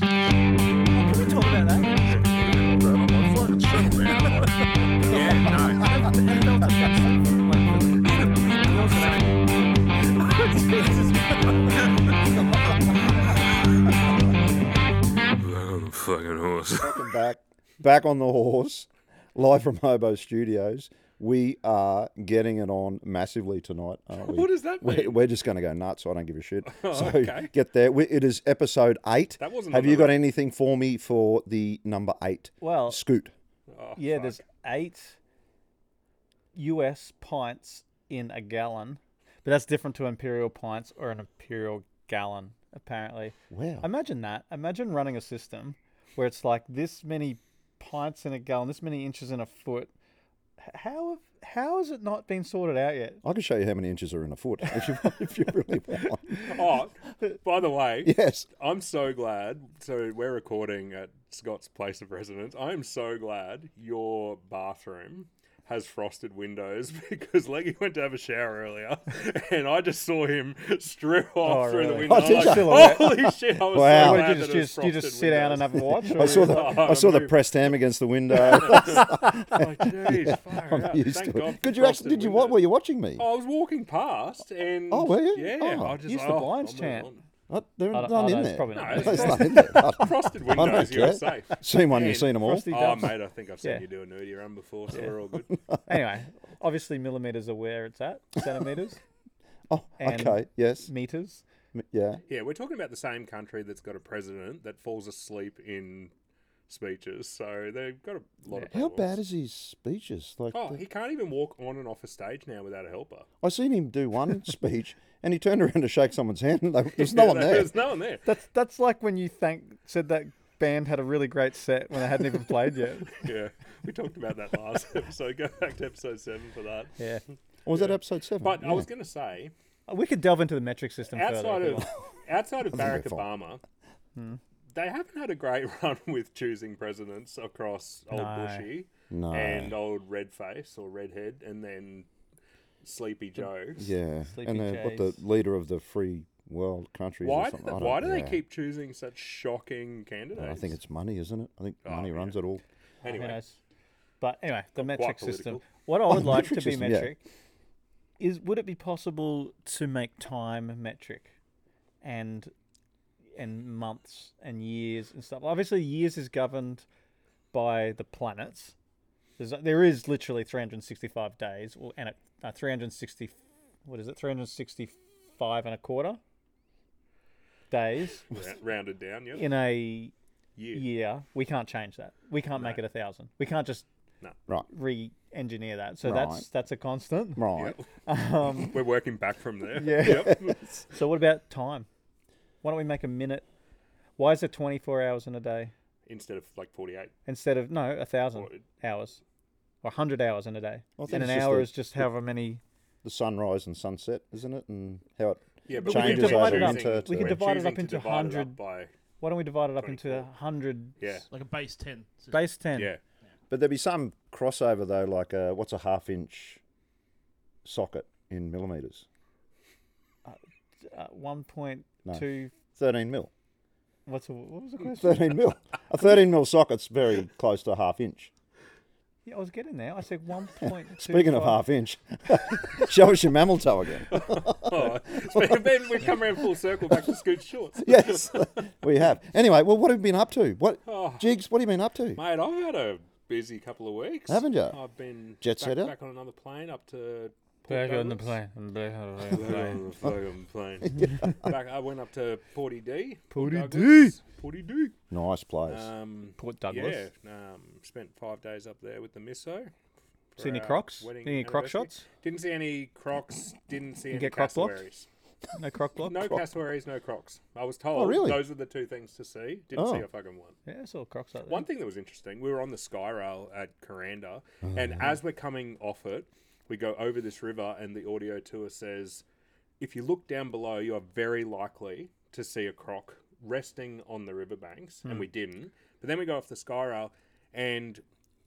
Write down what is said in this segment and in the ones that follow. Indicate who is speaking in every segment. Speaker 1: Can we talk about that?
Speaker 2: Yeah,
Speaker 1: I felt that.
Speaker 2: no. Fucking horse.
Speaker 3: Welcome back. Back on the horse, live from Hobo Studios. We are getting it on massively tonight, aren't we?
Speaker 4: What does that
Speaker 3: We're,
Speaker 4: mean? Oh,
Speaker 3: we're just going to go nuts. I don't give a shit. so
Speaker 4: okay.
Speaker 3: get there. We, it is episode eight.
Speaker 4: That wasn't
Speaker 3: Have
Speaker 4: on
Speaker 3: you
Speaker 4: the uh,
Speaker 3: got anything for me for the number eight?
Speaker 1: Well,
Speaker 3: Scoot.
Speaker 4: Oh,
Speaker 1: yeah,
Speaker 4: fuck.
Speaker 1: there's eight US pints in a gallon, but that's different to imperial pints or an imperial gallon, apparently.
Speaker 3: Wow.
Speaker 1: Imagine that. Imagine running a system where it's like this many pints in a gallon, this many inches in a foot. H- How have, how has it not been sorted out yet?
Speaker 3: I can show you how many inches are in a foot if you, if you really want.
Speaker 4: Oh, by the way,
Speaker 3: Yes.
Speaker 4: I'm so glad. So we're recording at Scott's place of residence. I am so glad your bathroom has frosted windows because Leggy went to have a shower earlier, and I just saw him strip off
Speaker 1: Oh,
Speaker 4: through
Speaker 1: really?
Speaker 4: the window.
Speaker 3: Oh,
Speaker 4: I'm
Speaker 3: did
Speaker 4: like,
Speaker 3: ya?
Speaker 4: Holy shit! I was
Speaker 3: Wow.
Speaker 4: so
Speaker 1: What
Speaker 4: glad
Speaker 1: did you
Speaker 4: that
Speaker 1: just,
Speaker 4: it was
Speaker 1: just, you just
Speaker 4: frosted
Speaker 1: sit down and have
Speaker 4: windows.
Speaker 1: a watch?
Speaker 3: I
Speaker 1: or-
Speaker 3: saw the
Speaker 4: Oh,
Speaker 3: I saw the
Speaker 4: move.
Speaker 3: pressed ham against the window.
Speaker 4: Like, jeez, far
Speaker 3: I'm
Speaker 4: out.
Speaker 3: used
Speaker 4: Thank
Speaker 3: to
Speaker 4: God
Speaker 3: it.
Speaker 4: for
Speaker 3: Could you actually?
Speaker 4: frosted
Speaker 3: Did you?
Speaker 4: windows.
Speaker 3: What were you watching me?
Speaker 4: Oh, I was walking past and
Speaker 3: Oh, were you?
Speaker 4: Yeah,
Speaker 3: Oh,
Speaker 4: I just
Speaker 1: use the
Speaker 4: oh,
Speaker 1: blinds
Speaker 4: I'm
Speaker 1: chant.
Speaker 4: on.
Speaker 3: Oh, there
Speaker 1: I
Speaker 3: ain't
Speaker 1: don't-
Speaker 3: none
Speaker 1: oh,
Speaker 3: in
Speaker 1: no, it's
Speaker 3: there.
Speaker 1: probably not.
Speaker 4: No,
Speaker 3: There's
Speaker 4: it's
Speaker 3: none in there.
Speaker 4: Frosted
Speaker 3: I don't
Speaker 4: windows, you're
Speaker 3: care.
Speaker 4: safe.
Speaker 3: Seen one, you've
Speaker 4: And
Speaker 3: seen them all.
Speaker 1: Frosty
Speaker 4: Oh,
Speaker 1: Dubs.
Speaker 4: mate, I think I've seen
Speaker 1: Yeah.
Speaker 4: you do a nudie run before, so we're all good.
Speaker 1: Anyway, obviously millimeters are where it's at, centimeters,
Speaker 3: Oh,
Speaker 1: and-
Speaker 3: okay. Yes.
Speaker 1: meters.
Speaker 3: M- Yeah.
Speaker 4: Yeah, we're talking about the same country that's got a president that falls asleep in speeches, so they've got a lot of
Speaker 3: How
Speaker 4: problems.
Speaker 3: bad is his speeches? Like,
Speaker 4: Oh,
Speaker 3: the-
Speaker 4: he can't even walk on and off a stage now without a helper.
Speaker 3: I seen him do one speech, and he turned around to shake someone's hand. And they- there's no one there.
Speaker 4: There's no one there.
Speaker 1: That's that's like when you thank said that band had a really great set when they hadn't even played yet.
Speaker 4: Yeah, we talked about that last episode. Go back to episode seven for that.
Speaker 1: Yeah,
Speaker 3: Or was that episode seven?
Speaker 4: But I
Speaker 3: Yeah.
Speaker 4: was going to say,
Speaker 1: we could delve into the metric system
Speaker 4: outside
Speaker 1: further. if we
Speaker 4: of
Speaker 1: want.
Speaker 4: outside of Barack
Speaker 3: their fault.
Speaker 4: Obama,
Speaker 3: Hmm.
Speaker 4: they haven't had a great run with choosing presidents across old
Speaker 1: No.
Speaker 4: Bushy
Speaker 3: No.
Speaker 4: and old Redface or Redhead, and then Sleepy Joe.
Speaker 3: yeah,
Speaker 1: Sleepy
Speaker 3: and then what the
Speaker 1: Jays.
Speaker 3: leader of the free world countries.
Speaker 4: Why
Speaker 3: or
Speaker 4: do,
Speaker 3: something.
Speaker 4: they,
Speaker 3: I don't-
Speaker 4: why do they
Speaker 3: yeah.
Speaker 4: keep choosing such shocking candidates?
Speaker 3: I think it's money, isn't it? I think
Speaker 4: Oh,
Speaker 3: money runs it all.
Speaker 1: Who
Speaker 4: anyway.
Speaker 1: knows? But anyway, the metric system.
Speaker 4: political.
Speaker 1: What I would like to
Speaker 3: metric
Speaker 1: be
Speaker 3: system, yeah.
Speaker 1: metric is would it be possible to make time metric and and months and years and stuff? Obviously, years is governed by the planets. There's, there is literally 365 days, or and a, uh, 360, what is it, 365 and a quarter days
Speaker 4: Ra- rounded down. Yep.
Speaker 1: in a
Speaker 4: Year.
Speaker 1: year, we can't change that. We can't make it a thousand. We can't just
Speaker 3: Right.
Speaker 1: re-engineer that. So
Speaker 3: Right.
Speaker 1: that's that's a constant.
Speaker 3: Right.
Speaker 1: Um,
Speaker 4: We're working back from there.
Speaker 1: Yeah.
Speaker 4: Yep.
Speaker 1: so what about time? Why don't we make a minute? Why is there 24 hours in a day
Speaker 4: Instead of like forty-eight.
Speaker 1: instead of no a thousand
Speaker 4: Or-
Speaker 1: hours or 100 hours in a day?
Speaker 3: I think
Speaker 1: And an
Speaker 3: it's just
Speaker 1: hour
Speaker 3: the-
Speaker 1: is just however many.
Speaker 3: The sunrise and sunset, isn't it? And how it
Speaker 4: Yeah,
Speaker 1: But
Speaker 4: we're
Speaker 1: we could
Speaker 3: changes
Speaker 1: divide
Speaker 3: over
Speaker 1: it up.
Speaker 3: into.
Speaker 1: We could
Speaker 4: we're
Speaker 3: to-
Speaker 1: divide it
Speaker 4: choosing
Speaker 1: up
Speaker 4: to
Speaker 1: into
Speaker 4: divide it up
Speaker 1: 100.
Speaker 4: by
Speaker 1: Why don't we divide it up into
Speaker 4: 24.
Speaker 1: 100?
Speaker 4: yeah,
Speaker 5: like a base 10. So
Speaker 1: Base 10.
Speaker 4: yeah.
Speaker 3: But there'd be some crossover though, like uh, what's a half inch socket in millimeters?
Speaker 1: Uh, 1.2.
Speaker 3: Thirteen mil.
Speaker 1: What's a, what was the question?
Speaker 3: Thirteen mil. A thirteen mil socket's very close to a half inch.
Speaker 1: Yeah, I was getting there. I said 1.2.
Speaker 3: Speaking of half inch, show us your mammal toe again.
Speaker 4: Oh, Ben, we've come around full circle back to Scoot Shorts.
Speaker 3: Yes, we have. Anyway, well, what have you been up to? What jigs? What have you been up to?
Speaker 4: Mate, I've had a busy couple of weeks.
Speaker 3: Haven't ya?
Speaker 4: I've been
Speaker 3: Jet
Speaker 4: back,
Speaker 3: setter?
Speaker 4: back on another plane up to Port
Speaker 1: Back on the
Speaker 4: Douglas.
Speaker 1: plane. Back on the
Speaker 4: Back
Speaker 1: plane.
Speaker 4: on the fucking plane. Back, I went up to Porty D.
Speaker 1: Porty D.
Speaker 4: Douglas, Porty D.
Speaker 3: Nice place.
Speaker 4: Um,
Speaker 1: Port Douglas.
Speaker 4: Yeah, um, spent five days up there with the misso. for
Speaker 1: See any
Speaker 4: our
Speaker 1: crocs?
Speaker 4: wedding
Speaker 1: Any croc
Speaker 4: anniversary.
Speaker 1: shots?
Speaker 4: Didn't see any crocs. Didn't see any
Speaker 1: get croc blocked?
Speaker 4: cassowaries.
Speaker 1: No croc Oh, block?
Speaker 4: No cassowaries, no crocs. I was told
Speaker 3: really?
Speaker 4: those were the two things to see. Didn't see
Speaker 3: Oh.
Speaker 4: a fucking one.
Speaker 1: Yeah, it's all crocs out there.
Speaker 4: One thing that was interesting, we were on the sky rail at
Speaker 3: Oh,
Speaker 4: Coranda, and as we're coming off it, we go over this river, and the audio tour says, if you look down below, you are very likely to see a croc resting on the riverbanks,
Speaker 3: Hmm.
Speaker 4: and we didn't. But then we go off the sky rail, and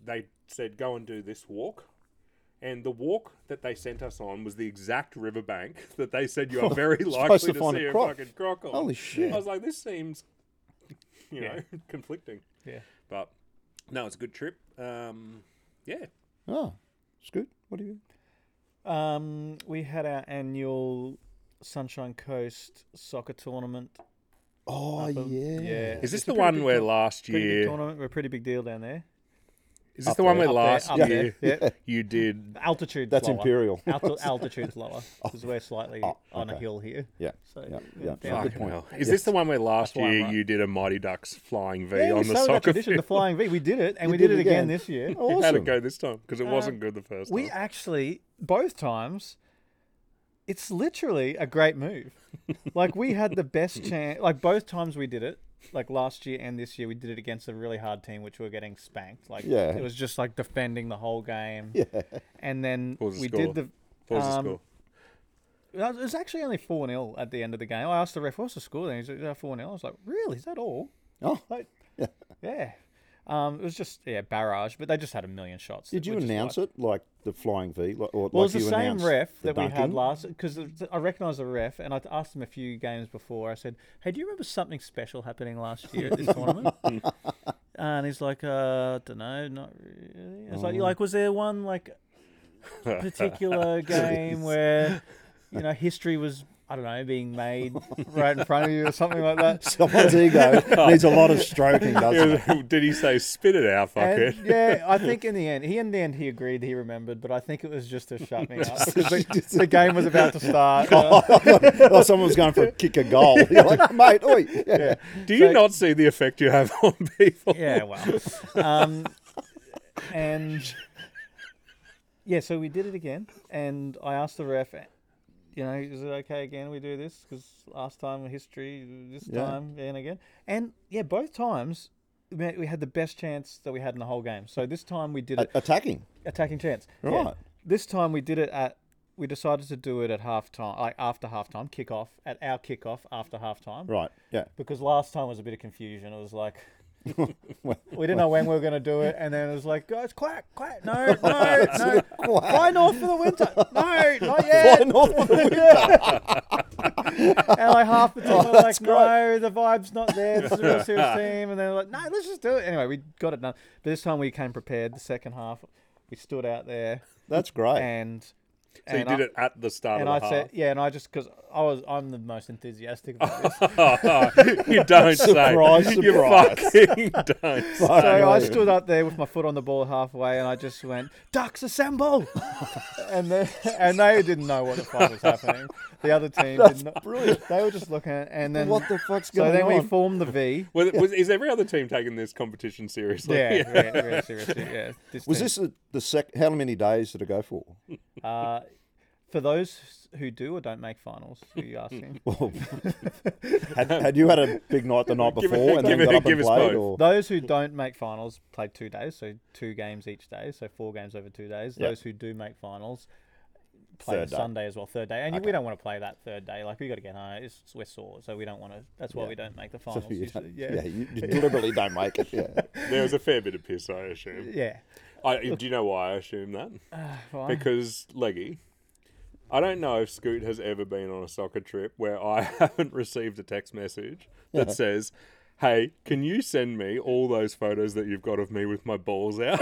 Speaker 4: they said, go and do this walk. And the walk that they sent us on was the exact riverbank that they said you are very
Speaker 3: Supposed
Speaker 4: likely
Speaker 3: to
Speaker 4: to
Speaker 3: find
Speaker 4: see
Speaker 3: a
Speaker 4: a
Speaker 3: croc.
Speaker 4: fucking croc on.
Speaker 3: Holy shit.
Speaker 4: I was like, this seems you
Speaker 1: Yeah.
Speaker 4: know, conflicting.
Speaker 1: Yeah.
Speaker 4: But no, it's a good trip. Um, yeah.
Speaker 3: Oh, it's good. What do you?
Speaker 1: Um, we had our annual Sunshine Coast soccer tournament.
Speaker 3: Oh
Speaker 1: Up a-
Speaker 3: yeah.
Speaker 1: yeah.
Speaker 4: Is this
Speaker 1: It's a
Speaker 4: the
Speaker 1: pretty
Speaker 4: one
Speaker 1: big
Speaker 4: where
Speaker 1: tour-
Speaker 4: last
Speaker 1: Pretty big
Speaker 4: year?
Speaker 1: tournament. We're a pretty big deal down there.
Speaker 4: Is this
Speaker 3: Up
Speaker 4: the one
Speaker 3: there.
Speaker 4: where
Speaker 1: Up there,
Speaker 4: last
Speaker 1: up
Speaker 4: year
Speaker 1: there, yeah.
Speaker 4: you did?
Speaker 1: Altitude's
Speaker 3: That's
Speaker 1: lower.
Speaker 3: imperial.
Speaker 1: Alti- altitude's lower because we're slightly on a
Speaker 3: okay.
Speaker 1: hill here.
Speaker 3: Yeah.
Speaker 1: So
Speaker 3: yeah.
Speaker 1: we're
Speaker 3: Yeah.
Speaker 1: down.
Speaker 3: Good
Speaker 4: Fucking
Speaker 3: point.
Speaker 4: hell. Is this the one where last
Speaker 1: That's why I'm
Speaker 4: year
Speaker 1: right.
Speaker 4: you did a Mighty Ducks flying V
Speaker 1: Yeah, we
Speaker 4: on the
Speaker 1: started that
Speaker 4: soccer
Speaker 1: tradition, the
Speaker 4: field?
Speaker 1: flying V. We did it, and we did, it again, Oh, this year.
Speaker 3: Awesome.
Speaker 4: How'd it go this time? Because it wasn't good the first
Speaker 1: Uh, We
Speaker 4: time.
Speaker 1: actually both times. It's literally a great move. like we had the best chance. Like both times we did it. Like last year and this year, we did it against a really hard team, which we were getting spanked. Like
Speaker 3: Yeah.
Speaker 1: it was just like defending the whole game.
Speaker 3: Yeah.
Speaker 1: And then
Speaker 4: What was the
Speaker 1: we
Speaker 4: score?
Speaker 1: did the.
Speaker 4: What was the
Speaker 1: um,
Speaker 4: score?
Speaker 1: It was actually only four 0 at the end of the game. I asked the ref, "What's the score?" Then he's like, "Oh, four 0 I was like, "Really? Is that all?"
Speaker 3: Oh,
Speaker 1: Like, yeah. Um, it was just yeah barrage, but they just had a million shots.
Speaker 3: did
Speaker 1: that
Speaker 3: you
Speaker 1: were just
Speaker 3: announce it like the flying V? Like, or,
Speaker 1: Well,
Speaker 3: like
Speaker 1: it's the
Speaker 3: you
Speaker 1: same
Speaker 3: announced
Speaker 1: ref
Speaker 3: the
Speaker 1: that we had
Speaker 3: dunking?
Speaker 1: last because I recognised the ref and I asked him a few games before. I said, "Hey, do you remember something special happening last year at this tournament?" and he's like, "Uh, don't know, not really." It's
Speaker 3: Oh.
Speaker 1: like, like, was there one like particular game where you know history was I don't know being made right in front of you or something like that?"
Speaker 3: Someone's ego
Speaker 4: Oh.
Speaker 3: needs a lot of stroking, doesn't it?
Speaker 4: did he say spit it out, fuckhead?
Speaker 1: And yeah, I think in the end, he in the end he agreed he remembered, but I think it was just to shut me up because the, the game was about to start.
Speaker 3: oh, someone's going for a kick a goal. You're like, mate, oi. Yeah.
Speaker 4: Do you
Speaker 1: So-
Speaker 4: not see the effect you have on people?
Speaker 1: Yeah, well. Um, and yeah, so we did it again, and I asked the ref, you know, is it okay again we do this? Because last time in history, this
Speaker 3: Yeah.
Speaker 1: time and again, and yeah, both times we had- we had the best chance that we had in the whole game. So this time we did
Speaker 3: A-
Speaker 1: it
Speaker 3: attacking.
Speaker 1: attacking chance. Yeah.
Speaker 3: Uh, Right.
Speaker 1: This time we did it at. We decided to do it at half time, like after half time, kick off, at our kick off after half time
Speaker 3: Right. Yeah.
Speaker 1: because last time was a bit of confusion. It was like we didn't know when we were going to do it, and then it was like, guys, quack, quack, no, no, no,
Speaker 3: Quack.
Speaker 1: fly north for the winter, no, not
Speaker 3: Why
Speaker 1: yet.
Speaker 3: not?
Speaker 1: And like half the
Speaker 4: Oh,
Speaker 1: time, I was like,
Speaker 3: great.
Speaker 1: no, the vibe's not there. This is a real serious team, and they're like, no, let's just do it anyway. We got it done. But this time we came prepared. The second half, we stood out there,
Speaker 3: That's great.
Speaker 1: and
Speaker 4: So you
Speaker 1: and
Speaker 4: did
Speaker 1: I-
Speaker 4: it at the start
Speaker 1: And I
Speaker 4: of the
Speaker 1: said, yeah, and I just because I was I'm the most enthusiastic about this.
Speaker 4: half. Oh, you don't
Speaker 3: Surprise,
Speaker 4: say. You
Speaker 3: surprise.
Speaker 4: fucking don't. say.
Speaker 1: So I
Speaker 3: Fucking
Speaker 1: stood up there with my foot on the ball halfway, and I just went, "Ducks assemble!" and then, and they didn't know what the fuck was happening. The other team didn't. know- They were just looking, at, and then
Speaker 3: What the fuck's
Speaker 1: So
Speaker 3: going
Speaker 1: then we
Speaker 3: on?
Speaker 1: formed the V.
Speaker 4: Was, it- was, is every other team taking this competition seriously?
Speaker 1: Yeah, yeah. yeah, seriously, yeah.
Speaker 3: Was
Speaker 1: team.
Speaker 3: this the, the sec? How many days did it go for?
Speaker 1: uh, for those who do or don't make finals? Who you asking?
Speaker 3: Well, had, had you had a big night the night
Speaker 4: Give it-
Speaker 3: before and
Speaker 4: give
Speaker 3: then
Speaker 4: it-
Speaker 3: got up
Speaker 4: give
Speaker 3: and
Speaker 4: us
Speaker 3: played?
Speaker 4: both.
Speaker 3: Or?
Speaker 1: Those who don't make finals play two days, so two games each day, so four games over two days.
Speaker 3: Yeah.
Speaker 1: Those who do make finals play
Speaker 3: Third
Speaker 1: the
Speaker 3: day.
Speaker 1: Sunday as well, third day. And we don't want to play that third day. Like we got to get home. It's, we're sore, so we don't want to. That's why we don't make the finals.
Speaker 3: You
Speaker 1: usually.
Speaker 3: don't-
Speaker 1: yeah.
Speaker 3: yeah.
Speaker 1: yeah.
Speaker 3: you, you deliberately don't make it. Yeah.
Speaker 4: There was a fair bit of piss, I assume. I, do you know why I assume that?
Speaker 1: Why?
Speaker 4: Because Leggy, I don't know if Scoot has ever been on a soccer trip where I haven't received a text message that says, "Hey, can you send me all those photos that you've got of me with my balls out?"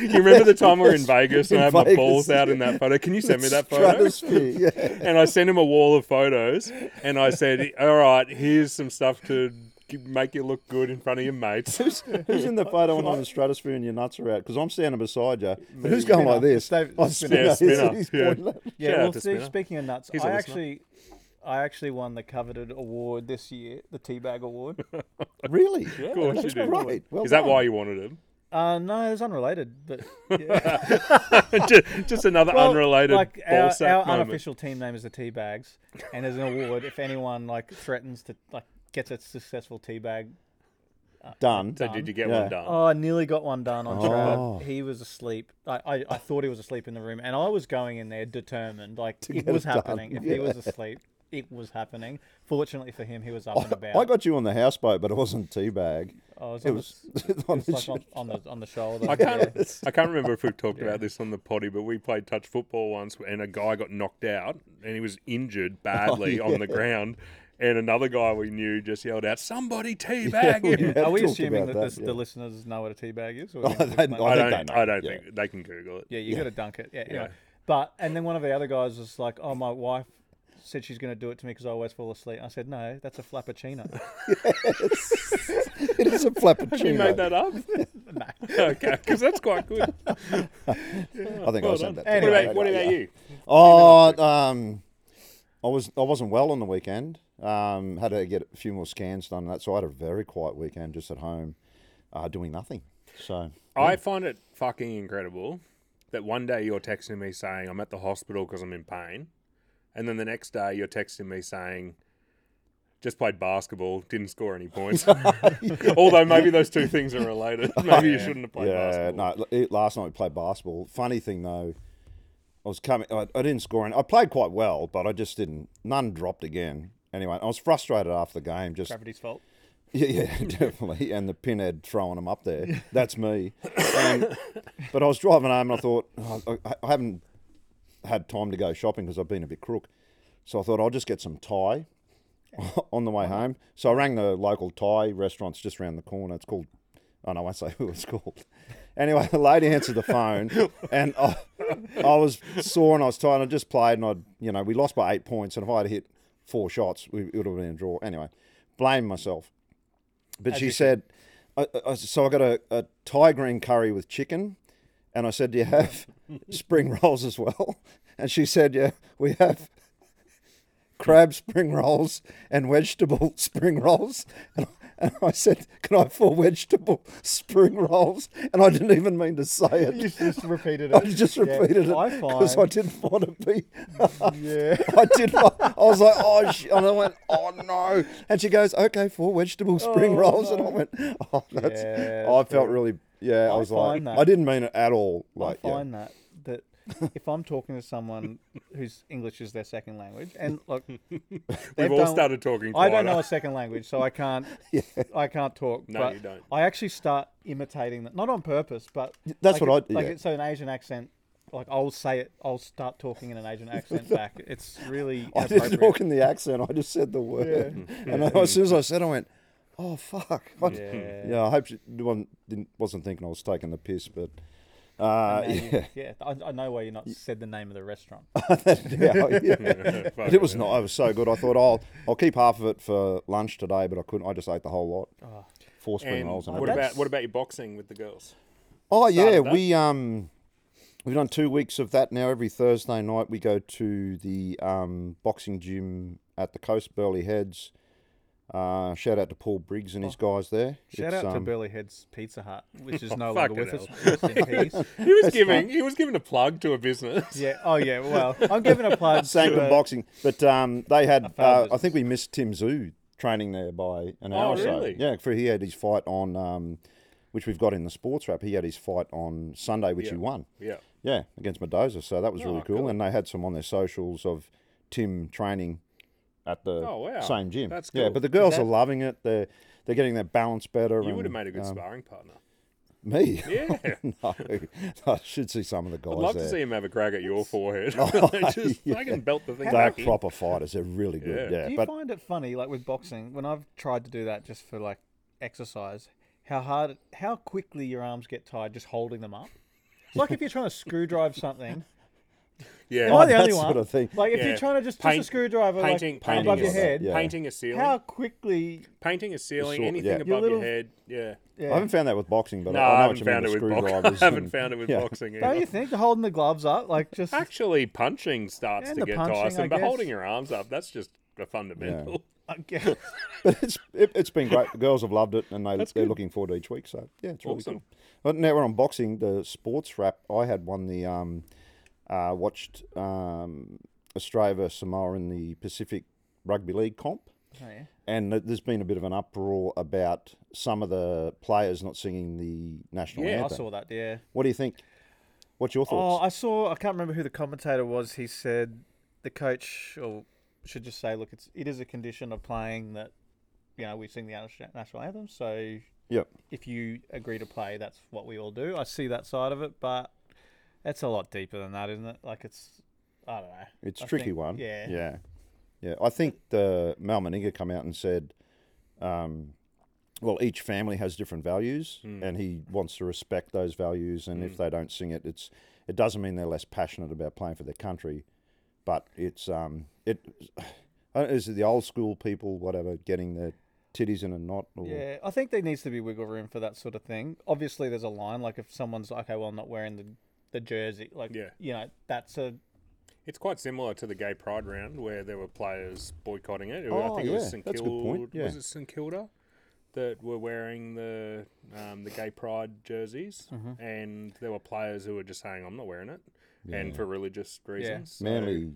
Speaker 4: you remember the time we were in Vegas and
Speaker 3: In
Speaker 4: I had my
Speaker 3: Vegas.
Speaker 4: balls out in that photo? Can you send me that photo?
Speaker 3: Stratosphere, yeah.
Speaker 4: and I sent him a wall of photos, and I said, "All right, here's some stuff to g- make you look good in front of your mates."
Speaker 3: Who's, who's in the photo on the stratosphere and your nuts are out? Because I'm standing beside you. But who's going like this?
Speaker 1: David-
Speaker 3: Oh,
Speaker 1: spin
Speaker 4: Yeah,
Speaker 3: Spinner.
Speaker 4: spinner.
Speaker 3: He's
Speaker 4: Yeah,
Speaker 3: pointing at-
Speaker 1: Yeah,
Speaker 4: Shout out
Speaker 1: well,
Speaker 4: to
Speaker 1: see,
Speaker 4: Spinner.
Speaker 1: speaking of nuts,
Speaker 4: He's a
Speaker 1: I
Speaker 4: listener.
Speaker 1: actually, I actually won the coveted award this year, the teabag award.
Speaker 3: Really?
Speaker 4: Of course you
Speaker 3: That's
Speaker 4: did.
Speaker 3: great. Well
Speaker 4: Is that
Speaker 3: done.
Speaker 4: why you wanted him?
Speaker 1: Uh, no, it's unrelated, but yeah.
Speaker 4: just, just another
Speaker 1: Well,
Speaker 4: unrelated
Speaker 1: like
Speaker 4: ball
Speaker 1: our,
Speaker 4: sack
Speaker 1: our
Speaker 4: moment.
Speaker 1: unofficial team name is the Teabags, and there's an award if anyone like threatens to like gets a successful teabag.
Speaker 3: Done.
Speaker 4: so did you get
Speaker 3: Yeah.
Speaker 4: one done?
Speaker 1: Oh, I nearly got one done on Trav.
Speaker 3: Oh.
Speaker 1: He was asleep. I, I, I thought he was asleep in the room, and I was going in there determined. Like it
Speaker 3: get
Speaker 1: was
Speaker 3: it done,
Speaker 1: happening. If he was asleep, it was happening. Fortunately for him, he was up and about.
Speaker 3: I got you on the houseboat, but it wasn't teabag.
Speaker 4: Oh,
Speaker 1: I was
Speaker 3: It
Speaker 1: on the-
Speaker 3: was on
Speaker 1: it's
Speaker 3: the
Speaker 1: like
Speaker 3: ship.
Speaker 1: on, on the on the shoulder.
Speaker 4: I can't.
Speaker 1: yeah.
Speaker 4: I can't remember if we've talked about this on the potty, but we played touch
Speaker 3: Oh,
Speaker 4: football once, and a guy got knocked out, and he was injured badly on the ground, And another guy we knew just yelled out, "Somebody teabag
Speaker 3: we
Speaker 4: him!"
Speaker 3: have
Speaker 1: Are we
Speaker 3: talked
Speaker 1: assuming that,
Speaker 3: about
Speaker 1: this,
Speaker 3: yeah.
Speaker 1: the listeners know what a teabag is? Or
Speaker 3: Oh,
Speaker 1: do you
Speaker 3: they-
Speaker 1: explain-
Speaker 4: I
Speaker 3: I
Speaker 4: don't.
Speaker 3: think
Speaker 4: I
Speaker 3: they
Speaker 4: don't,
Speaker 3: know, yeah.
Speaker 4: think they can Google it.
Speaker 1: Yeah, you got to dunk it. Yeah, anyway. But and then one of the other guys was like, "Oh, my wife said she's going to do it to me because I always fall asleep." I said, "No, that's a flappuccino."
Speaker 3: it is a
Speaker 4: You made
Speaker 3: flappuccino.
Speaker 4: that up? Okay, because that's quite good.
Speaker 3: I think I sent that. to
Speaker 1: Anyway,
Speaker 3: you.
Speaker 4: what about, what about
Speaker 3: Yeah.
Speaker 4: you?
Speaker 3: Oh, um, I was I wasn't well on the weekend. Um, had to get a few more scans done. And that so I had a very quiet weekend, just at home, uh, doing nothing. So
Speaker 4: I find it fucking incredible that one day you're texting me saying I'm at the hospital because I'm in pain, and then the next day you're texting me saying just played basketball, didn't score any points. Although maybe those two things are related. Maybe you shouldn't have played
Speaker 3: yeah,
Speaker 4: basketball.
Speaker 3: no. l- it- Last night we played basketball. Funny thing though, I was coming. I, I didn't score, and I played quite well, but I just didn't. None dropped again. Anyway, I was frustrated after the game. Just
Speaker 1: Gravity's fault.
Speaker 3: Yeah, yeah, definitely. And the pinhead throwing them up there. That's me. Um, but I was driving home and I thought, oh, I, I haven't had time to go shopping because I've been a bit crook. So I thought I'll just get some Thai on the way home. So I rang the local Thai restaurants just around the corner. It's called, oh, no, I won't say who it's called. Anyway, the lady answered the phone and I, I was sore and I was tired. and I just played and I, you know, we lost by eight points. And if I had hit four shots, we, it would have been a draw. Anyway, blame myself. But she said, I, I, so I got a, a Thai green curry with chicken. And I said, do you have spring rolls as well? And she said, yeah, we have crab spring rolls and vegetable spring rolls. And I, and I said, can I have four vegetable spring rolls? And I didn't even mean to say
Speaker 1: You
Speaker 3: it.
Speaker 1: just repeated it.
Speaker 3: I just repeated
Speaker 1: yeah,
Speaker 3: it because I
Speaker 1: find-
Speaker 3: didn't want to be.
Speaker 1: yeah.
Speaker 3: I did. not- I was like, oh, sh-, and I went, oh no. And she goes, okay, four vegetable spring rolls, and I went, oh, that's.
Speaker 1: Oh, Yeah,
Speaker 3: I
Speaker 1: that's
Speaker 3: felt really, yeah. I,
Speaker 1: I
Speaker 3: was like,
Speaker 1: find that-
Speaker 3: I didn't mean it at all. Like,
Speaker 1: I
Speaker 3: yeah.
Speaker 1: find that that if I'm talking to someone whose English is their second language, and look,
Speaker 4: We've
Speaker 1: they've
Speaker 4: all
Speaker 1: done-
Speaker 4: started talking.
Speaker 1: I don't
Speaker 4: quieter.
Speaker 1: know a second language, so I can't. I can't talk.
Speaker 4: No,
Speaker 1: but
Speaker 4: you don't.
Speaker 1: I actually start imitating them, not on purpose, but like
Speaker 3: that's what
Speaker 1: it-
Speaker 3: I-
Speaker 1: like.
Speaker 3: yeah.
Speaker 1: It's so an Asian accent. Like I'll say it, I'll start talking in an Asian accent back. It's really
Speaker 3: I didn't
Speaker 1: inappropriate.
Speaker 3: talk in the accent. I just said the word, and I, as soon as I said, I went, oh fuck. I,
Speaker 1: Yeah.
Speaker 3: yeah, I hope she wasn't, didn't, wasn't thinking I was taking the piss, but. Uh,
Speaker 1: Now you-
Speaker 3: yeah, Oh,
Speaker 1: yeah, I, I know why you're not said the name of the restaurant.
Speaker 3: yeah, yeah.
Speaker 4: Fuck
Speaker 3: But it was not. It was so good. I thought I'll I'll keep half of it for lunch today, but I couldn't. I just ate the whole lot. Four spring
Speaker 4: Ah. And
Speaker 3: rolls. and
Speaker 4: what
Speaker 3: everything.
Speaker 4: about what about your boxing with the girls?
Speaker 3: Oh yeah,
Speaker 4: that?
Speaker 3: we um we've done two weeks of that now. Every Thursday night we go to the um, boxing gym at the coast, Burley Heads. Uh, shout out to Paul Briggs and his
Speaker 4: Oh.
Speaker 3: guys there.
Speaker 1: Shout
Speaker 3: It's,
Speaker 1: out to
Speaker 3: um,
Speaker 1: Burley Heads Pizza Hut, which is no longer
Speaker 4: fucking
Speaker 1: with us. Rest in peace.
Speaker 4: He was giving he was giving a plug to a business.
Speaker 1: Yeah. Oh yeah. Well, I'm giving a plug. to,
Speaker 3: Sanctum
Speaker 1: uh,
Speaker 3: Boxing, but um, they had.
Speaker 1: found
Speaker 3: Uh, I
Speaker 1: business.
Speaker 3: think we missed Tim Zoo training there by an hour or
Speaker 4: Oh, really?
Speaker 3: so. Yeah, for he had his fight on, um, which we've got in the sports wrap. He had his fight on Sunday, which he won.
Speaker 4: Yeah.
Speaker 3: Yeah, against Mendoza. So that was really
Speaker 4: Oh,
Speaker 3: cool.
Speaker 4: cool.
Speaker 3: And they had some on their socials of Tim training at the
Speaker 4: Oh, wow.
Speaker 3: same gym.
Speaker 4: That's
Speaker 3: Yeah,
Speaker 4: cool.
Speaker 3: but the girls
Speaker 1: that-
Speaker 3: are loving it. They're they're getting their balance better.
Speaker 4: You
Speaker 3: and,
Speaker 4: would have made a good
Speaker 3: um,
Speaker 4: sparring partner.
Speaker 3: Me?
Speaker 4: Yeah.
Speaker 3: no, I should see some of the guys
Speaker 4: I'd love
Speaker 3: there.
Speaker 4: to see him have a crack at your forehead. Just fucking belt the thing
Speaker 3: they're
Speaker 4: back in.
Speaker 3: proper fighters. They're really good.
Speaker 4: Yeah.
Speaker 3: Yeah,
Speaker 1: Do you
Speaker 3: but
Speaker 1: find it funny, like with boxing, when I've tried to do that just for like exercise, how hard, how quickly your arms get tired just holding them up? It's like if you're trying to screwdrive something. Am
Speaker 4: Yeah.
Speaker 1: I the
Speaker 3: that
Speaker 1: only
Speaker 3: sort
Speaker 1: one?
Speaker 3: of thing.
Speaker 1: Like if
Speaker 4: Yeah.
Speaker 1: you're trying to just,
Speaker 4: Paint-
Speaker 1: just a screwdriver
Speaker 4: painting,
Speaker 1: like,
Speaker 4: painting
Speaker 1: above
Speaker 4: a
Speaker 1: your
Speaker 4: ce-
Speaker 1: head,
Speaker 3: yeah.
Speaker 4: painting a ceiling,
Speaker 1: how quickly?
Speaker 4: painting a ceiling,
Speaker 3: sort-
Speaker 4: anything
Speaker 3: yeah. Your
Speaker 4: above
Speaker 1: little-
Speaker 4: your head. Yeah.
Speaker 1: Yeah.
Speaker 3: I haven't found that with boxing. But
Speaker 4: No,
Speaker 3: I, I know
Speaker 4: I
Speaker 3: what
Speaker 4: haven't
Speaker 3: you
Speaker 4: found it
Speaker 3: mean
Speaker 4: with
Speaker 3: with
Speaker 4: boxing. I
Speaker 3: screwdrivers.
Speaker 4: haven't
Speaker 3: and-
Speaker 4: found it with
Speaker 3: yeah.
Speaker 4: boxing
Speaker 1: Don't
Speaker 4: either.
Speaker 1: you think holding the gloves up, like just
Speaker 4: Actually, punching starts
Speaker 1: And
Speaker 4: to
Speaker 1: the
Speaker 4: get
Speaker 1: punching,
Speaker 4: tiresome,
Speaker 1: I
Speaker 4: but
Speaker 1: guess.
Speaker 4: holding your arms up, that's just a fundamental.
Speaker 1: I guess-
Speaker 3: But it's it, it's been great. The girls have loved it, and they they're
Speaker 4: good.
Speaker 3: looking forward to each week. So yeah, it's really
Speaker 4: Awesome.
Speaker 3: cool. But now we're on boxing. The sports wrap. I had one. The um, uh, watched um, Australia versus Samoa in the Pacific Rugby League comp,
Speaker 1: Oh, yeah.
Speaker 3: and th- there's been a bit of an uproar about some of the players not singing the national
Speaker 4: Yeah, I
Speaker 1: I
Speaker 3: anthem.
Speaker 1: saw that. Yeah.
Speaker 3: What do you think? What's your
Speaker 1: Oh,
Speaker 3: thoughts?
Speaker 1: I saw. I can't remember who the commentator was. He said the coach or should just say, look, it's it is a condition of playing that you know we sing the nation- national anthem. So
Speaker 3: yep.
Speaker 1: if you agree to play, that's what we all do. I see that side of it, but that's a lot deeper than that, isn't it? Like it's I don't know.
Speaker 3: It's a
Speaker 1: I
Speaker 3: tricky
Speaker 1: think-
Speaker 3: one.
Speaker 1: Yeah.
Speaker 3: Yeah. Yeah, I think the Mal Meninga come out and said, um, well, each family has different values,
Speaker 1: Hmm.
Speaker 3: and he wants to respect those values. And if they don't sing it, it's it doesn't mean they're less passionate about playing for their country, but it's um it I don't- is it the old school people whatever getting their titties in a knot or
Speaker 1: Yeah, I think there needs to be wiggle room for that sort of thing. Obviously, there's a line. Like if someone's okay, well, I'm not wearing the the jersey. Like
Speaker 4: Yeah.
Speaker 1: you know, that's a
Speaker 4: It's quite similar to the gay pride round where there were players boycotting it.
Speaker 3: Oh,
Speaker 4: I think it was
Speaker 3: yeah,
Speaker 4: St
Speaker 3: that's a good point,
Speaker 4: Kilda.
Speaker 3: yeah.
Speaker 4: Was it St Kilda that were wearing the um, the gay pride jerseys?
Speaker 3: Mm-hmm.
Speaker 4: And there were players who were just saying, "I'm not wearing it," and for religious reasons. So-
Speaker 3: manly.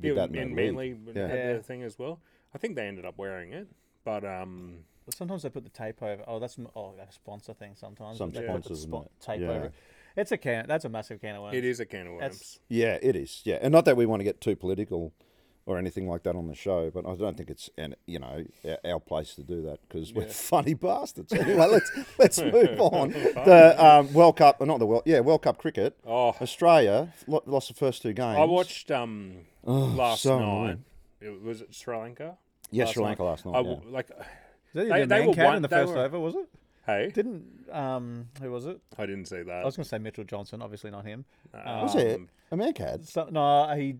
Speaker 3: did
Speaker 4: yeah,
Speaker 3: that in
Speaker 4: and
Speaker 3: that league.
Speaker 4: Manly
Speaker 3: Yeah.
Speaker 4: had their
Speaker 1: Yeah.
Speaker 4: thing as well. I think they ended up wearing it, but um,
Speaker 1: Sometimes they put the tape over. Oh, that's m- oh a sponsor thing. Sometimes
Speaker 3: Some
Speaker 1: they put the
Speaker 3: sponsors,
Speaker 1: spo-
Speaker 3: isn't it?
Speaker 1: tape
Speaker 3: Yeah.
Speaker 1: over. it. It's a can. That's a massive can of worms.
Speaker 4: it is a can of worms.
Speaker 1: That's-
Speaker 3: Yeah, it is. Yeah, and not that we want to get too political or anything like that on the show, but I don't think it's and you know our- our place to do that because we're funny bastards. Anyway, let's let's move on. The um, World Cup, not the World, yeah, World Cup cricket.
Speaker 4: Oh.
Speaker 3: Australia lo- lost the first two games.
Speaker 4: I watched um last
Speaker 3: Oh, so
Speaker 4: night.
Speaker 3: annoying.
Speaker 4: It was it Sri Lanka.
Speaker 3: Yeah, Sri Lanka last night,
Speaker 4: I w-
Speaker 3: yeah.
Speaker 4: Like,
Speaker 1: Is that
Speaker 4: They-
Speaker 1: even
Speaker 4: they
Speaker 1: man
Speaker 4: were
Speaker 1: can
Speaker 4: one-
Speaker 1: in the
Speaker 4: they
Speaker 1: first
Speaker 4: were-
Speaker 1: over? Was it?
Speaker 4: hey,
Speaker 1: Didn't um who was it?
Speaker 4: I didn't see that.
Speaker 1: I was going to say Mitchell Johnson. Obviously not him.
Speaker 4: Uh,
Speaker 1: Uh,
Speaker 3: Was it
Speaker 4: um,
Speaker 3: a man cad?
Speaker 1: So, no, he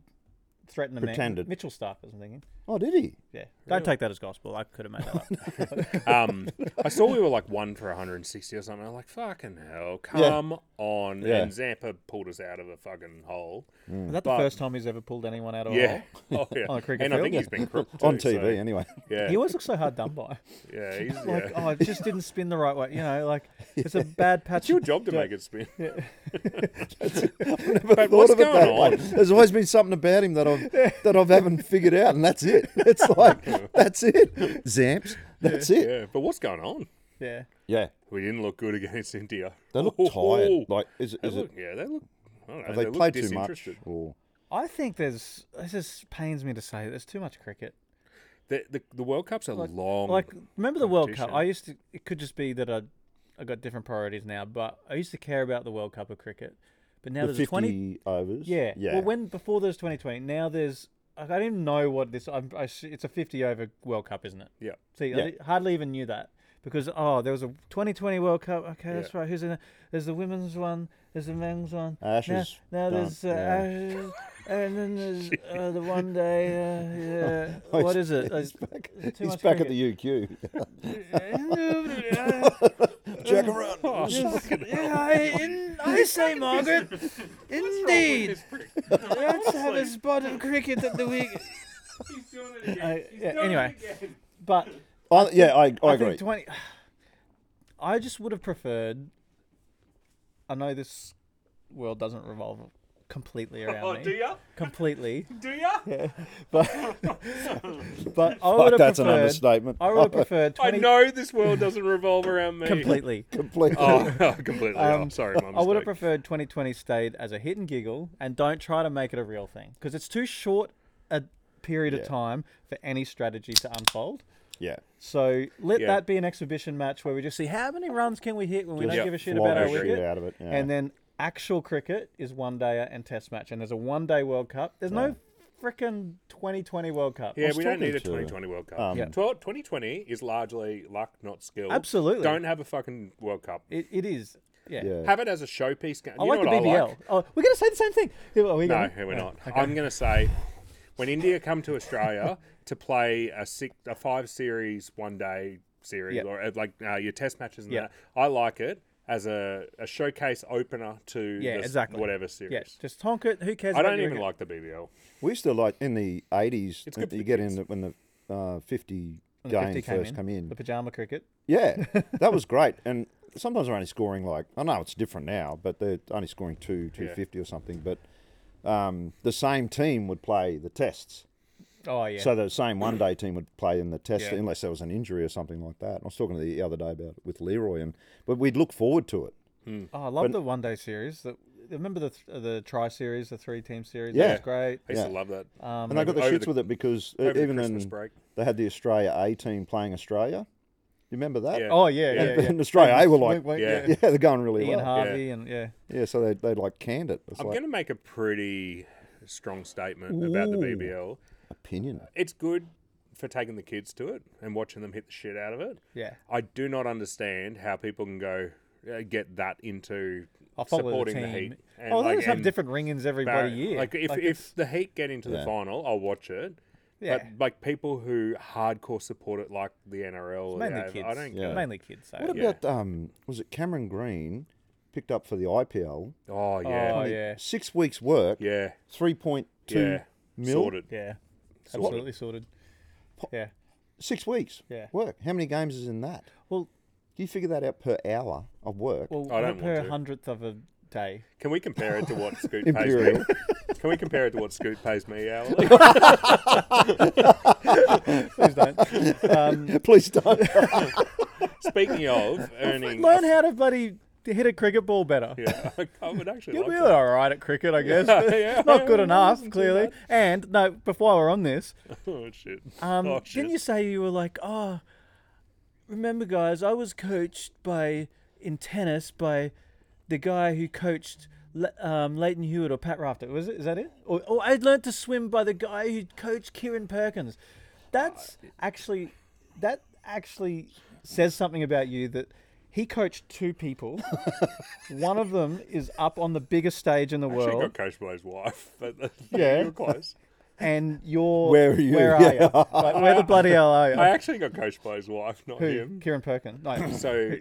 Speaker 1: threatened a man-
Speaker 3: Pretended.
Speaker 1: Mitchell Stark. I'm thinking.
Speaker 3: Oh, did he?
Speaker 1: Yeah, don't take that as gospel. I could have made that up.
Speaker 4: um, I saw we were like one for 160 or something. I'm like, fucking hell,
Speaker 3: Yeah.
Speaker 4: come on!
Speaker 3: Yeah. Mm.
Speaker 4: And Zampa pulled us out of a fucking hole.
Speaker 1: Is that the first time he's ever pulled anyone out of a
Speaker 4: Yeah,
Speaker 1: hole?
Speaker 4: oh yeah.
Speaker 1: On a
Speaker 4: and
Speaker 1: cricket
Speaker 4: I
Speaker 1: field,
Speaker 4: think
Speaker 1: yeah.
Speaker 4: he's been crooked
Speaker 3: On
Speaker 4: too,
Speaker 3: TV,
Speaker 4: so,
Speaker 3: anyway.
Speaker 4: yeah,
Speaker 1: He always looks so hard done by.
Speaker 4: yeah. He's,
Speaker 1: Like,
Speaker 4: yeah.
Speaker 1: oh, it just didn't spin the right way. You know, like it's a bad patch.
Speaker 4: it's your job to make it spin.
Speaker 3: Never thought
Speaker 4: But what's
Speaker 3: of it that
Speaker 4: going
Speaker 3: way.
Speaker 4: on?
Speaker 3: There's always been something about him that I've that I've haven't figured out, and that's it. It's like that's it. Zamps, that's it.
Speaker 4: Yeah, but what's going on?
Speaker 1: Yeah.
Speaker 3: Yeah,
Speaker 4: We didn't look good against India. Oh,
Speaker 3: they look tired. Like, is,
Speaker 4: They
Speaker 3: is it
Speaker 4: look- yeah, they look. I don't know,
Speaker 3: Have they,
Speaker 4: look
Speaker 3: played too much?
Speaker 4: disinterested.
Speaker 3: Or
Speaker 1: I think there's. This just pains me to say. There's too much cricket.
Speaker 4: The, the, the World Cup's a long. Oh,
Speaker 1: Like, remember the World Cup?
Speaker 4: Mm. Competition.
Speaker 1: I used to. It could just be that I, I got different priorities now. But I used to care about the World Cup of cricket. But now
Speaker 3: the
Speaker 1: there's a
Speaker 3: fifty
Speaker 1: twenty.
Speaker 3: overs?
Speaker 1: Yeah.
Speaker 3: yeah.
Speaker 1: Well, when before there's 2020, now there's. I don't even know what this. I'm, I, s- it's a 50 over World Cup, isn't it?
Speaker 4: yeah.
Speaker 1: See,
Speaker 3: Yeah.
Speaker 1: I di- hardly even knew that because oh, there was a 2020 World Cup. Okay, that's
Speaker 4: Yeah.
Speaker 1: right. Who's in it? There's the women's one. There's the men's one. Now-
Speaker 3: Ashes
Speaker 1: Now,
Speaker 3: Uh, done,
Speaker 1: there's uh,
Speaker 3: yeah.
Speaker 1: Ashes, and then there's uh, the one day. Uh, yeah.
Speaker 3: Oh,
Speaker 1: What
Speaker 3: he's-
Speaker 1: is it?
Speaker 3: He's
Speaker 1: Uh,
Speaker 3: back,
Speaker 1: too
Speaker 3: he's
Speaker 1: much
Speaker 3: back at
Speaker 1: cricket.
Speaker 3: the UQ.
Speaker 1: Jack uh, yeah, I, in, I say, Margaret. Indeed, let's have a spot of cricket at the week.
Speaker 2: He's doing it again.
Speaker 1: Uh,
Speaker 2: He's
Speaker 1: yeah,
Speaker 2: doing
Speaker 1: anyway,
Speaker 2: it again.
Speaker 1: but
Speaker 3: I, yeah, I, I, agree.
Speaker 1: Think 20, I just would have preferred. I know this world doesn't revolve completely around
Speaker 2: Oh,
Speaker 1: me.
Speaker 2: do ya?
Speaker 1: Completely,
Speaker 2: Do ya?
Speaker 1: but but I would
Speaker 3: Fuck,
Speaker 1: have
Speaker 3: that's an
Speaker 1: preferred.
Speaker 3: understatement.
Speaker 1: I would have preferred
Speaker 4: I
Speaker 1: twenty
Speaker 4: know this world doesn't revolve around me.
Speaker 1: completely.
Speaker 3: Completely.
Speaker 4: Oh, completely. oh,
Speaker 1: Um,
Speaker 4: sorry, my mistake.
Speaker 1: I would have preferred 2020 stayed as a hit and giggle, and don't try to make it a real thing because it's too short a period
Speaker 3: Yeah.
Speaker 1: of time for any strategy to unfold.
Speaker 3: Yeah.
Speaker 1: So let
Speaker 4: Yeah.
Speaker 1: that be an exhibition match where we just see how many runs can we hit when we
Speaker 3: Just
Speaker 1: don't give a shit
Speaker 3: flog
Speaker 1: about our
Speaker 3: the shit
Speaker 1: wicket.
Speaker 3: out of it, yeah.
Speaker 1: And then actual cricket is one day and test match, and there's a one day World Cup. There's no frickin' 2020 World Cup.
Speaker 4: Yeah,
Speaker 3: was
Speaker 4: we don't
Speaker 3: talking
Speaker 4: need a
Speaker 3: to,
Speaker 4: 2020 World Cup.
Speaker 3: um,
Speaker 1: Yeah.
Speaker 4: 12, 2020 is largely luck, not skill.
Speaker 1: Absolutely.
Speaker 4: Don't have a fucking World Cup.
Speaker 1: It, it is. Yeah.
Speaker 3: Yeah.
Speaker 4: Have it as a showpiece game.
Speaker 1: I
Speaker 4: you
Speaker 1: like the
Speaker 4: know what
Speaker 1: BBL.
Speaker 4: I like?
Speaker 1: Oh, we're gonna say the same thing. Yeah, are we
Speaker 4: No,
Speaker 1: gonna?
Speaker 4: we're not. I'm going to say when India come to Australia to play a six, a five series, one day series,
Speaker 1: Yeah.
Speaker 4: or uh, like uh, your test matches and
Speaker 1: Yeah.
Speaker 4: that, I like it as a, a showcase opener to
Speaker 1: Yeah,
Speaker 4: the s-
Speaker 1: exactly.
Speaker 4: whatever
Speaker 1: Yeah,
Speaker 4: series.
Speaker 1: just honk it. Who cares?
Speaker 4: I
Speaker 1: about
Speaker 4: don't
Speaker 1: your
Speaker 4: even
Speaker 1: wicket?
Speaker 4: like the BBL.
Speaker 3: We used to like in the eighties. uh,
Speaker 4: good for
Speaker 3: You
Speaker 4: the
Speaker 3: get in
Speaker 4: kids.
Speaker 3: the, when the uh, fifty
Speaker 1: When the
Speaker 3: game
Speaker 1: 50 came
Speaker 3: first come in.
Speaker 1: The pajama cricket.
Speaker 3: Yeah, that was great. And sometimes they're only scoring like I know it's different now, but they're only scoring two, two fifty or something. But um, the same team would play the tests.
Speaker 1: Oh yeah.
Speaker 3: So the same one day team would play in the test
Speaker 1: Yeah.
Speaker 3: unless there was an injury or something like that. I was talking to the other day about it with Leroy, and but we'd look forward to it.
Speaker 1: oh, I love the one day series. The, remember the th- the tri series, the three team series.
Speaker 3: Yeah.
Speaker 1: That was great.
Speaker 4: I used
Speaker 3: Yeah.
Speaker 4: to love that.
Speaker 1: Uh,
Speaker 3: and they got the
Speaker 4: Um, over
Speaker 3: shits
Speaker 4: the-
Speaker 3: with it because uh,
Speaker 4: over the
Speaker 3: even
Speaker 4: Christmas
Speaker 3: then
Speaker 4: break.
Speaker 3: they had the Australia A team playing Australia. You remember that?
Speaker 4: Yeah.
Speaker 1: Oh yeah, yeah,
Speaker 4: Yeah.
Speaker 1: yeah.
Speaker 3: And Australia A were
Speaker 1: Wink,
Speaker 3: like,
Speaker 1: wink,
Speaker 4: Yeah.
Speaker 3: yeah, they're going really
Speaker 1: Ian
Speaker 3: well.
Speaker 1: Harvey and yeah.
Speaker 3: Yeah, so they, they like canned it. It's
Speaker 4: I'm
Speaker 3: like,
Speaker 4: going to make a pretty strong statement about the
Speaker 3: Ooh.
Speaker 4: BBL.
Speaker 3: Opinion.
Speaker 4: It's good for taking the kids to it and watching them hit the shit out of it.
Speaker 1: Yeah.
Speaker 4: I do not understand how people can go uh, get that into
Speaker 1: I follow
Speaker 4: supporting
Speaker 1: the
Speaker 4: the,
Speaker 1: team.
Speaker 4: Heat.
Speaker 1: oh, they just have
Speaker 4: and
Speaker 1: different ring-ins every
Speaker 4: Barry-
Speaker 1: bloody year.
Speaker 4: Like if
Speaker 1: it's-
Speaker 4: if the Heat get into
Speaker 3: Yeah.
Speaker 4: the final, I'll watch it.
Speaker 1: yeah,
Speaker 4: But like people who hardcore support it, like the NRL, or the
Speaker 1: mainly
Speaker 4: AFL,
Speaker 1: kids.
Speaker 4: I don't.
Speaker 3: Yeah.
Speaker 1: Mainly kids. So.
Speaker 3: What about um? Was it Cameron Green picked up for the IPL?
Speaker 4: Oh
Speaker 1: Oh
Speaker 4: yeah,
Speaker 1: yeah,
Speaker 3: Six weeks work,
Speaker 4: yeah,
Speaker 3: three point two
Speaker 4: yeah.
Speaker 3: mil.
Speaker 4: Sorted.
Speaker 1: yeah,
Speaker 4: Sorted.
Speaker 1: absolutely sorted. Yeah,
Speaker 3: Six weeks
Speaker 1: Yeah.
Speaker 3: work. How many games is in that?
Speaker 1: well,
Speaker 3: Do you figure that out per hour of work?
Speaker 1: well,
Speaker 4: I don't
Speaker 1: per
Speaker 4: want to.
Speaker 1: hundredth of a day.
Speaker 4: Can we compare it to what Scoot pays me?
Speaker 3: Imperial.
Speaker 4: Can we compare it to what Scoot pays me hourly?
Speaker 1: Please don't. um,
Speaker 3: Please don't.
Speaker 4: Speaking of earning,
Speaker 1: learn how to bloody hit a cricket ball better.
Speaker 4: yeah, I would actually
Speaker 1: You'll
Speaker 4: like
Speaker 1: be
Speaker 4: that.
Speaker 1: all right at cricket, I guess. but
Speaker 4: yeah.
Speaker 1: Not good enough, clearly. And no, before we're on this,
Speaker 4: Oh shit!
Speaker 1: um,
Speaker 4: oh, shit.
Speaker 1: didn't you say you were like, oh, remember, guys, I was coached by in tennis by the guy who coached Le- um, Leighton Hewitt or Pat Rafter. Was it? Is that it? Or, or I learned to swim by the guy who coached Kieran Perkins. That's actually that actually says something about you that. He coached two people. One of them is up on the biggest stage in the
Speaker 4: She
Speaker 1: world.
Speaker 4: got coached by his wife, but
Speaker 1: Yeah.
Speaker 4: yeah, you were close.
Speaker 1: and you're
Speaker 3: Where are you?
Speaker 1: Where are you? Like, where the bloody hell are you?
Speaker 4: I actually got coached by his wife, not
Speaker 1: Who?
Speaker 4: him.
Speaker 1: Kieran Perkins. No, that's
Speaker 4: So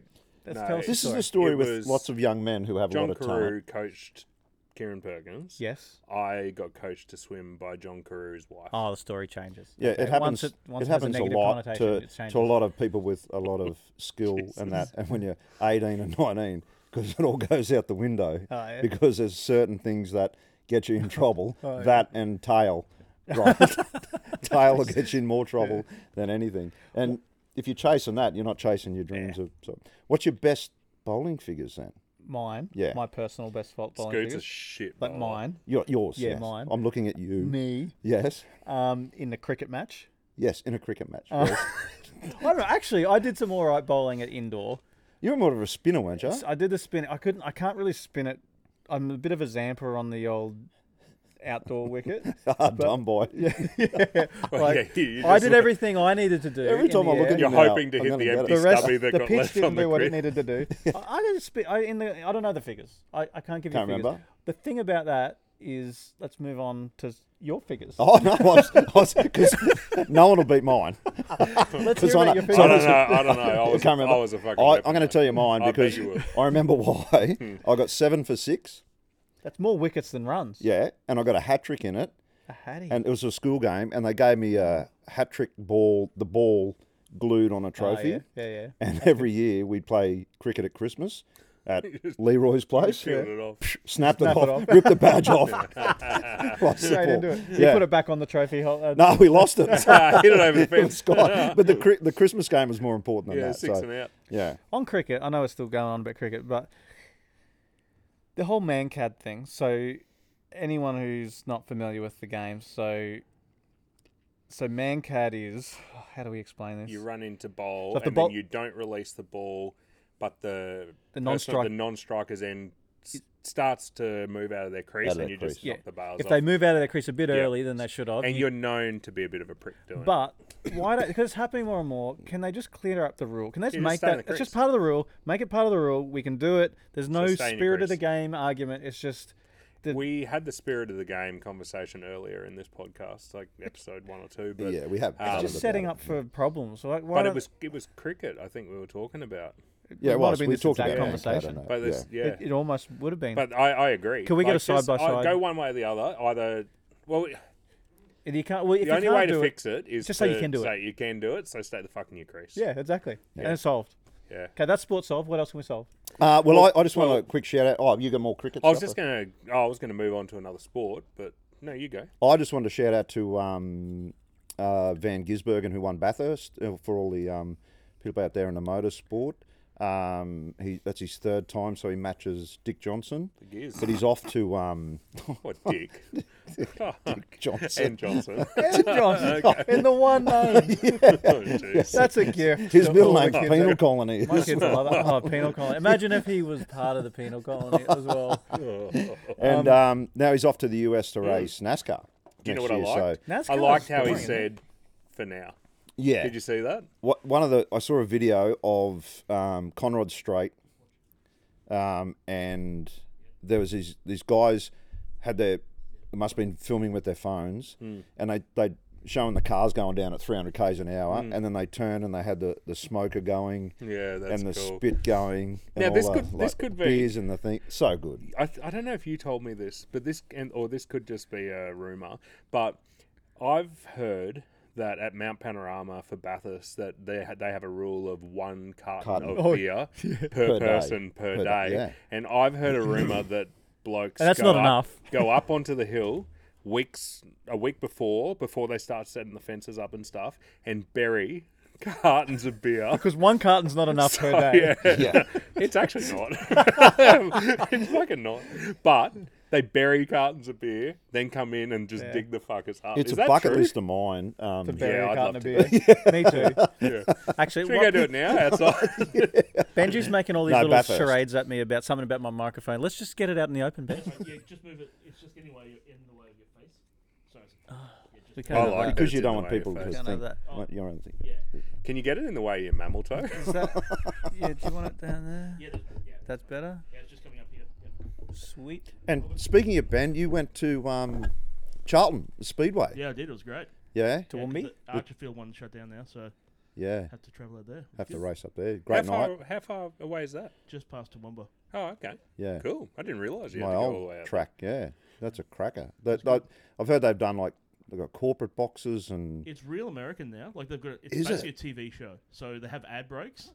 Speaker 1: tell us
Speaker 4: no,
Speaker 1: the
Speaker 3: This is
Speaker 1: story.
Speaker 3: the story
Speaker 4: It
Speaker 3: with
Speaker 4: was
Speaker 3: lots of young men who have a lot
Speaker 4: John
Speaker 3: of talent.
Speaker 4: Carew coached Kieran Perkins.
Speaker 1: yes.
Speaker 4: I got coached to swim by John Carew's wife.
Speaker 1: Oh, the story changes.
Speaker 3: Yeah, it
Speaker 1: Okay,
Speaker 3: happens.
Speaker 1: Once it, once has
Speaker 3: happens
Speaker 1: a,
Speaker 3: a,
Speaker 1: negative
Speaker 3: lot
Speaker 1: connotation,
Speaker 3: to,
Speaker 1: it changes.
Speaker 3: to a lot of people with a lot of skill and that. And when you're 18 and 19, because it all goes out the window.
Speaker 1: Oh, yeah. Oh,
Speaker 3: Because there's certain things that get you in trouble. that and tail, right? tail will get you in more trouble than anything. And if you're chasing that, you're not chasing your dreams of. So, what's your best bowling figures then?
Speaker 1: Mine.
Speaker 3: Yeah.
Speaker 1: My personal best fault bowling
Speaker 4: Scoot's a
Speaker 1: figures,
Speaker 4: shit.
Speaker 1: But
Speaker 4: bowler.
Speaker 1: mine.
Speaker 3: Your, yours.
Speaker 1: Yeah,
Speaker 3: yes.
Speaker 1: mine.
Speaker 3: I'm looking at you.
Speaker 1: Me.
Speaker 3: Yes.
Speaker 1: Um, in the cricket match.
Speaker 3: Yes. In a cricket match.
Speaker 1: Uh.
Speaker 3: yes.
Speaker 1: I don't know. Actually, I did some all right bowling at indoor.
Speaker 3: You're more of a spinner, weren't you?
Speaker 1: S- I did the spin. I couldn't. I can't really spin it. I'm a bit of a zamper on the old outdoor wicket.
Speaker 3: Hard done Ah, boy. Oh,
Speaker 4: Well,
Speaker 1: Like,
Speaker 4: yeah, you- you
Speaker 1: I
Speaker 4: just
Speaker 1: did
Speaker 4: look-
Speaker 1: everything I needed to do.
Speaker 3: Every
Speaker 1: in
Speaker 3: time
Speaker 1: the
Speaker 3: I look
Speaker 1: air.
Speaker 3: at
Speaker 4: You're
Speaker 3: Now,
Speaker 4: hoping to
Speaker 3: I'm
Speaker 4: hit
Speaker 3: gonna
Speaker 4: the
Speaker 3: get
Speaker 4: empty
Speaker 3: it.
Speaker 1: the rest,
Speaker 4: stubby that
Speaker 1: the
Speaker 4: got
Speaker 1: pitch
Speaker 4: left
Speaker 1: didn't
Speaker 4: on the
Speaker 1: do what it
Speaker 4: grid.
Speaker 1: needed to do. I, I don't spe- I, in the, I don't know the figures. I, I can't give
Speaker 3: Can't
Speaker 1: you figures.
Speaker 3: remember.
Speaker 1: The thing about that is, let's move on to s- your figures.
Speaker 3: Oh no, because no one will beat mine.
Speaker 1: let's
Speaker 3: 'cause
Speaker 1: hear
Speaker 3: I
Speaker 1: about
Speaker 3: know-
Speaker 1: your
Speaker 3: I
Speaker 1: figures.
Speaker 4: I don't know. I don't know. I was,
Speaker 3: Can't remember.
Speaker 4: I was a fucking.
Speaker 3: I, am
Speaker 4: leopard,
Speaker 3: going to
Speaker 4: mate.
Speaker 3: tell you mine
Speaker 4: I bet
Speaker 3: because
Speaker 4: you Hmm. would.
Speaker 3: I remember why. I got seven for six.
Speaker 1: That's more wickets than runs.
Speaker 3: Yeah, and I got a hat trick in it,
Speaker 1: A hattie.
Speaker 3: and it was a school game, and they gave me a hat trick ball, the ball glued
Speaker 4: Ah,
Speaker 3: on a
Speaker 1: Oh,
Speaker 3: trophy.
Speaker 1: yeah. yeah, yeah.
Speaker 3: And every year we'd play cricket at Christmas at Leroy's place.
Speaker 4: Peeled it off.
Speaker 3: Snapped
Speaker 1: Snap
Speaker 3: it
Speaker 1: it
Speaker 3: off,
Speaker 1: off.
Speaker 3: ripped the badge off. Like
Speaker 1: Straight
Speaker 3: simple.
Speaker 1: into it. You
Speaker 3: Yeah.
Speaker 1: put it back on the trophy uh, holder.
Speaker 3: No, we lost it.
Speaker 4: Ah, hit it over the
Speaker 3: It was
Speaker 4: fence.
Speaker 3: gone. But the cri- the Christmas game was more important than
Speaker 4: Yeah,
Speaker 3: that.
Speaker 4: six
Speaker 3: so,
Speaker 4: and out.
Speaker 3: Yeah.
Speaker 1: On cricket, I know it's still going on about cricket, but the whole mancad thing. So, anyone who's not familiar with the game, so so mancad is how do we explain this?
Speaker 4: You run into bowl,
Speaker 1: So if the
Speaker 4: and
Speaker 1: ball-
Speaker 4: then you don't release the ball, but the
Speaker 1: The
Speaker 4: person at
Speaker 1: non-strike-
Speaker 4: the non-strikers then s- starts to move out of their crease,
Speaker 3: Out of
Speaker 4: and
Speaker 3: their
Speaker 4: you just
Speaker 3: crease.
Speaker 1: Yeah.
Speaker 4: knock the bars
Speaker 1: if
Speaker 4: off.
Speaker 1: they move out of their crease a bit
Speaker 4: Yeah.
Speaker 1: early than they should have.
Speaker 4: and
Speaker 1: you-
Speaker 4: you're known to be a bit of a prick doing it.
Speaker 1: but why don't? Because it's happening more and more. Can they just clear up the rule? Can they just
Speaker 4: Yeah, just
Speaker 1: make
Speaker 4: stay in
Speaker 1: that?
Speaker 4: the
Speaker 1: It's just
Speaker 4: crease.
Speaker 1: part of the rule. Make it part of the rule. We can do it. There's no
Speaker 4: stay in your
Speaker 1: spirit of the
Speaker 4: crease.
Speaker 1: game argument. It's just the-
Speaker 4: We had the spirit of the game conversation earlier in this podcast, like episode one or two. But
Speaker 3: yeah, we have.
Speaker 4: It's
Speaker 3: covered
Speaker 1: just
Speaker 3: about
Speaker 1: setting
Speaker 3: it.
Speaker 1: up for problems. Like, why
Speaker 4: but it
Speaker 1: don't-
Speaker 4: was it was cricket. I think we were talking about.
Speaker 3: Yeah,
Speaker 1: It
Speaker 3: it
Speaker 1: might have
Speaker 3: was.
Speaker 1: been
Speaker 3: we
Speaker 1: this
Speaker 3: talked
Speaker 1: exact
Speaker 3: about
Speaker 1: conversation.
Speaker 3: That, I
Speaker 4: But
Speaker 3: don't know.
Speaker 4: this, yeah.
Speaker 1: it, it almost would have been.
Speaker 4: but I, I agree.
Speaker 1: Can we get a
Speaker 4: just-
Speaker 1: side-by-side?
Speaker 4: I, go one way or the other. Either well,
Speaker 1: And you can't. Well, if
Speaker 4: the only
Speaker 1: you can't
Speaker 4: way
Speaker 1: do
Speaker 4: to
Speaker 1: it,
Speaker 4: fix it is
Speaker 1: just
Speaker 4: to
Speaker 1: say you can do it.
Speaker 4: say you can do it. So stay the fuck in your crease.
Speaker 1: Yeah, exactly. And it's solved.
Speaker 4: Yeah.
Speaker 1: Okay, that's sports solved. What else can we solve?
Speaker 3: yeah. Uh, well, I, I just
Speaker 4: well-
Speaker 3: want a quick shout out. Oh, you got more cricket.
Speaker 4: I was
Speaker 3: stuff?
Speaker 4: just gonna. oh, I was gonna move on to another sport, but no, you go.
Speaker 3: I just wanted to shout out to um, uh, Van Gisbergen, who won Bathurst, uh, for all the um, people out there in the motorsport. Um, he, that's his third time, so he matches Dick Johnson.
Speaker 4: The gears.
Speaker 3: But he's off to um,
Speaker 4: What dick?
Speaker 3: Johnson.
Speaker 4: and Johnson.
Speaker 1: John, in the one name.
Speaker 4: Oh, jeez.
Speaker 1: That's a gift.
Speaker 3: his
Speaker 1: to
Speaker 3: middle
Speaker 1: all the
Speaker 3: name,
Speaker 1: kids.
Speaker 3: Penal Colony.
Speaker 1: My kids love it. Oh, penal colony. Imagine if he was part of the penal colony as well.
Speaker 3: um, and um, now he's off to the US to race NASCAR.
Speaker 4: Do you know
Speaker 3: next
Speaker 4: what I
Speaker 3: year, so-
Speaker 4: liked?
Speaker 1: That's
Speaker 4: I
Speaker 1: kinda
Speaker 4: liked how he
Speaker 1: boring.
Speaker 4: said, "For now."
Speaker 3: yeah.
Speaker 4: Did you see that?
Speaker 3: What, one of the I saw a video of um, Conrad Strait, um, and there was these these guys had their they must have been filming with their phones,
Speaker 4: Hmm.
Speaker 3: and they they showing the cars going down at 300 k's an hour, and then they turned and they had the, the smoker going
Speaker 4: Hmm. Yeah, that's
Speaker 3: and the
Speaker 4: cool.
Speaker 3: spit going. And
Speaker 4: Now,
Speaker 3: all
Speaker 4: this
Speaker 3: the,
Speaker 4: could- this
Speaker 3: like,
Speaker 4: could be-
Speaker 3: beers and the thing. So good.
Speaker 4: I, th- I don't know if you told me this, but this and or this could just be a rumor, but I've heard that at Mount Panorama for Bathurst that they ha- they have a rule of one carton,
Speaker 3: Carton.
Speaker 4: of
Speaker 1: Oh,
Speaker 4: beer per,
Speaker 3: Per day.
Speaker 4: person per,
Speaker 3: Per
Speaker 4: day,
Speaker 3: day, yeah.
Speaker 4: and I've heard a rumor that blokes
Speaker 1: And that's
Speaker 4: go
Speaker 1: not
Speaker 4: up-
Speaker 1: enough.
Speaker 4: go up onto the hill weeks a week before before they start setting the fences up and stuff and bury cartons of beer.
Speaker 1: Because one carton's not enough per day.
Speaker 4: Oh, Yeah.
Speaker 3: Yeah.
Speaker 4: It's actually not. it's fucking not. But they bury cartons of beer, then come in and just dig the fuckers up.
Speaker 3: It's
Speaker 4: Is
Speaker 3: a
Speaker 4: that
Speaker 3: bucket
Speaker 4: true?
Speaker 3: list of mine. Um,
Speaker 1: To bury
Speaker 4: Yeah,
Speaker 1: a
Speaker 4: I'd
Speaker 1: carton of beer.
Speaker 4: love
Speaker 1: Me too.
Speaker 4: Yeah.
Speaker 1: Actually,
Speaker 4: Should we
Speaker 1: what-
Speaker 4: go do it now outside?
Speaker 1: Benji's making all these
Speaker 3: No,
Speaker 1: little
Speaker 3: Bathurst.
Speaker 1: charades at me about something about my microphone. Let's just get it out in the open, Ben.
Speaker 2: yeah, just move it. It's just getting way in the way of your face. Sorry. yeah, just,
Speaker 1: We can't have
Speaker 4: like
Speaker 1: that.
Speaker 4: it.
Speaker 3: because
Speaker 4: It's
Speaker 3: you
Speaker 4: in
Speaker 3: don't
Speaker 4: the
Speaker 3: want
Speaker 4: way
Speaker 3: people
Speaker 4: of
Speaker 3: to
Speaker 4: it.
Speaker 3: think.
Speaker 1: Don't have that.
Speaker 3: what You're thinking.
Speaker 2: yeah,
Speaker 4: Can you get it in the way of your mammal toe?
Speaker 1: Is that- yeah, do you want it down there?
Speaker 2: yeah, there's- yeah,
Speaker 1: That's better.
Speaker 2: yeah, it's just coming up here. Yeah,
Speaker 1: Sweet.
Speaker 3: And speaking of Ben, you went to um, Charlton Speedway.
Speaker 2: yeah I did. It was great.
Speaker 3: Yeah,
Speaker 1: To
Speaker 2: yeah, 'cause
Speaker 1: Woombe?
Speaker 2: the Archerfield one shut down now, so
Speaker 3: yeah.
Speaker 2: had to travel out there.
Speaker 3: Have to race up there.
Speaker 4: How
Speaker 3: Great night.
Speaker 4: far, how far away is that?
Speaker 2: Just past Toowoomba.
Speaker 4: Oh, okay.
Speaker 3: Yeah,
Speaker 4: Cool. I didn't realise you had
Speaker 3: my
Speaker 4: to go all the way
Speaker 3: old
Speaker 4: out.
Speaker 3: track. Yeah, that's a cracker. That, that, I've heard they've done like they've got corporate boxes and
Speaker 2: It's real American now. Like they've got it's
Speaker 3: Is
Speaker 2: basically a TV show, so they have ad breaks.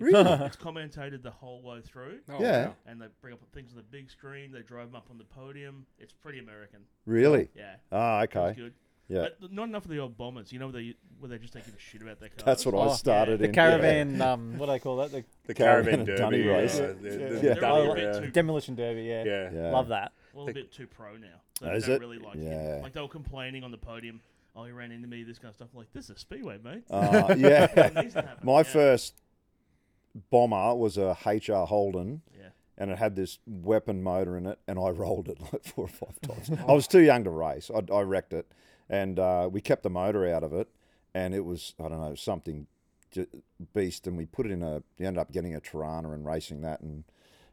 Speaker 3: really,
Speaker 2: It's commentated the whole way through.
Speaker 4: Oh,
Speaker 3: Yeah.
Speaker 4: wow.
Speaker 2: And they bring up things on the big screen. They drive them up on the podium. It's pretty American.
Speaker 3: really.
Speaker 2: Yeah,
Speaker 3: Ah,
Speaker 2: that's
Speaker 3: okay.
Speaker 2: good.
Speaker 3: Yeah,
Speaker 2: But not enough of the old bombers. You know, where they where they just don't give a shit about their cars.
Speaker 3: that's what
Speaker 1: Oh,
Speaker 3: I started
Speaker 1: The
Speaker 3: in.
Speaker 1: caravan, um, what do I call that? The
Speaker 4: The
Speaker 3: Caravan and
Speaker 4: caravan, derby.
Speaker 3: Dunny
Speaker 4: yeah,
Speaker 3: race.
Speaker 4: the- the-
Speaker 3: Yeah.
Speaker 4: the
Speaker 2: They're all
Speaker 4: Dunny,
Speaker 2: a bit
Speaker 4: yeah.
Speaker 2: too-
Speaker 1: demolition derby, yeah.
Speaker 4: Yeah.
Speaker 3: Yeah.
Speaker 1: Love that.
Speaker 2: a little bit too pro now. So they
Speaker 3: Is
Speaker 2: don't
Speaker 3: it?
Speaker 2: really like
Speaker 3: Yeah.
Speaker 2: it. Like they were complaining on the podium. Oh, he ran into me. This kind of stuff. I'm like this is speedway, mate.
Speaker 3: Ah, yeah.
Speaker 2: It needs to happen.
Speaker 3: My
Speaker 2: yeah.
Speaker 3: first bomber was a HR Holden.
Speaker 2: Yeah.
Speaker 3: and it had this weapon motor in it, and I rolled it like four or five times. I was too young to race. I, I wrecked it, and uh, we kept the motor out of it, and it was I don't know something ju- beast, and we put it in a. You ended up getting a Tirana and racing that, and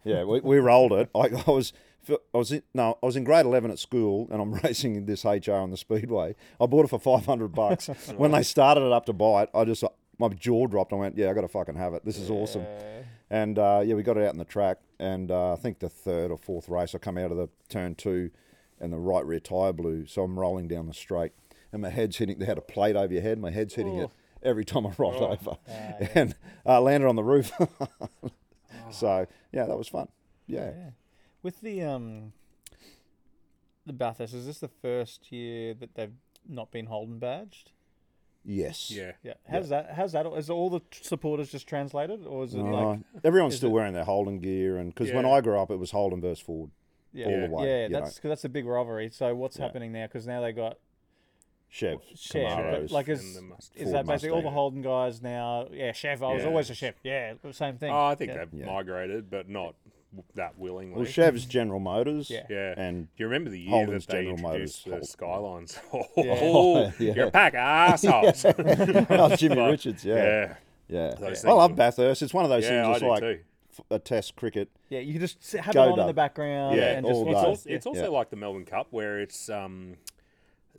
Speaker 3: yeah, we, we rolled it. I, I was I was in, no I was in grade eleven at school, and I'm racing in this HR on the speedway. I bought it for five hundred bucks. when they started it up to buy it, I just. My jaw dropped. I went, yeah, I got to fucking have it. This is awesome. And uh, yeah, we got it out in the track, and uh, I think the third or fourth race, I come out of the turn two, and the right rear tire blew, so I'm rolling down the straight, and my head's hitting. They had a plate over your head, my head's hitting it every time I rolled over, and uh, landed on the roof. so yeah, that was fun. Yeah,
Speaker 1: Yeah. With the um the Bathurst, is this the first year that they've not been Holden badged?
Speaker 3: yes,
Speaker 4: Yeah.
Speaker 1: Yeah. How's that how's that is all the t- supporters just translated or is it like
Speaker 3: Uh, everyone's
Speaker 1: is
Speaker 3: still
Speaker 1: it-
Speaker 3: wearing their Holden gear, and because when
Speaker 4: Yeah.
Speaker 3: I grew up, it was Holden versus Ford
Speaker 1: yeah,
Speaker 3: all
Speaker 1: yeah,
Speaker 3: the way. you know.
Speaker 1: that's cause that's a big rivalry. So what's
Speaker 3: Yeah.
Speaker 1: happening now? Because now they got
Speaker 3: Chev,
Speaker 1: Chev, but
Speaker 3: Camaros.
Speaker 1: like
Speaker 4: and
Speaker 1: is-
Speaker 4: the must-
Speaker 1: is
Speaker 3: Ford
Speaker 1: that basically all the
Speaker 3: Mustang.
Speaker 1: Holden guys now? Yeah, chef. I was
Speaker 4: Yeah.
Speaker 1: always a chef. Yeah, same thing.
Speaker 4: Oh, I think
Speaker 1: yeah.
Speaker 4: they've
Speaker 3: Yeah.
Speaker 4: migrated, but not w- that willingly.
Speaker 3: well, Chev's General Motors.
Speaker 1: Yeah.
Speaker 4: Yeah.
Speaker 3: And
Speaker 4: do you remember the year
Speaker 3: Holden's
Speaker 4: that they
Speaker 3: General
Speaker 4: introduced the
Speaker 3: Motors,
Speaker 4: Skylines? Oh,
Speaker 3: Yeah.
Speaker 4: you're a pack of assholes. yeah.
Speaker 3: oh, Jimmy Richards, yeah.
Speaker 4: yeah.
Speaker 3: Yeah.
Speaker 4: Those
Speaker 3: I love
Speaker 4: things-
Speaker 3: Bathurst. It's one of those
Speaker 4: I
Speaker 3: things that's
Speaker 4: do
Speaker 3: like
Speaker 4: too.
Speaker 3: f- a test cricket.
Speaker 1: Yeah, you can just sit- have
Speaker 3: Go
Speaker 1: it on in the
Speaker 3: dub.
Speaker 1: background.
Speaker 3: Yeah,
Speaker 1: and just
Speaker 3: all
Speaker 4: It's
Speaker 3: day.
Speaker 4: also, it's also
Speaker 3: Yeah.
Speaker 4: like the Melbourne Cup where it's um,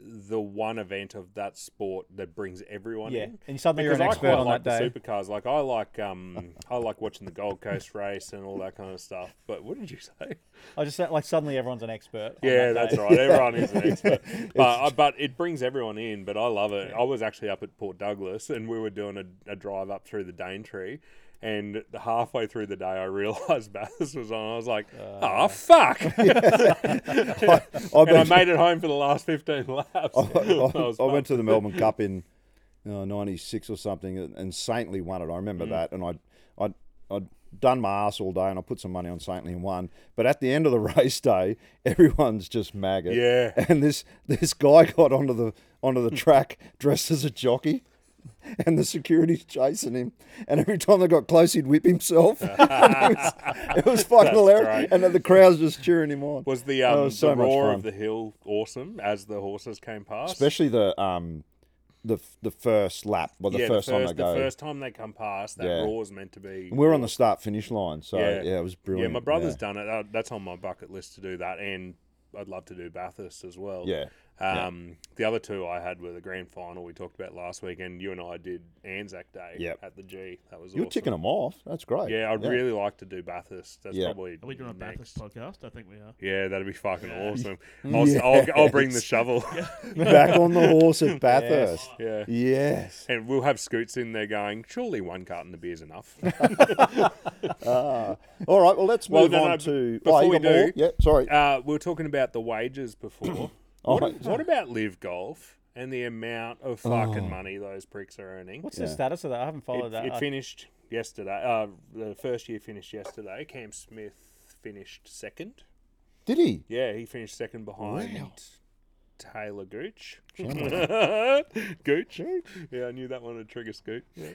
Speaker 4: the one event of that sport that brings everyone
Speaker 1: Yeah,
Speaker 4: in.
Speaker 1: and you suddenly
Speaker 4: Because
Speaker 1: you're
Speaker 4: I
Speaker 1: an expert
Speaker 4: quite
Speaker 1: on
Speaker 4: like
Speaker 1: that
Speaker 4: the
Speaker 1: day.
Speaker 4: supercars. Like I like um, I like watching the Gold Coast race and all that kind of stuff. But what did you say?
Speaker 1: I just like suddenly everyone's an expert. on
Speaker 4: Yeah,
Speaker 1: that
Speaker 4: that's
Speaker 1: day.
Speaker 4: right. Everyone is an expert. But, uh, but it brings everyone in, but I love it. I was actually up at Port Douglas and we were doing a, a drive up through the Daintree. And halfway through the day, I realised Bathurst was on. I was like, oh,
Speaker 3: Uh,
Speaker 4: fuck.
Speaker 3: I,
Speaker 4: and I
Speaker 3: been-
Speaker 4: made it home for the last 15 laps.
Speaker 3: I- I-
Speaker 4: was
Speaker 3: I went
Speaker 4: fucked.
Speaker 3: to the Melbourne Cup in uh, '96 or something, and, and Saintly won it. I remember
Speaker 4: Mm.
Speaker 3: that, and I, I, I'd done my ass all day, and I put some money on Saintly and won. But at the end of the race day, everyone's just maggot.
Speaker 4: Yeah.
Speaker 3: And this this guy got onto the onto the track dressed as a jockey. and the security's chasing him. And every time they got close, he'd whip himself. it, was, it was fucking hilarious.
Speaker 4: great.
Speaker 3: And then the crowd's just cheering him on.
Speaker 4: Was the
Speaker 3: That
Speaker 4: um,
Speaker 3: was so
Speaker 4: the
Speaker 3: much
Speaker 4: roar
Speaker 3: fun.
Speaker 4: of the hill awesome as the horses came past?
Speaker 3: Especially the um, the the first lap, well, the
Speaker 4: yeah,
Speaker 3: first
Speaker 4: the
Speaker 3: time
Speaker 4: first,
Speaker 3: they go.
Speaker 4: The first time they come past, that
Speaker 3: Yeah.
Speaker 4: roar's meant to be.
Speaker 3: And we were on the start finish line, so yeah, it was brilliant.
Speaker 4: Yeah, my brother's done it. Uh, That's on my bucket list to do that, and I'd love to do Bathurst as well.
Speaker 3: Yeah.
Speaker 4: Um, The other two I had were the grand final we talked about last week, and you and I did Anzac Day
Speaker 3: Yep.
Speaker 4: at the G. That was
Speaker 3: You're
Speaker 4: awesome.
Speaker 3: ticking them off. That's great.
Speaker 4: Yeah, I'd really like to do Bathurst. That's
Speaker 3: Yeah.
Speaker 4: probably.
Speaker 2: Are we doing a
Speaker 4: next.
Speaker 2: Bathurst podcast? I think we are.
Speaker 4: Yeah, that'd be fucking awesome. I'll, I'll, I'll bring the shovel.
Speaker 3: Back on the horse at Bathurst.
Speaker 4: yeah.
Speaker 3: Yes.
Speaker 4: And we'll have Scoots in there going, surely one carton of beer's enough.
Speaker 3: Uh, All right. Well, let's
Speaker 4: Well,
Speaker 3: move
Speaker 4: no,
Speaker 3: on
Speaker 4: no, b-
Speaker 3: to.
Speaker 4: before
Speaker 3: oh, you
Speaker 4: we
Speaker 3: got more?
Speaker 4: do-
Speaker 3: yeah. Sorry.
Speaker 4: uh, we were talking about the wages before.
Speaker 3: All
Speaker 4: what,
Speaker 3: right.
Speaker 4: what about Live Golf and the amount of fucking money those pricks are earning?
Speaker 1: What's the
Speaker 3: Yeah.
Speaker 1: status of that? I haven't followed
Speaker 4: it,
Speaker 1: that.
Speaker 4: it
Speaker 1: I-
Speaker 4: finished yesterday. Uh, the first year finished yesterday. Cam Smith finished second.
Speaker 3: Did he?
Speaker 4: Yeah, he finished second behind
Speaker 3: Wow.
Speaker 4: Taylor Gooch. Gooch. Yeah, I knew that one would trigger Scoot. Yeah.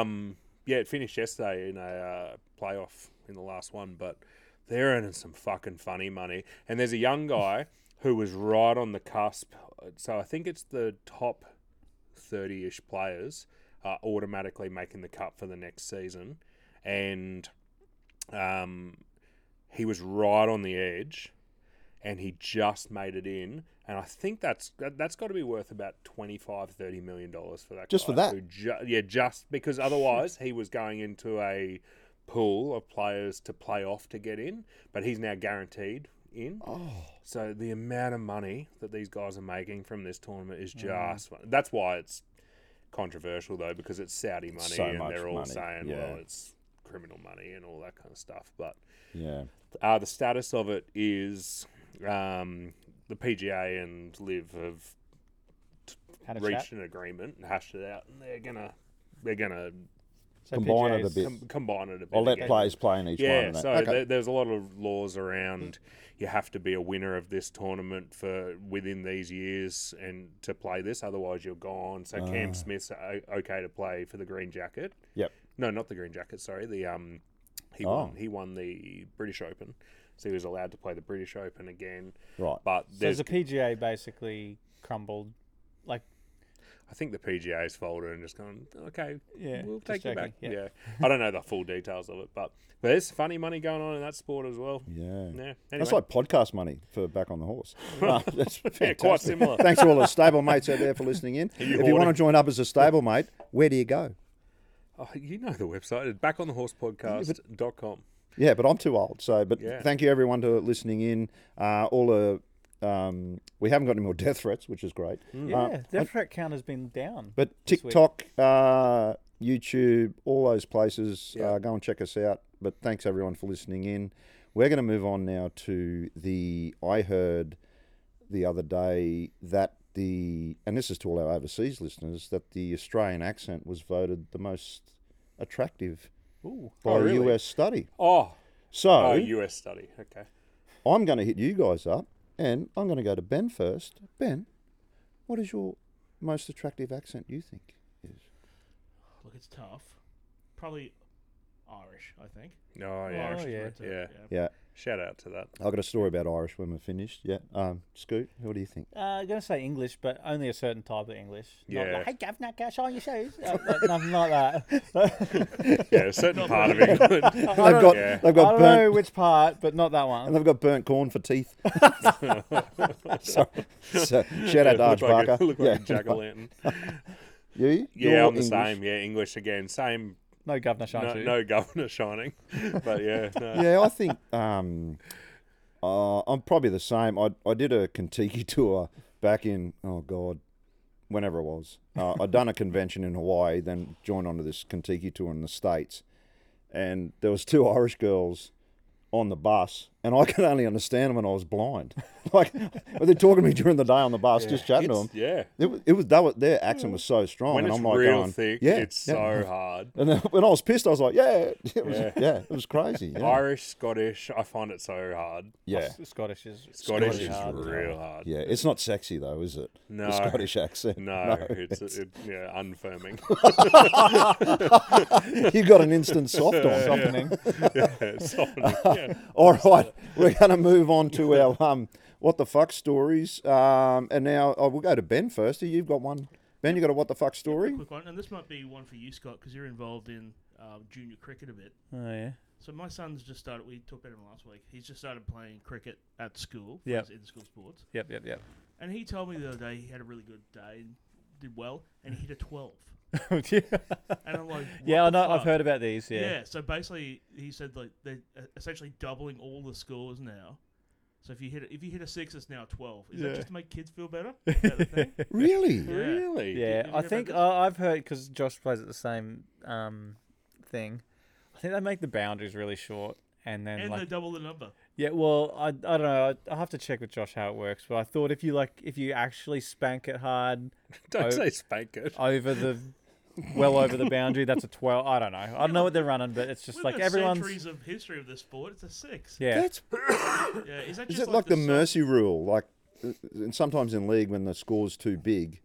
Speaker 4: Um, yeah, it finished yesterday in a uh, playoff in the last one, but they're earning some fucking funny money. And there's a young guy who was right on the cusp. So I think it's the top 30 ish players are automatically making the cut for the next season. And um, he was right on the edge and he just made it in and i think that's that, that's got to be worth about 25 30 million dollars for that
Speaker 3: Just for
Speaker 4: guy
Speaker 3: that?
Speaker 4: who ju- yeah just because otherwise he was going into a pool of players to play off to get in but he's now guaranteed in
Speaker 3: Oh.
Speaker 4: so the amount of money that these guys are making from this tournament
Speaker 3: Mm.
Speaker 4: is just that's why it's controversial though because it's saudi money
Speaker 3: so
Speaker 4: and
Speaker 3: much
Speaker 4: they're all
Speaker 3: money,
Speaker 4: saying
Speaker 3: yeah.
Speaker 4: well it's criminal money and all that kind of stuff but
Speaker 3: Yeah.
Speaker 4: uh, the status of it is um, the PGA and Live have
Speaker 1: Had a
Speaker 4: reached
Speaker 1: chat.
Speaker 4: an agreement and hashed it out, and they're gonna they're gonna
Speaker 1: So
Speaker 3: Combine it
Speaker 1: PGA's
Speaker 3: a bit.
Speaker 4: com- combine it a bit.
Speaker 3: I'll let
Speaker 4: again.
Speaker 3: players play in each one.
Speaker 4: Yeah,
Speaker 3: and that.
Speaker 4: so
Speaker 3: Okay.
Speaker 4: there, there's a lot of laws around. You have to be a winner of this tournament for within these years and to play this, otherwise you're gone. So Cam Smith's o- okay to play for the green jacket.
Speaker 3: Ah. Yep.
Speaker 4: No, not the green jacket. Sorry, the um, he
Speaker 3: Oh.
Speaker 4: won. He won the British Open, so he was allowed to play the British Open again.
Speaker 3: Right.
Speaker 4: But
Speaker 1: So
Speaker 4: there's,
Speaker 1: has the PGA basically crumbled? Like,
Speaker 4: I think the PGA's folded and just gone. Okay,
Speaker 1: Yeah,
Speaker 4: we'll
Speaker 1: just
Speaker 4: take you
Speaker 1: joking,
Speaker 4: back.
Speaker 1: yeah.
Speaker 4: Yeah. I don't know the full details of it, but there's funny money going on in that sport as well.
Speaker 3: Yeah.
Speaker 4: Yeah.
Speaker 3: That's
Speaker 4: Anyway.
Speaker 3: like podcast money for back on the horse. Uh, that's
Speaker 4: Yeah,
Speaker 3: fantastic.
Speaker 4: quite similar.
Speaker 3: Thanks to all the stable mates out there for listening in. if you want to
Speaker 4: hoarding?
Speaker 3: join up as a stable mate, where do you go?
Speaker 4: Oh, you know the website. It's back on the horseportcast.com.
Speaker 3: Yeah, but I'm too old. So, but
Speaker 4: Yeah.
Speaker 3: thank you everyone to listening in. Uh, all the um, we haven't got any more death threats, which is great.
Speaker 4: Mm.
Speaker 1: yeah,
Speaker 3: Uh,
Speaker 1: their threat count has been down.
Speaker 3: But
Speaker 1: this week.
Speaker 3: TikTok, uh, YouTube, all those places,
Speaker 4: Yeah.
Speaker 3: uh, go and check us out. But thanks everyone for listening in. We're going to move on now to the. I heard the other day that the, and this is to all our overseas listeners, that the Australian accent was voted the most attractive
Speaker 1: Ooh.
Speaker 3: by
Speaker 4: Oh, really?
Speaker 3: a US study.
Speaker 4: Oh,
Speaker 3: So
Speaker 4: oh, US study. Okay.
Speaker 3: I'm going to hit you guys up, and I'm going to go to Ben first. Ben, what is your most attractive accent you think is?
Speaker 2: Look, it's tough. Probably Irish, I think.
Speaker 4: Oh, yeah.
Speaker 1: Oh, yeah.
Speaker 2: Irish,
Speaker 4: Yeah.
Speaker 3: Yeah.
Speaker 4: Shout out to that.
Speaker 3: I've got a story about Irish when we're finished. Yeah. Um, Scoot, what do you think?
Speaker 1: Uh, I'm gonna say English, but only a certain type of English. Not
Speaker 4: Yeah.
Speaker 1: like, hey, governor, cash on your shoes. Uh, like, nothing like that.
Speaker 4: Yeah, a certain part of England.
Speaker 3: They've got
Speaker 4: Yeah.
Speaker 3: they've
Speaker 1: Oh, I
Speaker 3: got
Speaker 1: don't
Speaker 3: burnt
Speaker 1: know which part, but not that
Speaker 3: and
Speaker 1: one.
Speaker 3: they've got burnt corn for teeth. Sorry. So, shout out to Arch
Speaker 4: Look like
Speaker 3: Barker.
Speaker 4: a, look like a
Speaker 3: yeah.
Speaker 4: jack-o'-lantern.
Speaker 3: you?
Speaker 4: Yeah,
Speaker 3: You're
Speaker 4: I'm the
Speaker 3: English.
Speaker 4: same. Yeah, English again. Same.
Speaker 1: No governor shine
Speaker 4: No,
Speaker 1: shoes.
Speaker 4: no governor shining. But yeah. No.
Speaker 3: Yeah, I think um, uh, I'm probably the same. I I did a Kentucky tour back in oh god, whenever it was. Uh, I'd done a convention in Hawaii, then joined onto this Kentucky tour in the states, and there was two Irish girls on the bus, and I could only understand them when I was blind. Like, but they're talking to me during the day on the bus, just chatting to
Speaker 4: It's-
Speaker 3: them.
Speaker 4: yeah.
Speaker 3: It was, it was that was, their accent was so strong,
Speaker 4: When
Speaker 3: and
Speaker 4: it's
Speaker 3: I'm like,
Speaker 4: real
Speaker 3: going,
Speaker 4: thick,
Speaker 3: yeah,
Speaker 4: it's
Speaker 3: yeah.
Speaker 4: so hard.
Speaker 3: And then when I was pissed, I was like, yeah, it was, yeah,
Speaker 4: Yeah.
Speaker 3: it was crazy. Yeah,
Speaker 4: Irish, Scottish, I find it so hard.
Speaker 3: yeah.
Speaker 1: S- Scottish is
Speaker 4: Scottish,
Speaker 1: really
Speaker 4: is
Speaker 1: hard.
Speaker 4: real hard.
Speaker 3: Yeah, it's not sexy though, is it?
Speaker 4: No.
Speaker 3: the Scottish accent.
Speaker 4: No, it's, it, yeah, unfirming.
Speaker 3: you got an instant soft on.
Speaker 1: softening.
Speaker 4: yeah, softening, yeah.
Speaker 3: All right, we're going to move on to our um, what the fuck stories. Um, and now oh, we'll go to Ben first. You've got one. Ben, you got a what the fuck story?
Speaker 2: Quick one, and this might be one for you, Scott, because you're involved in um, junior cricket a bit.
Speaker 1: Oh yeah.
Speaker 2: So my son's just started. We talked about him last week. He's just started playing cricket at school.
Speaker 1: Yep.
Speaker 2: in school sports,
Speaker 1: Yep, yep, yep.
Speaker 2: and he told me the other day he had a really good day and did well, and he hit a twelve. And I'm like,
Speaker 1: yeah,
Speaker 2: what
Speaker 1: I
Speaker 2: the
Speaker 1: know. I've
Speaker 2: fuck?
Speaker 1: heard about these.
Speaker 2: Yeah.
Speaker 1: Yeah.
Speaker 2: So basically, he said like they're uh, essentially doubling all the scores now. So if you hit a, if you hit a six, it's now twelve. Is
Speaker 1: Yeah.
Speaker 2: that just to make kids feel better? Is that the thing?
Speaker 3: Really?
Speaker 2: Yeah.
Speaker 1: Yeah,
Speaker 4: Really?
Speaker 2: you hear
Speaker 1: I
Speaker 2: about
Speaker 1: think
Speaker 2: this?
Speaker 1: I I've heard because Josh plays at the same um, thing. I think they make the boundaries really short, and then
Speaker 2: and
Speaker 1: like
Speaker 2: they double the number.
Speaker 1: Yeah, well, I, I don't know. I, I have to check with Josh how it works, but I thought if you like if you actually spank it hard
Speaker 4: Don't
Speaker 1: Oh.
Speaker 4: say spank it.
Speaker 1: over the well over the boundary, that's a twelve. I don't know. I don't know what they're running, but it's just
Speaker 2: With
Speaker 1: like
Speaker 2: the
Speaker 1: everyone's
Speaker 2: centuries of history of this sport, it's a six.
Speaker 1: yeah.
Speaker 3: That's,
Speaker 2: Yeah, is that
Speaker 3: is
Speaker 2: just
Speaker 3: it like the
Speaker 2: so-
Speaker 3: mercy rule? Like, uh, and sometimes in league when the score's too big,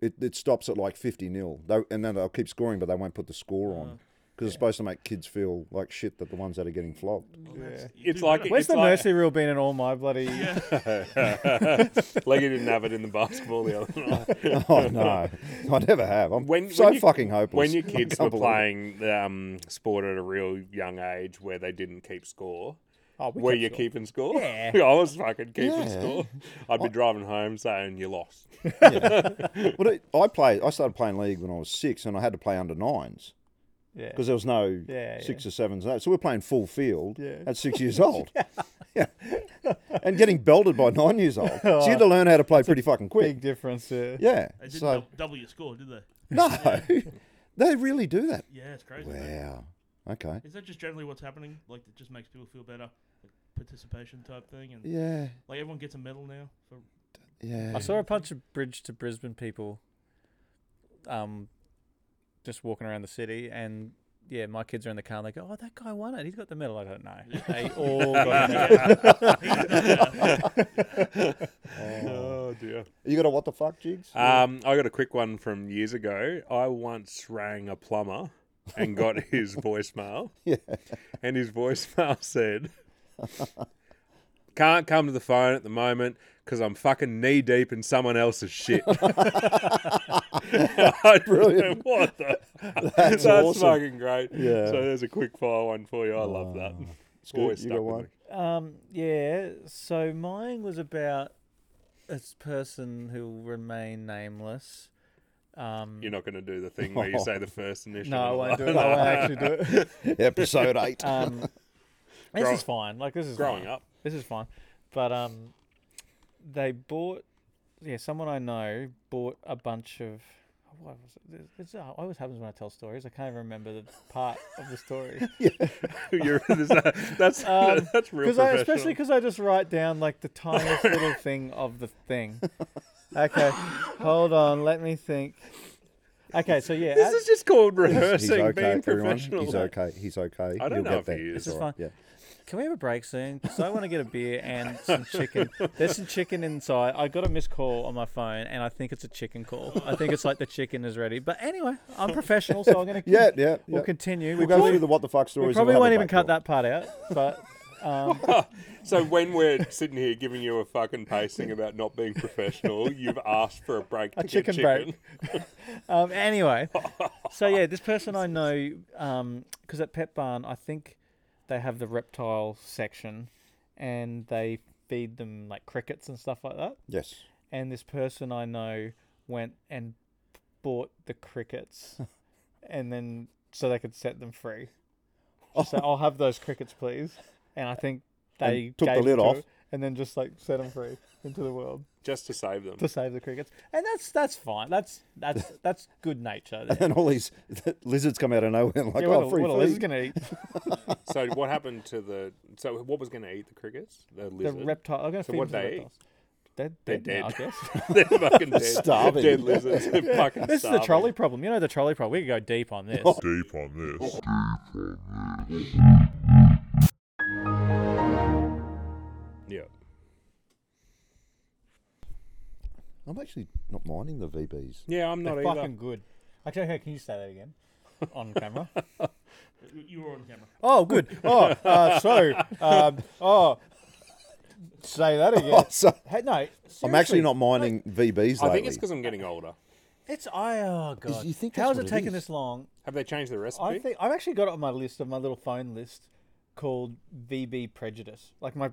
Speaker 3: it, it stops at like fifty nil. They, and then they'll keep scoring, but they won't put the score on because it's supposed to make kids feel like shit that the ones that are getting flogged.
Speaker 2: Well, that's- you
Speaker 4: It's
Speaker 2: do
Speaker 4: like
Speaker 2: better.
Speaker 1: Where's
Speaker 4: it's
Speaker 1: the
Speaker 4: like-
Speaker 1: mercy rule been in all my bloody?
Speaker 4: Leggy didn't have it in the basketball the other night.
Speaker 3: oh no, I never have. I'm
Speaker 4: When-
Speaker 3: so
Speaker 4: when you-
Speaker 3: fucking hopeless.
Speaker 4: When your
Speaker 3: I
Speaker 4: kids were
Speaker 3: can't believe it.
Speaker 4: playing um, sport at a real young age where they didn't keep score,
Speaker 1: Oh, we
Speaker 4: were
Speaker 1: kept
Speaker 4: you
Speaker 1: score.
Speaker 4: keeping score?
Speaker 1: Yeah.
Speaker 4: I was fucking keeping
Speaker 3: Yeah.
Speaker 4: score. I'd be driving home saying you lost.
Speaker 3: Well, it, I played. I started playing league when I was six, and I had to play under nines
Speaker 1: Yeah.
Speaker 3: because there was no
Speaker 1: Yeah,
Speaker 3: six or sevens. and that. So we we're playing full field
Speaker 1: Yeah.
Speaker 3: at six years old, yeah. and getting belted by nine years old. So you had to learn how to play pretty fucking quick.
Speaker 1: Big difference. Yeah.
Speaker 3: Yeah.
Speaker 2: They didn't
Speaker 3: So
Speaker 2: dou- double your score, did they?
Speaker 3: no, they really do that.
Speaker 2: Yeah, it's crazy. mate.
Speaker 3: Wow. Okay.
Speaker 2: Is that just generally what's happening? Like, it just makes people feel better, like participation type thing, and
Speaker 3: Yeah.
Speaker 2: like everyone gets a medal now. For
Speaker 1: I
Speaker 3: Yeah.
Speaker 1: saw a bunch of bridge to Brisbane people, um, just walking around the city, and yeah, my kids are in the car and they go, "Oh, that guy won it. He's got the medal." I don't know. They all got it.
Speaker 4: Oh dear.
Speaker 3: You got a what the fuck jigs?
Speaker 4: Um, I got a quick one from years ago. I once rang a plumber and got his voicemail.
Speaker 3: Yeah.
Speaker 4: And his voicemail said, Can't come to the phone at the moment because I'm fucking knee deep in someone else's shit. I
Speaker 3: Brilliant.
Speaker 4: Brilliant. What the?
Speaker 3: That's awesome.
Speaker 4: fucking great.
Speaker 3: Yeah. Oh,
Speaker 4: So there's a quick fire one for you. I love that. It's
Speaker 3: good.
Speaker 4: always
Speaker 3: You
Speaker 4: stuck
Speaker 3: got
Speaker 4: with
Speaker 3: one?
Speaker 4: me.
Speaker 1: Um, yeah, so mine was about a s- person who will remain nameless. Um,
Speaker 4: You're not going to do the thing
Speaker 3: Oh.
Speaker 4: where you say the first initial.
Speaker 1: no, I
Speaker 4: and
Speaker 1: won't do
Speaker 4: all
Speaker 1: it. I
Speaker 4: that.
Speaker 1: won't actually do it.
Speaker 3: Episode eight.
Speaker 1: Um, this
Speaker 4: Grow-
Speaker 1: is fine. Like this is
Speaker 4: Growing
Speaker 1: fine.
Speaker 4: up.
Speaker 1: This is fine. But um, they bought. Yeah, someone I know bought a bunch of. What was it? This- This always happens when I tell stories. I can't even remember the part of the story.
Speaker 4: You're, uh, that's
Speaker 1: Um,
Speaker 4: that's real
Speaker 1: Because
Speaker 4: professional.
Speaker 1: I, especially because I just write down like the tiniest little thing of the thing. Okay, hold on. Let me think. Okay, so yeah,
Speaker 4: this
Speaker 1: at-
Speaker 4: is just called
Speaker 3: He's,
Speaker 4: rehearsing,
Speaker 3: he's okay,
Speaker 4: being
Speaker 3: everyone.
Speaker 4: professional.
Speaker 3: He's okay. He's okay.
Speaker 4: I don't
Speaker 3: You'll
Speaker 4: know
Speaker 3: get
Speaker 4: if
Speaker 3: there.
Speaker 4: he is.
Speaker 3: It's
Speaker 1: This is
Speaker 3: all right.
Speaker 1: fine.
Speaker 3: Yeah.
Speaker 1: can we have a break soon? Because I want to get a beer and some chicken. There's some chicken inside. I got a missed call on my phone, and I think it's a chicken call. I think it's like the chicken is ready. But anyway, I'm professional, so I'm gonna
Speaker 3: Yeah, yeah.
Speaker 1: We'll
Speaker 3: yeah.
Speaker 1: continue. We
Speaker 3: We'll go
Speaker 1: probably,
Speaker 3: through the what the fuck
Speaker 1: we
Speaker 3: stories. and
Speaker 1: probably
Speaker 3: we'll
Speaker 1: won't
Speaker 3: have a
Speaker 1: even cut
Speaker 3: backdoor.
Speaker 1: that part out, but. Um,
Speaker 4: So when we're sitting here giving you a fucking pasting about not being professional, you've asked for a break. To
Speaker 1: a
Speaker 4: get
Speaker 1: chicken, break. um, anyway, so yeah, this person I know, because at Pet Barn, I think they have the reptile section, and they feed them like crickets and stuff like that.
Speaker 3: Yes.
Speaker 1: And this person I know went and bought the crickets, and then so they could set them free. So I'll have those crickets, please. And I think they
Speaker 3: Oh. And took the
Speaker 1: gave
Speaker 3: lid
Speaker 1: them to
Speaker 3: off.
Speaker 1: her- and then just like set them free into the world
Speaker 4: just to save them.
Speaker 1: to save the crickets. And that's that's fine. That's that's that's good nature. There.
Speaker 3: And all these lizards come out of nowhere and like,
Speaker 1: Yeah, what,
Speaker 3: oh,
Speaker 1: a,
Speaker 3: free
Speaker 1: what a lizard's
Speaker 3: food."
Speaker 1: gonna eat?
Speaker 4: So what happened to the? So what was going to eat the crickets? The
Speaker 1: The
Speaker 4: lizard.
Speaker 1: reptile. I'm gonna
Speaker 4: So
Speaker 1: feed
Speaker 4: what'd
Speaker 1: them to
Speaker 4: they eat?
Speaker 1: reptiles. They're
Speaker 4: They're
Speaker 1: dead, now, I
Speaker 4: dead.
Speaker 1: guess.
Speaker 4: They're fucking dead.
Speaker 3: Starving.
Speaker 4: Dead lizards. They're fucking
Speaker 1: this is
Speaker 4: starving.
Speaker 1: the trolley problem. You know the trolley problem. We could go deep on this.
Speaker 5: deep on this.
Speaker 4: Yeah.
Speaker 3: I'm actually not minding the VBs.
Speaker 4: Yeah, I'm not
Speaker 1: They're
Speaker 4: either.
Speaker 1: fucking good. Actually, hey, can you say that again on camera?
Speaker 2: You- You were on camera.
Speaker 1: oh, good. Oh, uh, so, um, oh, say that again.
Speaker 3: So,
Speaker 1: Hey, no,
Speaker 3: I'm actually
Speaker 1: seriously.
Speaker 3: not minding VBs lately.
Speaker 4: I think it's because I'm getting older.
Speaker 1: It's I. Oh god.
Speaker 3: you think
Speaker 1: How has
Speaker 3: that's
Speaker 1: it
Speaker 3: what it
Speaker 1: taken
Speaker 3: is?
Speaker 1: this long?
Speaker 4: Have they changed the recipe?
Speaker 1: I think I've actually got it on my list of my little phone list called VB Prejudice, like my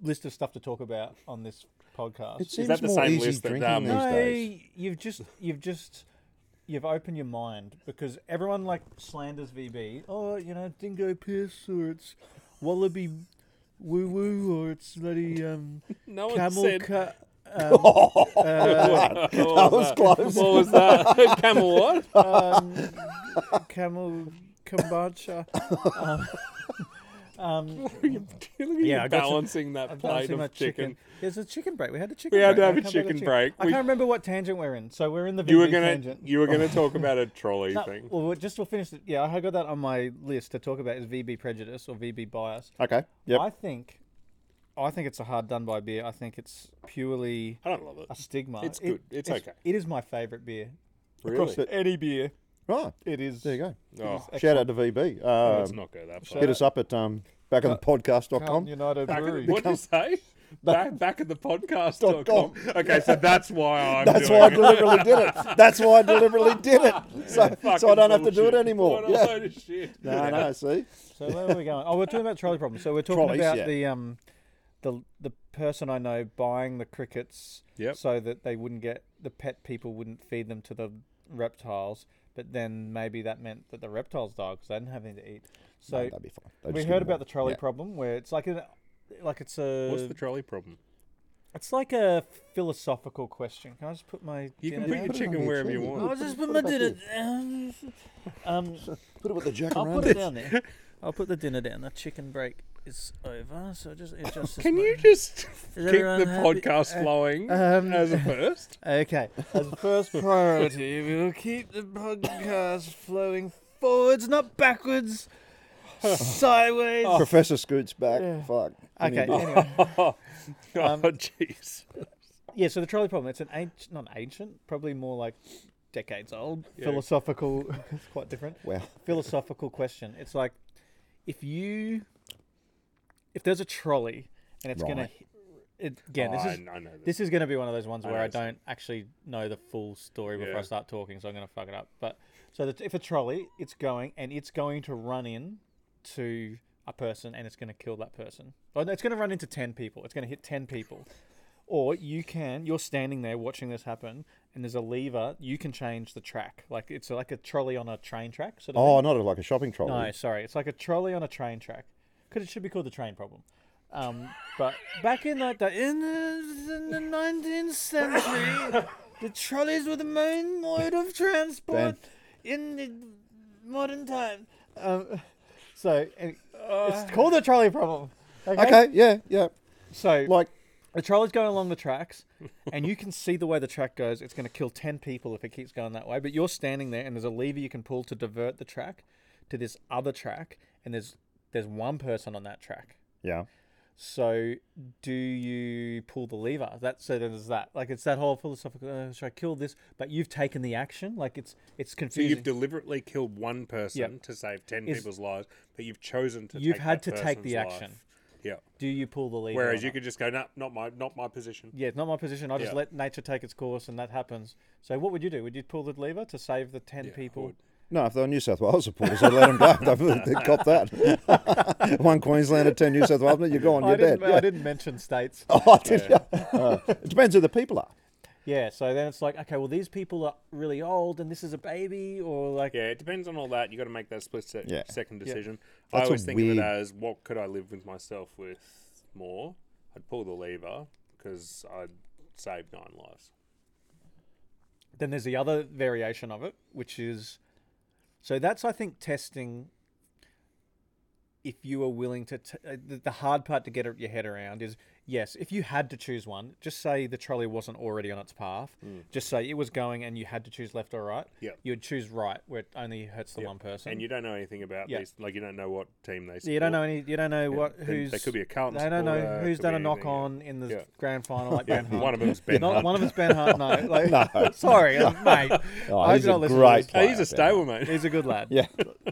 Speaker 1: list of stuff to talk about on this podcast.
Speaker 3: it seems
Speaker 4: that the
Speaker 3: more
Speaker 4: same
Speaker 3: easy
Speaker 4: list that,
Speaker 3: drinking
Speaker 4: um,
Speaker 3: these
Speaker 1: no,
Speaker 3: days.
Speaker 1: you've just you've just you've opened your mind because everyone like slanders VB. Oh, you know, dingo piss or it's wallaby woo woo or it's bloody um
Speaker 4: no one
Speaker 1: camel
Speaker 4: said.
Speaker 1: cut.
Speaker 4: what, what was
Speaker 3: That was close.
Speaker 4: What was that? Camel what?
Speaker 1: um, camel kombucha. Um, um, Yeah, I got some-
Speaker 4: balancing that
Speaker 1: I've
Speaker 4: plate
Speaker 1: too
Speaker 4: of
Speaker 1: much
Speaker 4: chicken.
Speaker 1: chicken. There's a chicken break. We had a chicken.
Speaker 4: We had to
Speaker 1: break.
Speaker 4: have
Speaker 1: I
Speaker 4: a
Speaker 1: can't believe
Speaker 4: chicken
Speaker 1: the
Speaker 4: break.
Speaker 1: I
Speaker 4: We-
Speaker 1: can't remember what tangent we're in. So we're in the
Speaker 4: You were
Speaker 1: VB
Speaker 4: gonna
Speaker 1: tangent.
Speaker 4: you were gonna talk about a trolley
Speaker 1: No,
Speaker 4: thing.
Speaker 1: well, we'll just we'll finish it. Yeah, I got that on my list to talk about is VB prejudice or VB bias.
Speaker 3: Okay. Yep.
Speaker 1: I think, I think it's a hard done by beer. I think it's purely
Speaker 4: I don't love it.
Speaker 1: a stigma.
Speaker 4: It's
Speaker 1: It-
Speaker 4: good. It's okay.
Speaker 1: It is my favorite beer.
Speaker 4: Really?
Speaker 3: it.
Speaker 1: Any beer,
Speaker 3: Right.
Speaker 1: it is. Oh,
Speaker 3: There you go.
Speaker 4: Oh,
Speaker 3: Shout out to VB.
Speaker 4: let's
Speaker 3: Um,
Speaker 4: not go that far.
Speaker 3: hit us up at um,
Speaker 1: Uh,
Speaker 3: backonthepodcast.com.
Speaker 1: United
Speaker 4: Back
Speaker 1: Brewery.
Speaker 4: at, what did you say? Back, back at the podcast.
Speaker 3: Dot com.
Speaker 4: Okay, so that's why I'm
Speaker 3: That's
Speaker 4: doing
Speaker 3: why I
Speaker 4: it.
Speaker 3: deliberately did it. That's why I deliberately did it. So, so I
Speaker 4: Fucking
Speaker 3: don't have to do it
Speaker 4: bullshit.
Speaker 3: anymore.
Speaker 4: What a
Speaker 3: Yeah.
Speaker 4: load of shit.
Speaker 3: No, no, see?
Speaker 1: So where are we going? Oh, we're talking about trolley problems. So we're talking
Speaker 3: Trolleys,
Speaker 1: about
Speaker 3: yeah.
Speaker 1: the um, the the person I know buying the crickets
Speaker 4: Yep.
Speaker 1: so that they wouldn't get the pet people wouldn't feed them to the reptiles, but then maybe that meant that the reptiles died because they didn't have anything to eat.
Speaker 3: No,
Speaker 1: So
Speaker 3: that'd be fine. They
Speaker 1: we
Speaker 3: just
Speaker 1: heard
Speaker 3: give them
Speaker 1: about the trolley
Speaker 3: Yeah.
Speaker 1: problem where it's like a like it's a
Speaker 4: What's the trolley problem?
Speaker 1: it's like a philosophical question. Can I just put my
Speaker 4: You can
Speaker 1: dinner
Speaker 4: put your
Speaker 1: down?
Speaker 3: it on
Speaker 4: chicken
Speaker 3: your
Speaker 4: wherever you
Speaker 3: chin.
Speaker 4: want.
Speaker 1: I'll just put my dinner down. Um,
Speaker 3: one. Put it with the jack
Speaker 1: I'll
Speaker 3: around
Speaker 1: put it down there. I'll put the dinner down. The chicken break is over, so just adjust. this
Speaker 4: Can you
Speaker 1: button.
Speaker 4: just keep
Speaker 1: everyone
Speaker 4: the
Speaker 1: happy?
Speaker 4: podcast
Speaker 1: Uh,
Speaker 4: flowing
Speaker 1: um,
Speaker 4: as a first?
Speaker 1: Okay. As first priority, we'll keep the podcast flowing forwards, not backwards, sideways.
Speaker 3: Professor Scoot's back.
Speaker 1: Yeah.
Speaker 3: Fuck. We need
Speaker 1: Okay.
Speaker 3: to-
Speaker 1: Anyway,
Speaker 4: oh, jeez.
Speaker 1: yeah. So the trolley problem—it's an ancient, not ancient, probably more like decades old.
Speaker 4: Yeah.
Speaker 1: Philosophical. it's quite different.
Speaker 3: Wow.
Speaker 1: Philosophical question. It's like if you, if there's a trolley and it's gonna,
Speaker 3: Right.
Speaker 1: it, again, this
Speaker 4: Oh,
Speaker 1: is
Speaker 4: I, I know this.
Speaker 1: This is going to be one of those ones
Speaker 4: I
Speaker 1: where
Speaker 4: know
Speaker 1: I
Speaker 4: it's-
Speaker 1: don't actually know the full story before I
Speaker 4: Yeah.
Speaker 1: start talking, so I'm going to fuck it up. But so that if a trolley, it's going and it's going to run in to a person and it's going to kill that person. Oh, no, it's going to run into 10 people. It's going to hit 10 people. Or you can, you're standing there watching this happen and there's a lever, you can change the track. Like it's like a trolley on a train track. Sort of thing.
Speaker 3: Oh, not like a shopping trolley.
Speaker 1: No, sorry. It's like a trolley on a train track. Because it should be called the train problem. Um, but back in like the in the, in the 19th century, the trolleys were the main mode of transport
Speaker 3: Ben.
Speaker 1: in the modern time. Um, so and it's called the trolley problem. Okay.
Speaker 3: Uh. Okay, yeah, yeah.
Speaker 1: So
Speaker 3: Like,
Speaker 1: the trolley's going along the tracks, and you can see the way the track goes. It's going to kill 10 people if it keeps going that way. But you're standing there, and there's a lever you can pull to divert the track to this other track, and there's there's one person on that track.
Speaker 3: yeah.
Speaker 1: So do you pull the lever? That so then there's that. Like it's that whole philosophical. Uh, should I kill this? But you've taken the action. Like it's it's
Speaker 4: so
Speaker 1: confusing.
Speaker 4: you've deliberately killed one person
Speaker 1: Yep.
Speaker 4: to save ten
Speaker 1: Is-
Speaker 4: people's lives, but you've chosen to.
Speaker 1: You've
Speaker 4: take
Speaker 1: had
Speaker 4: that
Speaker 1: to take
Speaker 4: person's
Speaker 1: the
Speaker 4: life.
Speaker 1: action.
Speaker 4: Yeah.
Speaker 1: do you pull the lever?
Speaker 4: Whereas
Speaker 1: or
Speaker 4: you
Speaker 1: not?
Speaker 4: could just go, no, not my, not my position.
Speaker 1: Yeah, it's not my position. I just
Speaker 4: Yeah.
Speaker 1: let nature take its course, and that happens. So what would you do? Would you pull the lever to save the ten
Speaker 4: Yeah, I
Speaker 1: people?
Speaker 4: would.
Speaker 3: No, if they're New South Wales supporters, I'd let them go. They'd, they'd cop that. One Queenslander, ten New South Wales. You're gone.
Speaker 1: I
Speaker 3: You're dead.
Speaker 1: didn't, I
Speaker 3: Yeah.
Speaker 1: didn't mention states.
Speaker 3: Oh, I did. Yeah. Uh, it depends who the people are.
Speaker 1: Yeah, so then it's like, okay, well, these people are really old and this is a baby, or like,
Speaker 4: Yeah, it depends on all that. You got to make that split se-
Speaker 3: Yeah.
Speaker 4: second
Speaker 1: Yeah.
Speaker 4: decision. I
Speaker 3: That's a
Speaker 4: always think of
Speaker 3: weird-
Speaker 4: it as what could I live with myself with more. I'd pull the lever because I'd save nine lives.
Speaker 1: Then there's the other variation of it, which is so that's I think testing. If you are willing to, t- uh, the- the hard part to get your head around is yes. If you had to choose one, just say the trolley wasn't already on its path. Just say it was going, and you had to choose left or right.
Speaker 4: Yep.
Speaker 1: you'd choose right, where it only hurts the one person.
Speaker 4: And you don't know anything about
Speaker 1: Yeah.
Speaker 4: these. Like you don't know what team they.
Speaker 1: So you don't know
Speaker 4: support.
Speaker 1: any. You don't know what
Speaker 4: Then
Speaker 1: who's.
Speaker 4: they could be a Carlton
Speaker 1: They don't know
Speaker 4: supporter,
Speaker 1: who's
Speaker 4: could
Speaker 1: done
Speaker 4: be
Speaker 1: a knock
Speaker 4: anything, yeah.
Speaker 1: on in the
Speaker 4: Yeah.
Speaker 1: grand final like Ben Hunt.
Speaker 4: One of them's Ben
Speaker 1: Not
Speaker 4: Hunt.
Speaker 1: one of them's Ben Hunt. No, like, sorry, uh, mate.
Speaker 3: Oh,
Speaker 1: I
Speaker 3: he's
Speaker 1: did not listen to
Speaker 3: a
Speaker 1: this.
Speaker 3: great
Speaker 4: Hey,
Speaker 3: player,
Speaker 4: he's a
Speaker 3: Ben.
Speaker 4: stable mate.
Speaker 1: He's a good lad.
Speaker 3: Yeah,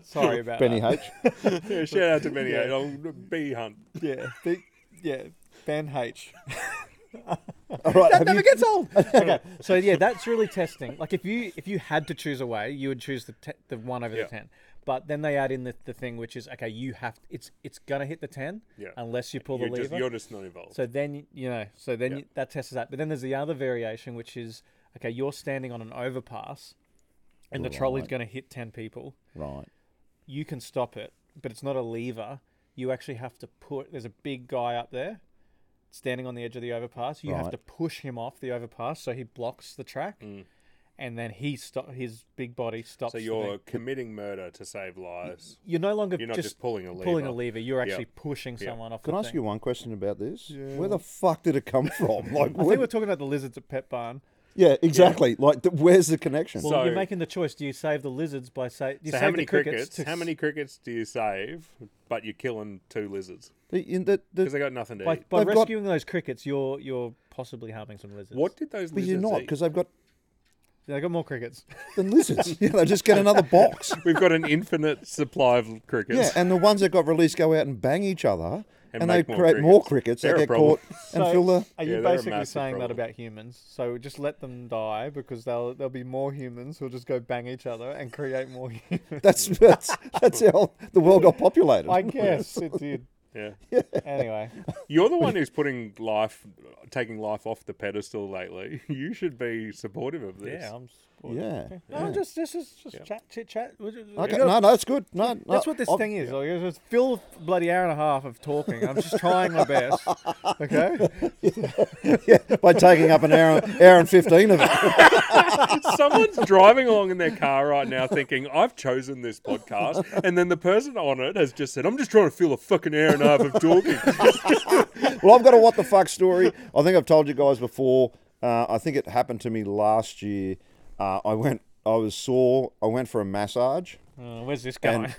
Speaker 1: Sorry about
Speaker 3: Benny
Speaker 1: that.
Speaker 3: H.
Speaker 4: Yeah, shout out to Benny. Yeah. B Hunt.
Speaker 1: Yeah, big- yeah, Ben H.
Speaker 3: All right,
Speaker 1: That
Speaker 3: have
Speaker 1: never
Speaker 3: you-
Speaker 1: gets old. okay, so yeah, that's really testing. Like if you if you had to choose a way, you would choose the te- the one over
Speaker 4: Yeah.
Speaker 1: the ten. But then they add in the, the thing which is okay, you have it's it's gonna hit the ten
Speaker 4: Yeah.
Speaker 1: unless you pull
Speaker 4: You're
Speaker 1: the lever.
Speaker 4: just, you're just not involved.
Speaker 1: So then you know, so then
Speaker 4: Yeah.
Speaker 1: you, that tests that. But then there's the other variation, which is okay, you're standing on an overpass, and the trolley's
Speaker 3: Right.
Speaker 1: going to hit ten people.
Speaker 3: Right.
Speaker 1: You can stop it, but it's not a lever. You actually have to put. There's a big guy up there, standing on the edge of the overpass. You have
Speaker 3: Right.
Speaker 1: to push him off the overpass so he blocks the track, and then he stop his big body stops. the
Speaker 4: Mm. So
Speaker 1: thing.
Speaker 4: you're committing murder to save lives.
Speaker 1: you're no longer
Speaker 4: You're not just,
Speaker 1: just,
Speaker 4: pulling a lever.
Speaker 1: pulling a lever. You're
Speaker 4: Yeah.
Speaker 1: actually pushing someone off.
Speaker 3: Can
Speaker 1: the
Speaker 3: I ask
Speaker 1: thing.
Speaker 3: you one question about this? Where the fuck did it come from?
Speaker 1: I
Speaker 3: Like, where-
Speaker 1: think we're talking about the lizards at Pet Barn.
Speaker 3: yeah, exactly. Like, th- where's the connection?
Speaker 1: Well,
Speaker 4: So-
Speaker 1: you're making the choice. Do you save the lizards by say? Do you
Speaker 4: So
Speaker 1: save
Speaker 4: how many
Speaker 1: the crickets?
Speaker 4: crickets?
Speaker 1: to
Speaker 4: How
Speaker 1: s-
Speaker 4: many crickets do you save? But you're killing two lizards
Speaker 3: The- in the- the-
Speaker 4: because they got nothing to
Speaker 1: By,
Speaker 4: eat.
Speaker 1: by
Speaker 3: They've got-
Speaker 1: rescuing those crickets, you're you're possibly harming some lizards.
Speaker 4: What did those
Speaker 3: but
Speaker 4: lizards
Speaker 3: you're not
Speaker 4: eat?
Speaker 3: because they've got
Speaker 1: They got more crickets.
Speaker 3: the lizards. yeah, they just get another box.
Speaker 4: We've got an infinite supply of crickets.
Speaker 3: Yeah, and the ones that got released go out and bang each other, and,
Speaker 4: And
Speaker 3: they
Speaker 4: make more
Speaker 3: create
Speaker 4: crickets.
Speaker 3: more crickets.
Speaker 4: They're a
Speaker 3: that get
Speaker 4: problem.
Speaker 3: caught and fill the.
Speaker 1: are
Speaker 4: Yeah,
Speaker 1: you
Speaker 4: they're a
Speaker 1: basically
Speaker 4: massive
Speaker 1: saying
Speaker 4: problem.
Speaker 1: that about humans? So just let them die because they'll there'll be more humans who'll just go bang each other and create more humans.
Speaker 3: That's that's that's how the world got populated.
Speaker 1: I guess it did.
Speaker 4: yeah.
Speaker 1: Anyway,
Speaker 4: You're the one who's putting life, taking life off the pedestal lately. You should be supportive of this.
Speaker 1: yeah, I'm. Bored.
Speaker 3: yeah.
Speaker 1: No, I'm just this is just chat, chit chat. We just-
Speaker 3: Okay.
Speaker 1: we gotta-
Speaker 3: No, no, it's good. No, no,
Speaker 1: That's what this
Speaker 3: I've-
Speaker 1: thing is. Like, it's just fill bloody hour and a half of talking. I'm just trying my best. Okay.
Speaker 3: Yeah, by taking up an hour, hour and fifteen of it.
Speaker 4: Someone's driving along in their car right now thinking, I've chosen this podcast. And then the person on it has just said, I'm just trying to fill a fucking hour and a half of talking.
Speaker 3: Well, I've got a what the fuck story. I think I've told you guys before. Uh, I think it happened to me last year. Uh, I went. I was sore. I went for a massage.
Speaker 1: Uh, where's this going?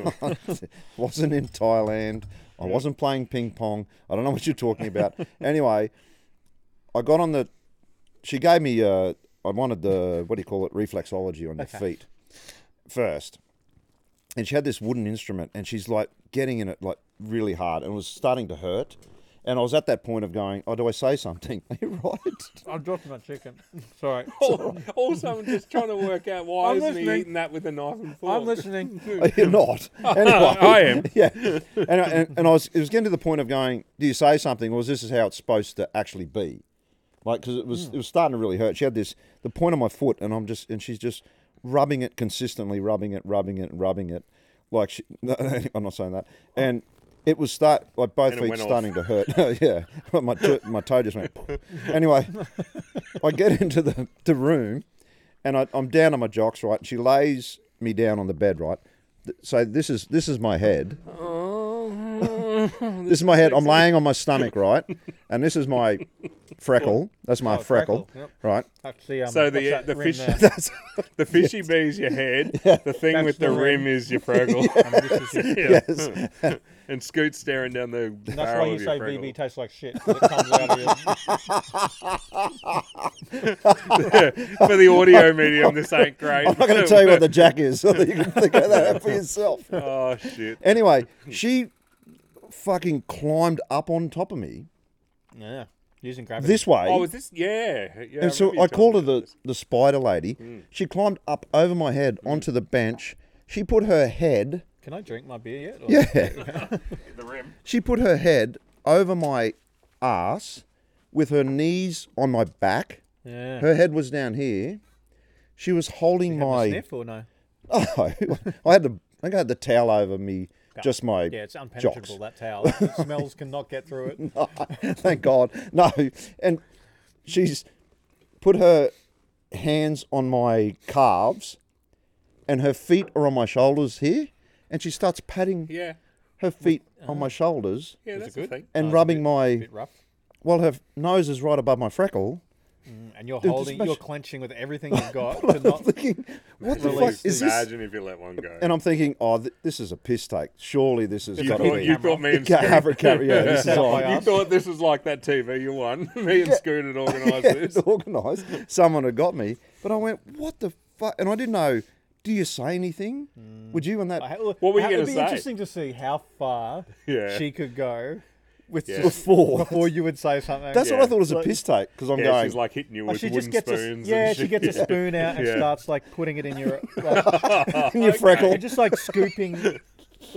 Speaker 3: wasn't in Thailand. I wasn't playing ping pong. I don't know what you're talking about. anyway, I got on the. She gave me. Uh, I wanted the what do you call it? Reflexology on your feet first, and she had this wooden instrument, and she's like getting in it like really hard, and it was starting to hurt. And I was at that point of going, "Oh, do I say something?" Are you right?
Speaker 1: I'm dropping my chicken. Sorry.
Speaker 4: Oh, also, I'm just trying to work out why
Speaker 1: I'm
Speaker 4: isn't
Speaker 1: listening.
Speaker 4: he eating that with a knife and fork.
Speaker 1: I'm listening.
Speaker 3: You're not. Anyway,
Speaker 4: I am.
Speaker 3: Yeah. And, and, and I was, it was getting to the point of going, do you say something, or is this is how it's supposed to actually be? Like, because it was it was starting to really hurt. She had this the point of my foot, and I'm just and she's just rubbing it consistently, rubbing it, rubbing it, rubbing it. Like she, no, I'm not saying that. And it was start like both
Speaker 4: And it
Speaker 3: feet
Speaker 4: went off.
Speaker 3: starting to hurt. yeah, my toe, my toe just went. anyway, I get into the, the room and I, I'm down on my jocks, right? And she lays me down on the bed, right? Th- So this is this is my head. this is my head. I'm laying on my stomach, right? And this is my freckle. That's my
Speaker 1: Oh,
Speaker 3: freckle,
Speaker 1: freckle, yep.
Speaker 3: right?
Speaker 1: Actually, um,
Speaker 4: So
Speaker 1: what's
Speaker 4: the uh,
Speaker 1: that
Speaker 4: the
Speaker 1: ring
Speaker 4: fish
Speaker 1: there?
Speaker 4: the fishy bee's your head. The thing
Speaker 1: That's
Speaker 4: with the
Speaker 1: the
Speaker 4: rim
Speaker 1: rim.
Speaker 4: is your fraggle. Yeah. And Scoot's staring down the
Speaker 1: That's why
Speaker 4: barrel
Speaker 1: you
Speaker 4: of
Speaker 1: say
Speaker 4: your
Speaker 1: BB
Speaker 4: fraggle.
Speaker 1: tastes like shit. 'cause It comes out of your,
Speaker 4: For the audio medium, this ain't great.
Speaker 3: I'm not going to tell you what the jack is, so that you can figure that out for yourself.
Speaker 4: Oh shit!
Speaker 3: Anyway, she fucking climbed up on top of me
Speaker 1: yeah, using gravity.
Speaker 3: this way.
Speaker 4: Oh, was this? Yeah. yeah
Speaker 3: And so
Speaker 4: remember you
Speaker 3: I called her
Speaker 4: telling me
Speaker 3: the,
Speaker 4: about Hmm.
Speaker 3: the spider lady. She climbed up over my head onto the bench. She put her head.
Speaker 1: Can I drink my beer yet? Or-
Speaker 3: Yeah.
Speaker 4: this. the rim.
Speaker 3: she put her head over my ass with her knees on my back.
Speaker 1: Yeah.
Speaker 3: Her head was down here. She was holding
Speaker 1: Have a
Speaker 3: my.
Speaker 1: Sniff or no?
Speaker 3: Oh, I had the. I think I had the towel over me just my
Speaker 1: Yeah, it's unpenetrable that towel. The smells cannot get through it.
Speaker 3: Thank God. No. And she's put her hands on my calves and her feet are on my shoulders here. And she starts patting
Speaker 4: Yeah. uh-huh.
Speaker 3: her feet on my shoulders
Speaker 4: Yeah,
Speaker 1: it
Speaker 4: that's a
Speaker 1: good?
Speaker 4: thing.
Speaker 3: and
Speaker 1: Oh, it's a
Speaker 3: rubbing
Speaker 1: bit-
Speaker 3: my.
Speaker 1: A bit rough.
Speaker 3: Well, her nose is right above my freckle.
Speaker 1: Mm, And you're
Speaker 3: Dude, just
Speaker 1: holding,
Speaker 3: smash-
Speaker 1: you're clenching with everything you've got to not.
Speaker 3: Thinking, what the fuck
Speaker 1: Release
Speaker 3: is this?
Speaker 4: Imagine if you let one go.
Speaker 3: And I'm thinking, oh, th- this is a piss take. Surely this has
Speaker 4: you
Speaker 3: got to
Speaker 4: thought,
Speaker 3: be.
Speaker 4: you thought me
Speaker 3: You
Speaker 4: and
Speaker 3: can't
Speaker 4: Scoot,
Speaker 3: have a camera. Yeah, this is
Speaker 1: Set up by
Speaker 3: on.
Speaker 1: us.
Speaker 4: you thought this was like that TV you won. me and Scoot had organised this.
Speaker 3: organised. Someone had got me, but I went, "What the fuck?" And I didn't know. Do you say anything? Would you? And that
Speaker 1: Mm. I- look,
Speaker 4: What were you
Speaker 1: how-
Speaker 4: gonna
Speaker 1: It'd be
Speaker 4: say?
Speaker 1: interesting to see how far
Speaker 4: Yeah.
Speaker 1: she could go with
Speaker 4: Yeah.
Speaker 1: just
Speaker 3: Before.
Speaker 1: before you would say something.
Speaker 3: that's what I
Speaker 4: yeah.
Speaker 3: thought was a
Speaker 1: Like-
Speaker 3: piss take because I'm
Speaker 4: Yeah,
Speaker 3: going.
Speaker 4: she's like hitting you
Speaker 1: Like,
Speaker 4: with
Speaker 1: Oh, she
Speaker 4: wooden
Speaker 1: just gets a,
Speaker 4: spoons.
Speaker 1: yeah,
Speaker 4: and
Speaker 1: she gets a spoon out and
Speaker 4: Yeah.
Speaker 1: starts like putting it in your like,
Speaker 3: in your freckle.
Speaker 1: You're just like scooping.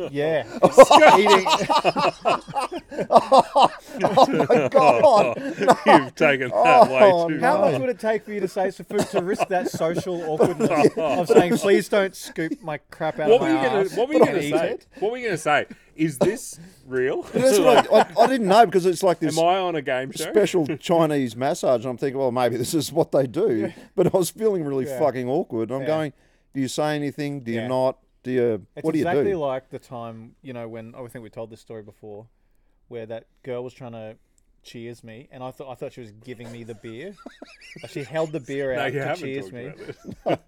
Speaker 1: Yeah. eating.
Speaker 3: God,
Speaker 4: You've taken that
Speaker 3: Oh,
Speaker 4: way too
Speaker 1: How
Speaker 4: far.
Speaker 1: much would it take for you to say for food to risk that social awkwardness of saying, "Please don't scoop my crap out
Speaker 4: What
Speaker 1: of
Speaker 4: were
Speaker 1: my
Speaker 4: you gonna?
Speaker 1: ass"?
Speaker 4: What were you
Speaker 1: and
Speaker 4: gonna
Speaker 1: eat
Speaker 4: say?
Speaker 1: it?
Speaker 4: What were you gonna say? Is this real?
Speaker 3: that's what I, I, I didn't know because it's like this
Speaker 4: Am I on a game show?
Speaker 3: special Chinese massage, and I'm thinking, well, maybe this is what they do. But I was feeling really
Speaker 1: Yeah.
Speaker 3: fucking awkward, and I'm
Speaker 1: Yeah.
Speaker 3: going, "Do you say anything? Do you
Speaker 1: Yeah.
Speaker 3: not? Do you?
Speaker 1: It's
Speaker 3: what do
Speaker 1: exactly
Speaker 3: you do?"
Speaker 1: like the time you know when oh, I think we told this story before, where that girl was trying to cheers me, and I thought I thought she was giving me the beer. Like, she held the beer
Speaker 4: no,
Speaker 1: out
Speaker 4: you
Speaker 1: to
Speaker 4: haven't
Speaker 1: cheers
Speaker 4: talked
Speaker 1: me.
Speaker 4: about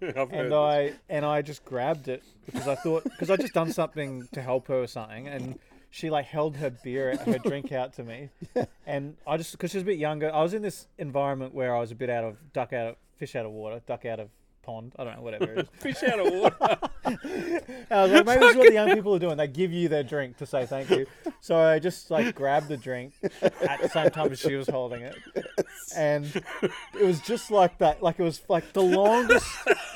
Speaker 4: this. I've heard
Speaker 1: and I and I just grabbed it because I thought because I just done something to help her or something, and she like held her beer, her drink out to me, and I just because she was a bit younger, I was in this environment where I was a bit out of duck out of fish out of water, duck out of pond, I don't know whatever. It is.
Speaker 4: this. fish out of water.
Speaker 1: And I was like, maybe this is what the young people are doing. They give you their drink to say thank you. So I just like grabbed the drink at the same time as she was holding it. And it was just like that. Like it was like the longest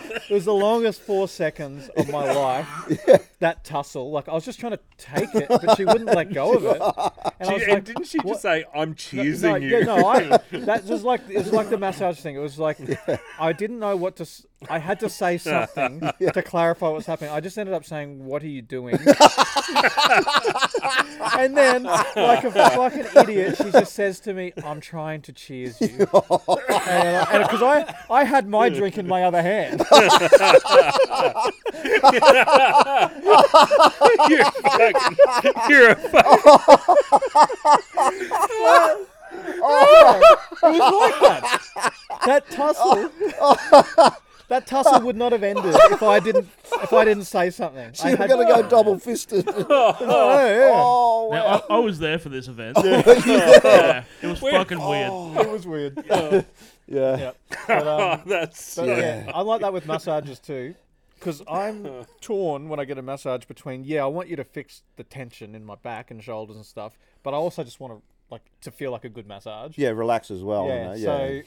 Speaker 1: it was the longest four seconds of my life. That tussle. Like I was just trying to take it, but she wouldn't let go of it. And I was
Speaker 4: and
Speaker 1: like,
Speaker 4: didn't she just
Speaker 1: "What?"
Speaker 4: say, "I'm cheersing
Speaker 1: no,
Speaker 4: you"?
Speaker 1: Yeah, no, I, that was like it was like the massage thing. It was like I didn't know what to. s- I had to say something to clarify what's happening. I just ended up saying, "What are you doing?" and then, like a fucking idiot, she just says to me, "I'm trying to cheers you," and because I I had my drink in my other hand.
Speaker 4: you're, fucking, you're a fucking
Speaker 1: It was like that. That tussle. That tussle would not have ended if I didn't if I didn't say something. I
Speaker 3: You're
Speaker 1: had-
Speaker 3: gonna go double fisted.
Speaker 1: Oh, yeah.
Speaker 3: oh, wow.
Speaker 2: Now, I, I was there for this event. Yeah, it was fucking weird.
Speaker 1: Oh, It was weird.
Speaker 3: yeah.
Speaker 1: Yeah. But, um,
Speaker 4: That's so
Speaker 1: but yeah, I like that with massages too, because I'm torn when I get a massage between yeah, I want you to fix the tension in my back and shoulders and stuff, but I also just want to like to feel like a good massage.
Speaker 3: Yeah, relax as well.
Speaker 1: Yeah.
Speaker 3: Yeah, yeah.
Speaker 1: So. Yeah.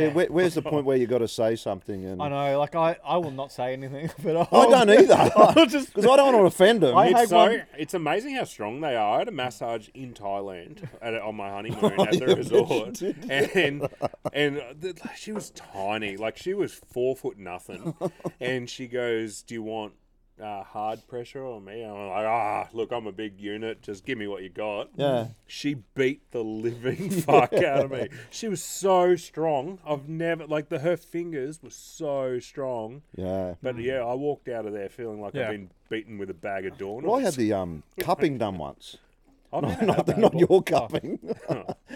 Speaker 3: Yeah, where, where's the point where you got to say something? And
Speaker 1: I
Speaker 3: I,
Speaker 1: know. Like I, I will not say anything, but I'll,
Speaker 3: don't either, because I don't want to offend them.
Speaker 1: I had
Speaker 4: It's so
Speaker 1: one-
Speaker 4: it's amazing how strong they are. I had a massage in Thailand at, on my honeymoon at the resort, and and the, she was tiny, like she was four foot nothing, and she goes, "Do you want uh, hard pressure on me?" And I'm like, "Ah, look, I'm a big unit. Just give me what you got."
Speaker 3: Yeah.
Speaker 4: She beat the living fuck out of me. She was so strong. I've never like the her fingers were so strong.
Speaker 3: yeah.
Speaker 4: But yeah, I walked out of there feeling like
Speaker 1: Yeah.
Speaker 4: I've been beaten with a bag of doorknobs.
Speaker 3: Well, I had the um cupping done once.
Speaker 4: I've never
Speaker 3: Not,
Speaker 4: had
Speaker 3: the,
Speaker 4: that
Speaker 3: not
Speaker 4: before.
Speaker 1: Oh.
Speaker 3: your cupping.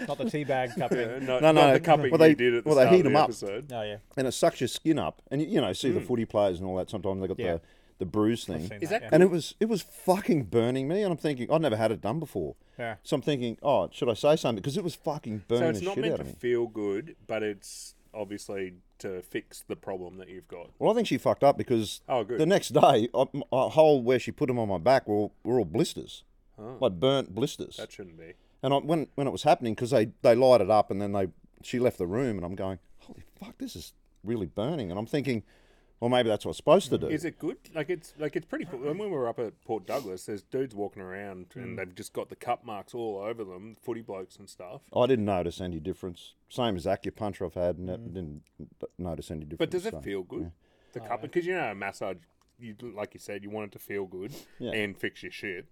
Speaker 1: not the teabag cupping.
Speaker 4: No,
Speaker 3: No,
Speaker 4: no,
Speaker 3: no,
Speaker 4: the cupping
Speaker 3: well, they-
Speaker 4: you did at the
Speaker 3: well, they
Speaker 4: start
Speaker 3: heat
Speaker 4: of the
Speaker 3: 'em up.
Speaker 4: episode.
Speaker 1: Oh yeah.
Speaker 3: and it sucks your skin up. And you, you know, see the footy players and all that. Sometimes they got
Speaker 1: Mm. Yeah.
Speaker 3: the the bruise thing.
Speaker 1: seen
Speaker 4: Is
Speaker 1: that,
Speaker 4: that
Speaker 3: And it was it was fucking burning me. And I'm thinking I'd never had it done before.
Speaker 1: Yeah.
Speaker 3: So I'm thinking, oh, should I say something? Because it was fucking burning
Speaker 4: So it's
Speaker 3: the
Speaker 4: not
Speaker 3: shit
Speaker 4: meant
Speaker 3: out
Speaker 4: to
Speaker 3: of me.
Speaker 4: feel good, but it's obviously to fix the problem that you've got.
Speaker 3: Well, I think she fucked up because
Speaker 4: Oh, good.
Speaker 3: the next day, a a hole where she put them on my back were all, were all blisters, like burnt blisters.
Speaker 4: That shouldn't be.
Speaker 3: And I, when when it was happening, because they they light it up, and then they she left the room, and I'm going, holy fuck, this is really burning. And I'm thinking, well, maybe that's what it's supposed to do.
Speaker 4: Mm-hmm. Is it good? Like it's like it's pretty. cool. And when we were up at Port Douglas, there's dudes walking around and they've just got the cup marks all over them, footy blokes and stuff.
Speaker 3: I didn't notice any difference. Same as acupuncture I've had, and it didn't notice any difference.
Speaker 4: Mm. But does it
Speaker 3: so.
Speaker 4: feel good? The cup because you know how a massage you like you said, you want it to feel good
Speaker 3: Yeah.
Speaker 4: and fix your shit.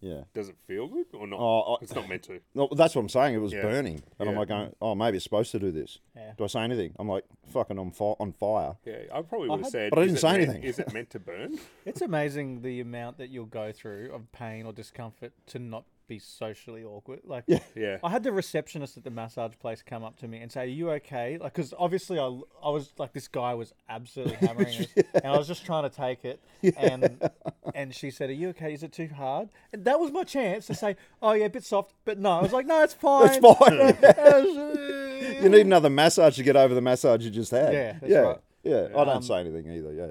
Speaker 3: Yeah.
Speaker 4: Does it feel good or not?
Speaker 3: Oh, I-
Speaker 4: it's not meant to.
Speaker 3: No, that's what I'm saying. It was
Speaker 4: Yeah.
Speaker 3: burning, and I'm
Speaker 4: Yeah.
Speaker 3: like, going, oh, maybe it's supposed to do this.
Speaker 1: Yeah.
Speaker 3: Do I say anything? I'm like, fucking, on fi- on fire.
Speaker 4: Yeah, I probably would
Speaker 3: had-
Speaker 4: have said.
Speaker 3: but I
Speaker 4: "Is
Speaker 3: didn't
Speaker 4: it
Speaker 3: say
Speaker 4: meant-
Speaker 3: anything."
Speaker 4: Is it meant to burn?
Speaker 1: It's amazing the amount that you'll go through of pain or discomfort to not be socially awkward. Like,
Speaker 4: Yeah.
Speaker 1: I had the receptionist at the massage place come up to me and say, "Are you okay?" Like, because obviously I, I was like, this guy was absolutely hammering us, and I was just trying to take it. And and she said, "Are you okay? Is it too hard?" And that was my chance to say, "Oh yeah, a bit soft," but no, I was like, "No, it's fine."
Speaker 3: It's fine.
Speaker 1: fine.
Speaker 3: you need another massage to get over the massage you just had.
Speaker 1: Yeah, that's
Speaker 3: yeah,
Speaker 1: right.
Speaker 3: yeah. I don't
Speaker 1: Um,
Speaker 3: say anything either. Yeah,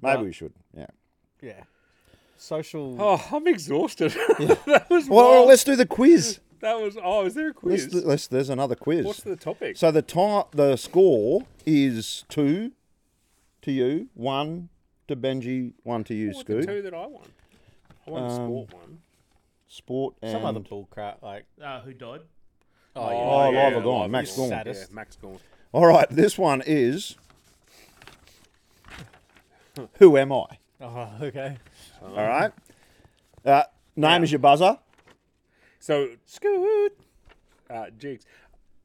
Speaker 3: maybe we should. Yeah.
Speaker 1: yeah, social.
Speaker 4: Oh, I'm exhausted. that was
Speaker 3: Well,
Speaker 4: wild.
Speaker 3: let's do the quiz.
Speaker 4: that was. Oh, is there a
Speaker 3: Let's,
Speaker 4: quiz?
Speaker 3: do- let's there's another quiz.
Speaker 4: What's the topic?
Speaker 3: so the time the score is two to you, one to Benji, one to you,
Speaker 4: What were the
Speaker 3: Scoot.
Speaker 4: two that I won. I won
Speaker 3: Um,
Speaker 4: the sport one.
Speaker 3: Sport and
Speaker 1: Some other bull crap. Like,
Speaker 2: Uh, who died?
Speaker 4: Oh,
Speaker 3: Oh,
Speaker 4: yeah,
Speaker 3: Lava Gone,
Speaker 4: Lava
Speaker 3: Max
Speaker 1: Gone.
Speaker 3: Gorn.
Speaker 4: Yeah,
Speaker 1: Saddest.
Speaker 4: Max Gorn.
Speaker 3: All right, this one is Who am I?
Speaker 1: oh, okay.
Speaker 3: All right. Uh, name is your buzzer.
Speaker 4: So Scoot, uh, Jigs,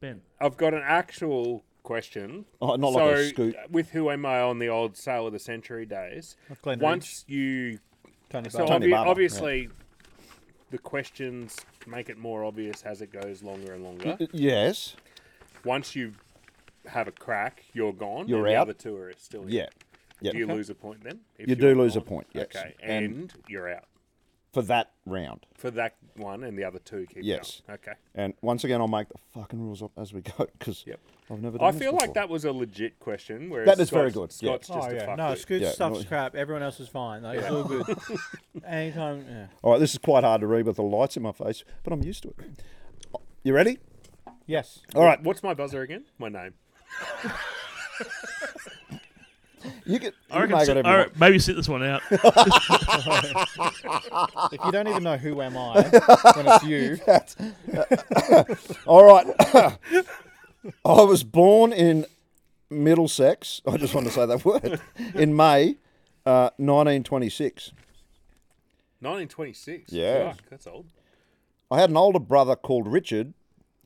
Speaker 2: Ben.
Speaker 4: I've got an actual question.
Speaker 3: Oh, not
Speaker 4: so,
Speaker 3: like a scoot.
Speaker 4: With who am I on the old Sale of the Century days?
Speaker 1: Glenn
Speaker 4: Once you,
Speaker 1: Tony
Speaker 4: so
Speaker 1: Barlow.
Speaker 3: Tony
Speaker 4: obvi-
Speaker 3: Barber,
Speaker 4: obviously, the questions make it more obvious as it goes longer and longer.
Speaker 3: Yes.
Speaker 4: Once you have a crack, you're gone.
Speaker 3: You're
Speaker 4: and
Speaker 3: out.
Speaker 4: The other two are still. in.
Speaker 3: Yeah. Yeah.
Speaker 4: Do you lose a point then? if
Speaker 3: You
Speaker 4: you're
Speaker 3: do lose a
Speaker 4: gone?
Speaker 3: point, yes.
Speaker 4: Okay, and,
Speaker 3: And-
Speaker 4: you're out
Speaker 3: For that round.
Speaker 4: for that one, and the other two keep
Speaker 3: Yes.
Speaker 4: going. Okay.
Speaker 3: And once again, I'll make the fucking rules up as we go because
Speaker 4: Yep.
Speaker 3: I've never done
Speaker 4: I
Speaker 3: this
Speaker 4: feel like
Speaker 3: before.
Speaker 4: that was a legit question. Whereas
Speaker 3: That is very
Speaker 4: Scott's-
Speaker 3: good, yeah.
Speaker 4: Scott's just
Speaker 1: oh
Speaker 4: a
Speaker 1: yeah,
Speaker 4: fuck
Speaker 1: no,
Speaker 4: it.
Speaker 1: Scoot
Speaker 3: Yeah,
Speaker 1: stuff's
Speaker 3: no-
Speaker 1: crap. Everyone else is fine. Like, It's all good. Anytime. Yeah.
Speaker 3: All right, this is quite hard to read with the lights in my face, but I'm used to it. You ready?
Speaker 1: Yes.
Speaker 3: All right.
Speaker 4: What's my buzzer again? My name.
Speaker 3: You can, you
Speaker 2: I
Speaker 3: can
Speaker 2: reckon.
Speaker 3: make
Speaker 2: sit-
Speaker 3: it
Speaker 2: all
Speaker 3: everyone.
Speaker 2: right, maybe sit this one out.
Speaker 1: If you don't even know who am I when it's you,
Speaker 3: All right. I was born in Middlesex. I just want to say that word. In May uh, 1926.
Speaker 4: 1926.
Speaker 3: Yeah.
Speaker 4: Fuck, that's old.
Speaker 3: I had an older brother called Richard,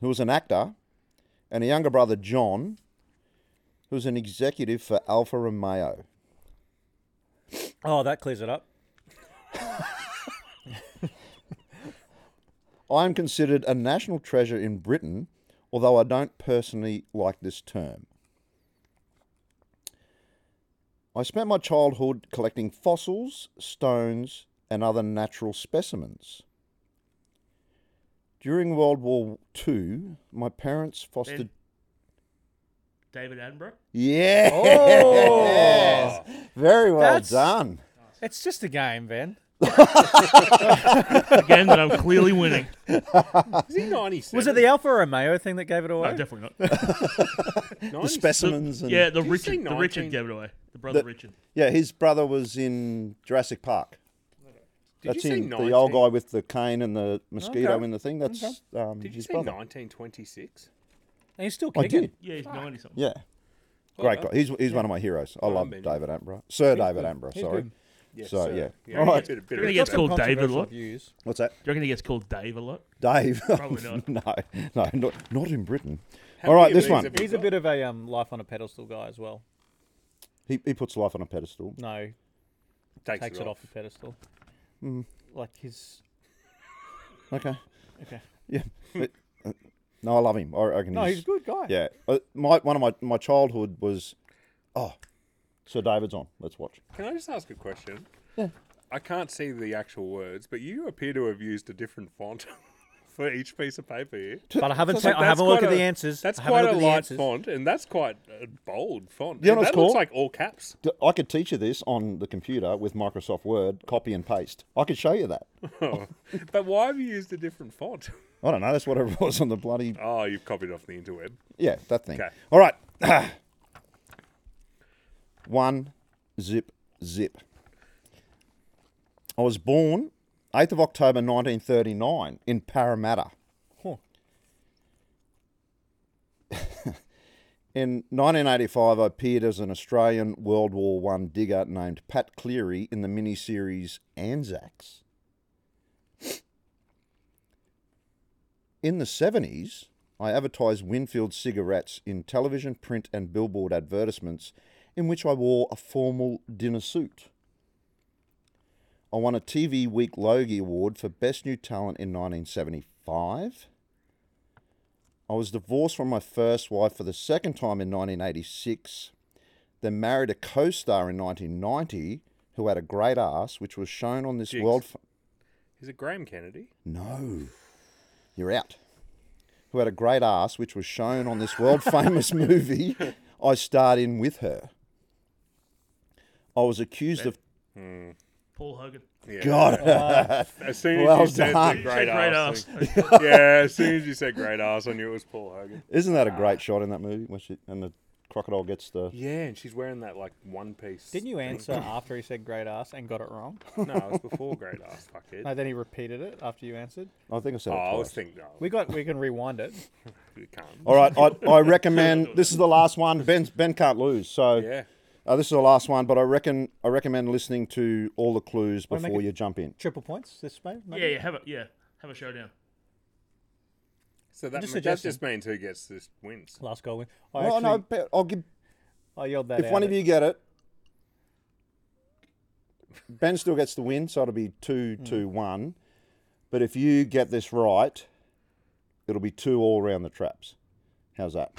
Speaker 3: who was an actor, and a younger brother, John, who was an executive for Alfa Romeo.
Speaker 1: oh, that clears it up.
Speaker 3: I am considered a national treasure in Britain, although I don't personally like this term. I spent my childhood collecting fossils, stones, and other natural specimens. During World War II, my parents fostered.
Speaker 2: Ben. David Attenborough.
Speaker 3: Yeah!
Speaker 1: Oh.
Speaker 3: Very well
Speaker 1: That's-
Speaker 3: done.
Speaker 1: It's just a game, Ben.
Speaker 2: Again, that I'm clearly winning.
Speaker 4: Is he 97?
Speaker 1: Was it the Alfa Romeo thing that gave it away?
Speaker 2: No, definitely not.
Speaker 4: 90?
Speaker 3: Specimens and
Speaker 2: yeah, the
Speaker 4: Did you say
Speaker 2: Richard. The Richard
Speaker 4: 19?
Speaker 2: gave it away. The brother Richard.
Speaker 3: yeah, his brother was in Jurassic Park.
Speaker 4: Did you
Speaker 3: That's
Speaker 4: say
Speaker 3: him,
Speaker 4: 19?
Speaker 3: the old guy with the cane and the mosquito
Speaker 1: Okay.
Speaker 3: and the thing. That's um,
Speaker 4: Did you
Speaker 3: his
Speaker 4: say
Speaker 3: brother.
Speaker 4: 1926?
Speaker 1: and he's still
Speaker 3: I
Speaker 1: kicking.
Speaker 3: did.
Speaker 2: Yeah, he's ninety something.
Speaker 3: Yeah. Great guy. He's, he's one of my heroes. I love
Speaker 4: Benji.
Speaker 3: David Attenborough. Sir David Attenborough,
Speaker 1: He's
Speaker 3: sorry.
Speaker 1: good.
Speaker 4: Yes,
Speaker 3: so,
Speaker 4: sir.
Speaker 3: yeah.
Speaker 4: yeah.
Speaker 3: All right.
Speaker 4: Bit, of- bit
Speaker 2: Did
Speaker 4: of
Speaker 2: he
Speaker 4: a
Speaker 2: get
Speaker 1: Lots of
Speaker 2: called David a
Speaker 1: controversial
Speaker 2: lot?
Speaker 1: Views.
Speaker 3: What's that?
Speaker 2: Do you reckon he gets called Dave a lot?
Speaker 3: Dave.
Speaker 2: Probably not.
Speaker 3: no, no, not, not in Britain.
Speaker 4: How
Speaker 3: All
Speaker 4: many
Speaker 3: right,
Speaker 4: of
Speaker 3: this
Speaker 4: these
Speaker 3: one.
Speaker 4: have you
Speaker 1: He's a
Speaker 4: got?
Speaker 1: bit of a um, life on a pedestal guy as well.
Speaker 3: He, he puts life on a pedestal.
Speaker 1: No,
Speaker 4: Takes,
Speaker 1: takes it off the pedestal.
Speaker 4: Hmm.
Speaker 1: Like his.
Speaker 3: Okay.
Speaker 1: Okay.
Speaker 3: Yeah. But, uh, no, I love him. I reckon
Speaker 1: No, he's a good guy.
Speaker 3: Yeah. Uh, my, one of my, my childhood was, oh, Sir David's on. Let's watch.
Speaker 4: Can I just ask a question? I can't see the actual words, but you appear to have used a different font for each piece of paper here.
Speaker 1: But I haven't.
Speaker 4: That's
Speaker 1: ta- I haven't looked
Speaker 4: quite
Speaker 1: at the
Speaker 4: a-
Speaker 1: answers.
Speaker 4: That's
Speaker 1: I haven't
Speaker 4: quite a
Speaker 1: looked at the
Speaker 4: light
Speaker 1: answers.
Speaker 4: font, and that's quite a bold font.
Speaker 3: You know
Speaker 4: And
Speaker 3: what
Speaker 4: that
Speaker 3: it's
Speaker 4: looks
Speaker 3: called?
Speaker 4: like all caps.
Speaker 3: D- I could teach you this on the computer with Microsoft Word, copy and paste. I could show you that.
Speaker 4: Oh. but why have you used a different font?
Speaker 3: I don't know. That's what it was on the bloody
Speaker 4: Oh, you've copied off the interweb.
Speaker 3: yeah that thing.
Speaker 4: Okay.
Speaker 3: All right. One zip zip. I was born 8th of October 1939 in Parramatta.
Speaker 1: Huh.
Speaker 3: In 1985, I appeared as an Australian World War One digger named Pat Cleary in the miniseries Anzacs. In the 70s, I advertised Winfield cigarettes in television, print, and billboard advertisements in which I wore a formal dinner suit. I won a TV Week Logie Award for Best New Talent in 1975. I was divorced from my first wife for the second time in 1986, then married a co star in 1990 who had a great ass, which was shown on this
Speaker 4: Jigs.
Speaker 3: world. F-
Speaker 4: Is it Graham Kennedy?
Speaker 3: no, you're out. Who had a great ass, which was shown on this world famous movie I starred in with her. I was accused of.
Speaker 2: Paul Hogan.
Speaker 4: Yeah.
Speaker 3: God.
Speaker 4: As soon as
Speaker 3: Well
Speaker 4: you said
Speaker 3: done.
Speaker 4: the
Speaker 2: You said
Speaker 4: great ass,
Speaker 2: great
Speaker 4: thing- yeah. As soon as you said great ass, I knew it was Paul Hogan.
Speaker 3: Isn't that a great shot in that movie? When she, and the crocodile gets the.
Speaker 4: Yeah, and she's wearing that like one piece.
Speaker 1: Didn't you answer after he said great ass and got it wrong?
Speaker 4: No, it was before great ass. Fuck it.
Speaker 1: No, Uh, then he repeated it after you answered.
Speaker 3: I think I said
Speaker 4: Oh,
Speaker 3: it
Speaker 4: I was
Speaker 3: twice. Oh,
Speaker 4: thinking. No,
Speaker 1: We got we can rewind it.
Speaker 4: we can't.
Speaker 3: All right, I, I recommend this is the last one. Ben Ben can't lose, so
Speaker 4: Yeah.
Speaker 3: uh, this is the last one. But I reckon I recommend listening to all the clues
Speaker 1: Wanna make
Speaker 3: before
Speaker 1: it-
Speaker 3: you jump in.
Speaker 1: Triple points this way.
Speaker 2: Yeah, yeah, have a yeah, have a showdown.
Speaker 4: So that,
Speaker 1: Just
Speaker 4: ma- that
Speaker 1: suggesting.
Speaker 4: just means who gets this wins.
Speaker 1: Last goal win. I actually,
Speaker 3: No, Oh, no, but I'll give.
Speaker 1: I yelled that
Speaker 3: If
Speaker 1: out
Speaker 3: one of
Speaker 1: at-
Speaker 3: you get it, Ben still gets the win, so it'll be two
Speaker 4: Hmm.
Speaker 3: two one. But if you get this right, it'll be two all round the traps. How's that?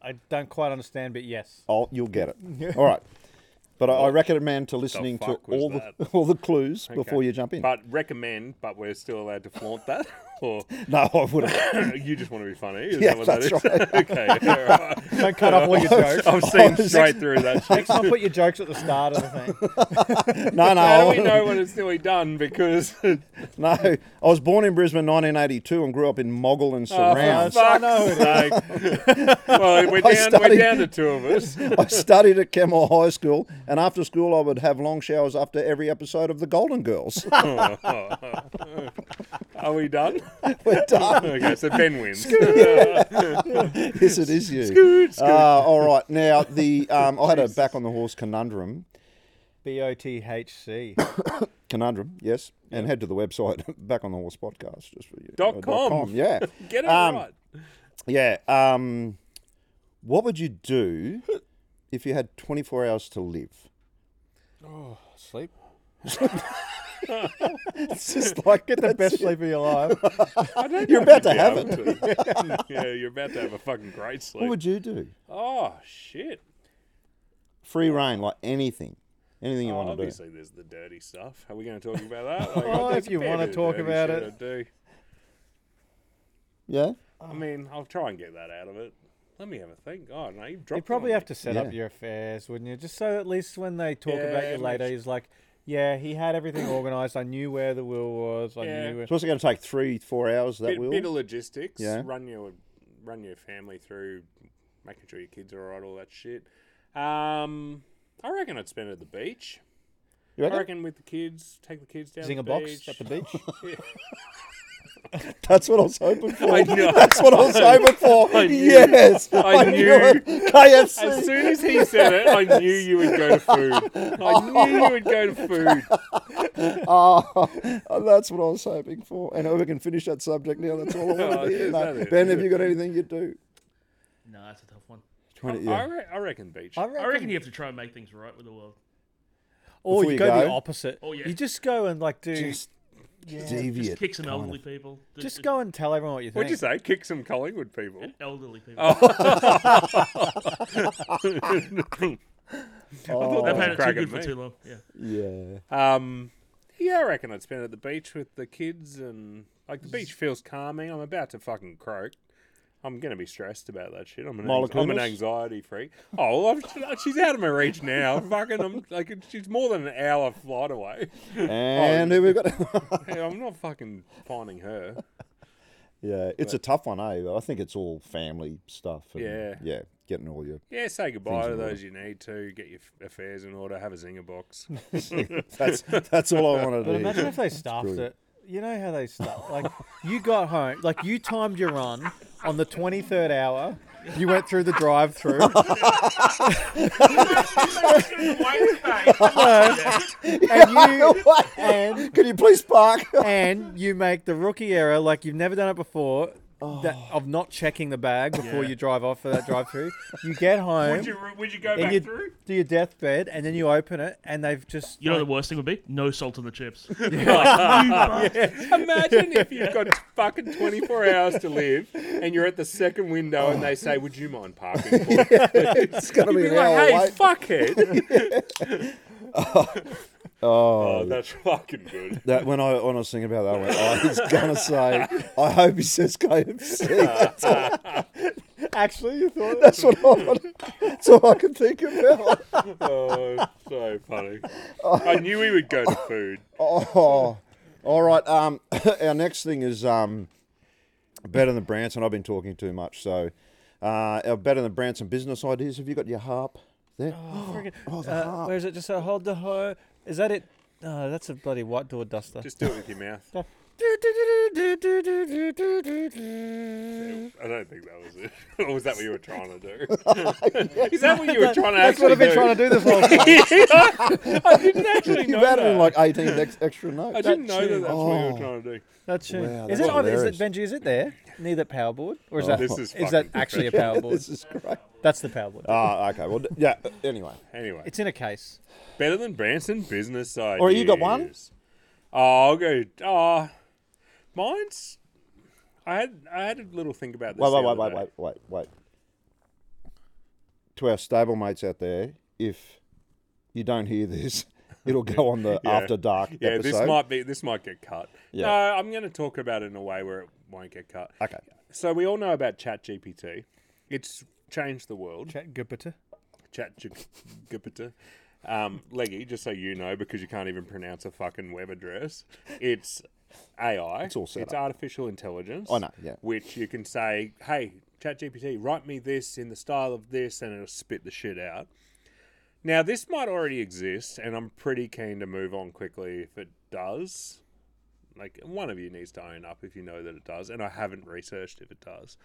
Speaker 1: I don't quite understand, but yes.
Speaker 3: I'll, you'll get it. all right. But I, I recommend to listening to
Speaker 4: fuck was
Speaker 3: all the all the clues before
Speaker 4: Okay.
Speaker 3: you jump in.
Speaker 4: But recommend, but we're still allowed to flaunt that, or
Speaker 3: no, I wouldn't.
Speaker 4: you just want to be funny. Is
Speaker 3: Yeah,
Speaker 4: that what that
Speaker 3: that's
Speaker 4: is?
Speaker 3: right.
Speaker 4: okay. all right.
Speaker 1: Don't cut off all
Speaker 3: Oh,
Speaker 1: your jokes.
Speaker 4: I've seen straight through that. shit.
Speaker 1: Next time, put your jokes at the start of the thing.
Speaker 3: No, no,
Speaker 4: How
Speaker 3: I,
Speaker 4: do we know when it's nearly done? Because oh,
Speaker 3: no. I was born in Brisbane, 1982, and grew up in Moggle
Speaker 4: Oh,
Speaker 3: and surround.
Speaker 1: I know it
Speaker 4: sake. well, we're down,
Speaker 3: started-
Speaker 4: we're down to two of us.
Speaker 3: I studied at Kemmore High School, and after school, I would have long showers after every episode of The Golden Girls.
Speaker 4: Are we done?
Speaker 3: We're done.
Speaker 4: okay, so Ben wins.
Speaker 3: Yes, it is you.
Speaker 4: Scoot, scoot.
Speaker 3: Uh, all right. Now the um, I had a back on the horse conundrum.
Speaker 1: B O T H C.
Speaker 3: Conundrum, yes, and head to the website back on the horse podcast just for you.
Speaker 4: Dot
Speaker 3: uh,
Speaker 4: com.
Speaker 3: yeah,
Speaker 4: Get it
Speaker 3: Um,
Speaker 4: right.
Speaker 3: yeah. Um, what would you do if you had 24 hours to live?
Speaker 4: Oh,
Speaker 1: Sleep.
Speaker 3: It's just like get the
Speaker 1: Best sleep of your life.
Speaker 3: You're about to
Speaker 4: Yeah,
Speaker 3: have
Speaker 4: I'm
Speaker 3: it.
Speaker 4: too- yeah, you're about to have a fucking great
Speaker 3: What
Speaker 4: sleep.
Speaker 3: would you do?
Speaker 4: oh shit!
Speaker 3: Free reign, like anything, anything you want to do.
Speaker 4: Oh, Obviously, there's the dirty stuff. Are we going to talk about that?
Speaker 1: Oh,
Speaker 4: there's
Speaker 1: if
Speaker 4: a
Speaker 1: you
Speaker 4: fair
Speaker 1: wanna
Speaker 4: bit of
Speaker 1: talk
Speaker 4: dirty
Speaker 1: about
Speaker 4: shit
Speaker 1: it.
Speaker 4: I do.
Speaker 3: Yeah.
Speaker 4: I mean, I'll try and get that out of it. Let me have a think. Oh no, you dropped.
Speaker 1: You'd
Speaker 4: it
Speaker 1: probably
Speaker 4: on
Speaker 1: have
Speaker 4: me.
Speaker 1: to set up
Speaker 3: Yeah.
Speaker 1: your affairs, wouldn't you? Just so at least when they talk about
Speaker 4: Yeah,
Speaker 1: you later,
Speaker 4: makes-
Speaker 1: he's like, yeah, he had everything organised. I knew where the will was. I
Speaker 4: Yeah.
Speaker 1: knew where...
Speaker 3: It's also going to take three, four hours. That
Speaker 4: bit,
Speaker 3: will.
Speaker 4: bit of logistics.
Speaker 3: Yeah.
Speaker 4: Run your run your family through making sure your kids are alright, all that shit. Um, I reckon I'd spend it at the beach.
Speaker 3: You reckon?
Speaker 4: I reckon with the kids, take the kids down
Speaker 1: Zing
Speaker 4: the
Speaker 1: a box
Speaker 4: beach.
Speaker 1: at the beach.
Speaker 3: That's what I was hoping for.
Speaker 4: I know.
Speaker 3: That's what I was hoping for.
Speaker 4: I knew.
Speaker 3: yes. I, knew.
Speaker 4: knew.
Speaker 3: it.
Speaker 4: As
Speaker 3: KFC.
Speaker 4: soon as he said it, I knew you would go to food. I knew you would go to food.
Speaker 3: Oh, that's what I was hoping for. And if we can finish that subject now, that's all I
Speaker 4: Oh,
Speaker 3: want to hear.
Speaker 4: is
Speaker 3: mate.
Speaker 4: that it?
Speaker 3: ben, have you got anything you do?
Speaker 2: No, that's a tough one.
Speaker 4: I,
Speaker 3: 20, yeah.
Speaker 4: re- I reckon beach.
Speaker 1: I
Speaker 2: I reckon you have to try and make things right with the world.
Speaker 1: Or
Speaker 3: Before
Speaker 1: you
Speaker 3: you
Speaker 1: go, the
Speaker 3: go.
Speaker 1: opposite.
Speaker 2: Oh, yeah.
Speaker 1: You just go and like do. Just,
Speaker 3: Just deviate.
Speaker 2: Just kick some
Speaker 3: kind of.
Speaker 2: elderly people. Just,
Speaker 1: go and tell everyone what you think.
Speaker 4: What'd you say? Kick some Collingwood people.
Speaker 2: elderly people.
Speaker 4: Oh,
Speaker 2: They've had it too
Speaker 4: crack at
Speaker 2: good for
Speaker 4: me.
Speaker 2: too long. Yeah.
Speaker 3: Yeah.
Speaker 4: Um, yeah, I reckon I'd spend it at the beach with the kids, and like the beach feels calming. I'm about to fucking croak. I'm gonna be stressed about that shit. I'm an,
Speaker 3: Mila
Speaker 4: anx- I'm an
Speaker 3: Kunis?
Speaker 4: anxiety freak. Oh, well, I'm, she's out of my reach now. Fucking, I'm like she's more than an hour flight away.
Speaker 3: And who we got?
Speaker 4: Hey, I'm not fucking finding her.
Speaker 3: yeah, it's a tough one, eh? I think it's all family stuff. and,
Speaker 4: Yeah.
Speaker 3: Yeah, getting all your.
Speaker 4: Yeah, say goodbye
Speaker 3: Things
Speaker 4: to
Speaker 3: in order.
Speaker 4: those you need to. Get your f- affairs in order. Have a zinger box.
Speaker 3: That's that's all I
Speaker 1: But
Speaker 3: wanted to hear.
Speaker 1: imagine if they stuffed
Speaker 3: brilliant.
Speaker 1: it. You know how they stuff. Like you got home, like you timed your run on the twenty third hour,
Speaker 5: You went through the drive-through. and you and
Speaker 3: Can you please park?
Speaker 5: and you make the rookie error like you've never done it before that, of not checking the bag before
Speaker 2: Yeah.
Speaker 5: you drive off for that drive through. you get home
Speaker 4: Would you, would you go
Speaker 5: and
Speaker 4: back
Speaker 5: you
Speaker 4: through?
Speaker 5: do your deathbed and then you open it and they've just
Speaker 2: You know the
Speaker 5: like,
Speaker 2: worst thing would be no salt on the chips.
Speaker 4: Imagine if you've got fucking 24 hours to live and you're at the second window and they say, Would you mind parking? For us?"
Speaker 3: It's gonna be an
Speaker 4: You'd be like,
Speaker 3: hour
Speaker 4: Hey,
Speaker 3: wait.
Speaker 4: fuckhead.
Speaker 3: Oh,
Speaker 4: Oh, that's fucking good.
Speaker 3: that when I when I was thinking about that, I went, oh, he's gonna say, I hope he says KFC.
Speaker 5: actually you thought
Speaker 3: That's what I wanted. That's all I could think about.
Speaker 4: Oh, so funny. I knew we would go to food.
Speaker 3: Oh, all right. Um, our next thing is um, better than Branson. I've been talking too much, so uh, our better than Branson business ideas. Have you got your harp there?
Speaker 1: Friggin-
Speaker 3: Oh, the
Speaker 1: uh,
Speaker 3: harp.
Speaker 1: where is it? Just a hold the hoe. Is that it?
Speaker 5: Uh,
Speaker 1: Oh, that's a bloody white door duster.
Speaker 4: Just do it with your mouth. I don't think that was it. Or was that what you were trying to do? Is that what you were trying to
Speaker 5: that's what
Speaker 4: actually
Speaker 5: I've been trying to do this whole time.
Speaker 4: I didn't actually know
Speaker 3: You've added in
Speaker 4: that.
Speaker 3: like eighteen ex- extra notes.
Speaker 4: I didn't know that
Speaker 1: tune.
Speaker 4: that's what you
Speaker 3: Oh.
Speaker 4: were trying to do.
Speaker 1: That tune.
Speaker 3: Wow,
Speaker 1: is
Speaker 3: that's
Speaker 1: it on? Is it
Speaker 3: hilarious.
Speaker 1: Benji? Is it there? Near that power board, or is
Speaker 3: Oh,
Speaker 1: that
Speaker 4: this is
Speaker 1: that
Speaker 4: fucking Oh.
Speaker 1: actually a power board?
Speaker 3: This is great.
Speaker 1: That's the power board.
Speaker 3: Ah, okay. Well, d- yeah. Anyway,
Speaker 4: Anyway,
Speaker 1: It's in a case.
Speaker 4: better than Branson business ideas.
Speaker 3: Or you got one?
Speaker 4: Oh, I'll go. Oh, mine's. I had I had a little think about this.
Speaker 3: wait, wait,
Speaker 4: the
Speaker 3: wait,
Speaker 4: other
Speaker 3: wait,
Speaker 4: day.
Speaker 3: wait, wait, wait. To our stable mates out there, if you don't hear this, it'll go on the
Speaker 4: Yeah.
Speaker 3: after dark
Speaker 4: Yeah,
Speaker 3: episode.
Speaker 4: this might be this might get cut.
Speaker 3: Yeah.
Speaker 4: No, I'm going to talk about it in a way where it won't get cut.
Speaker 3: Okay.
Speaker 4: So we all know about ChatGPT. It's changed the world.
Speaker 1: Chat Gupita.
Speaker 4: ChatGPT. Um, Leggy, just so you know, because you can't even pronounce a fucking web address, it's AI. It's
Speaker 3: all set
Speaker 4: It's
Speaker 3: up.
Speaker 4: artificial intelligence.
Speaker 3: I know, yeah.
Speaker 4: Which you can say, hey, ChatGPT, write me this in the style of this, and it'll spit the shit out. Now, this might already exist, and I'm pretty keen to move on quickly if it does. Like, one of you needs to own up if you know that it does, and I haven't researched if it does.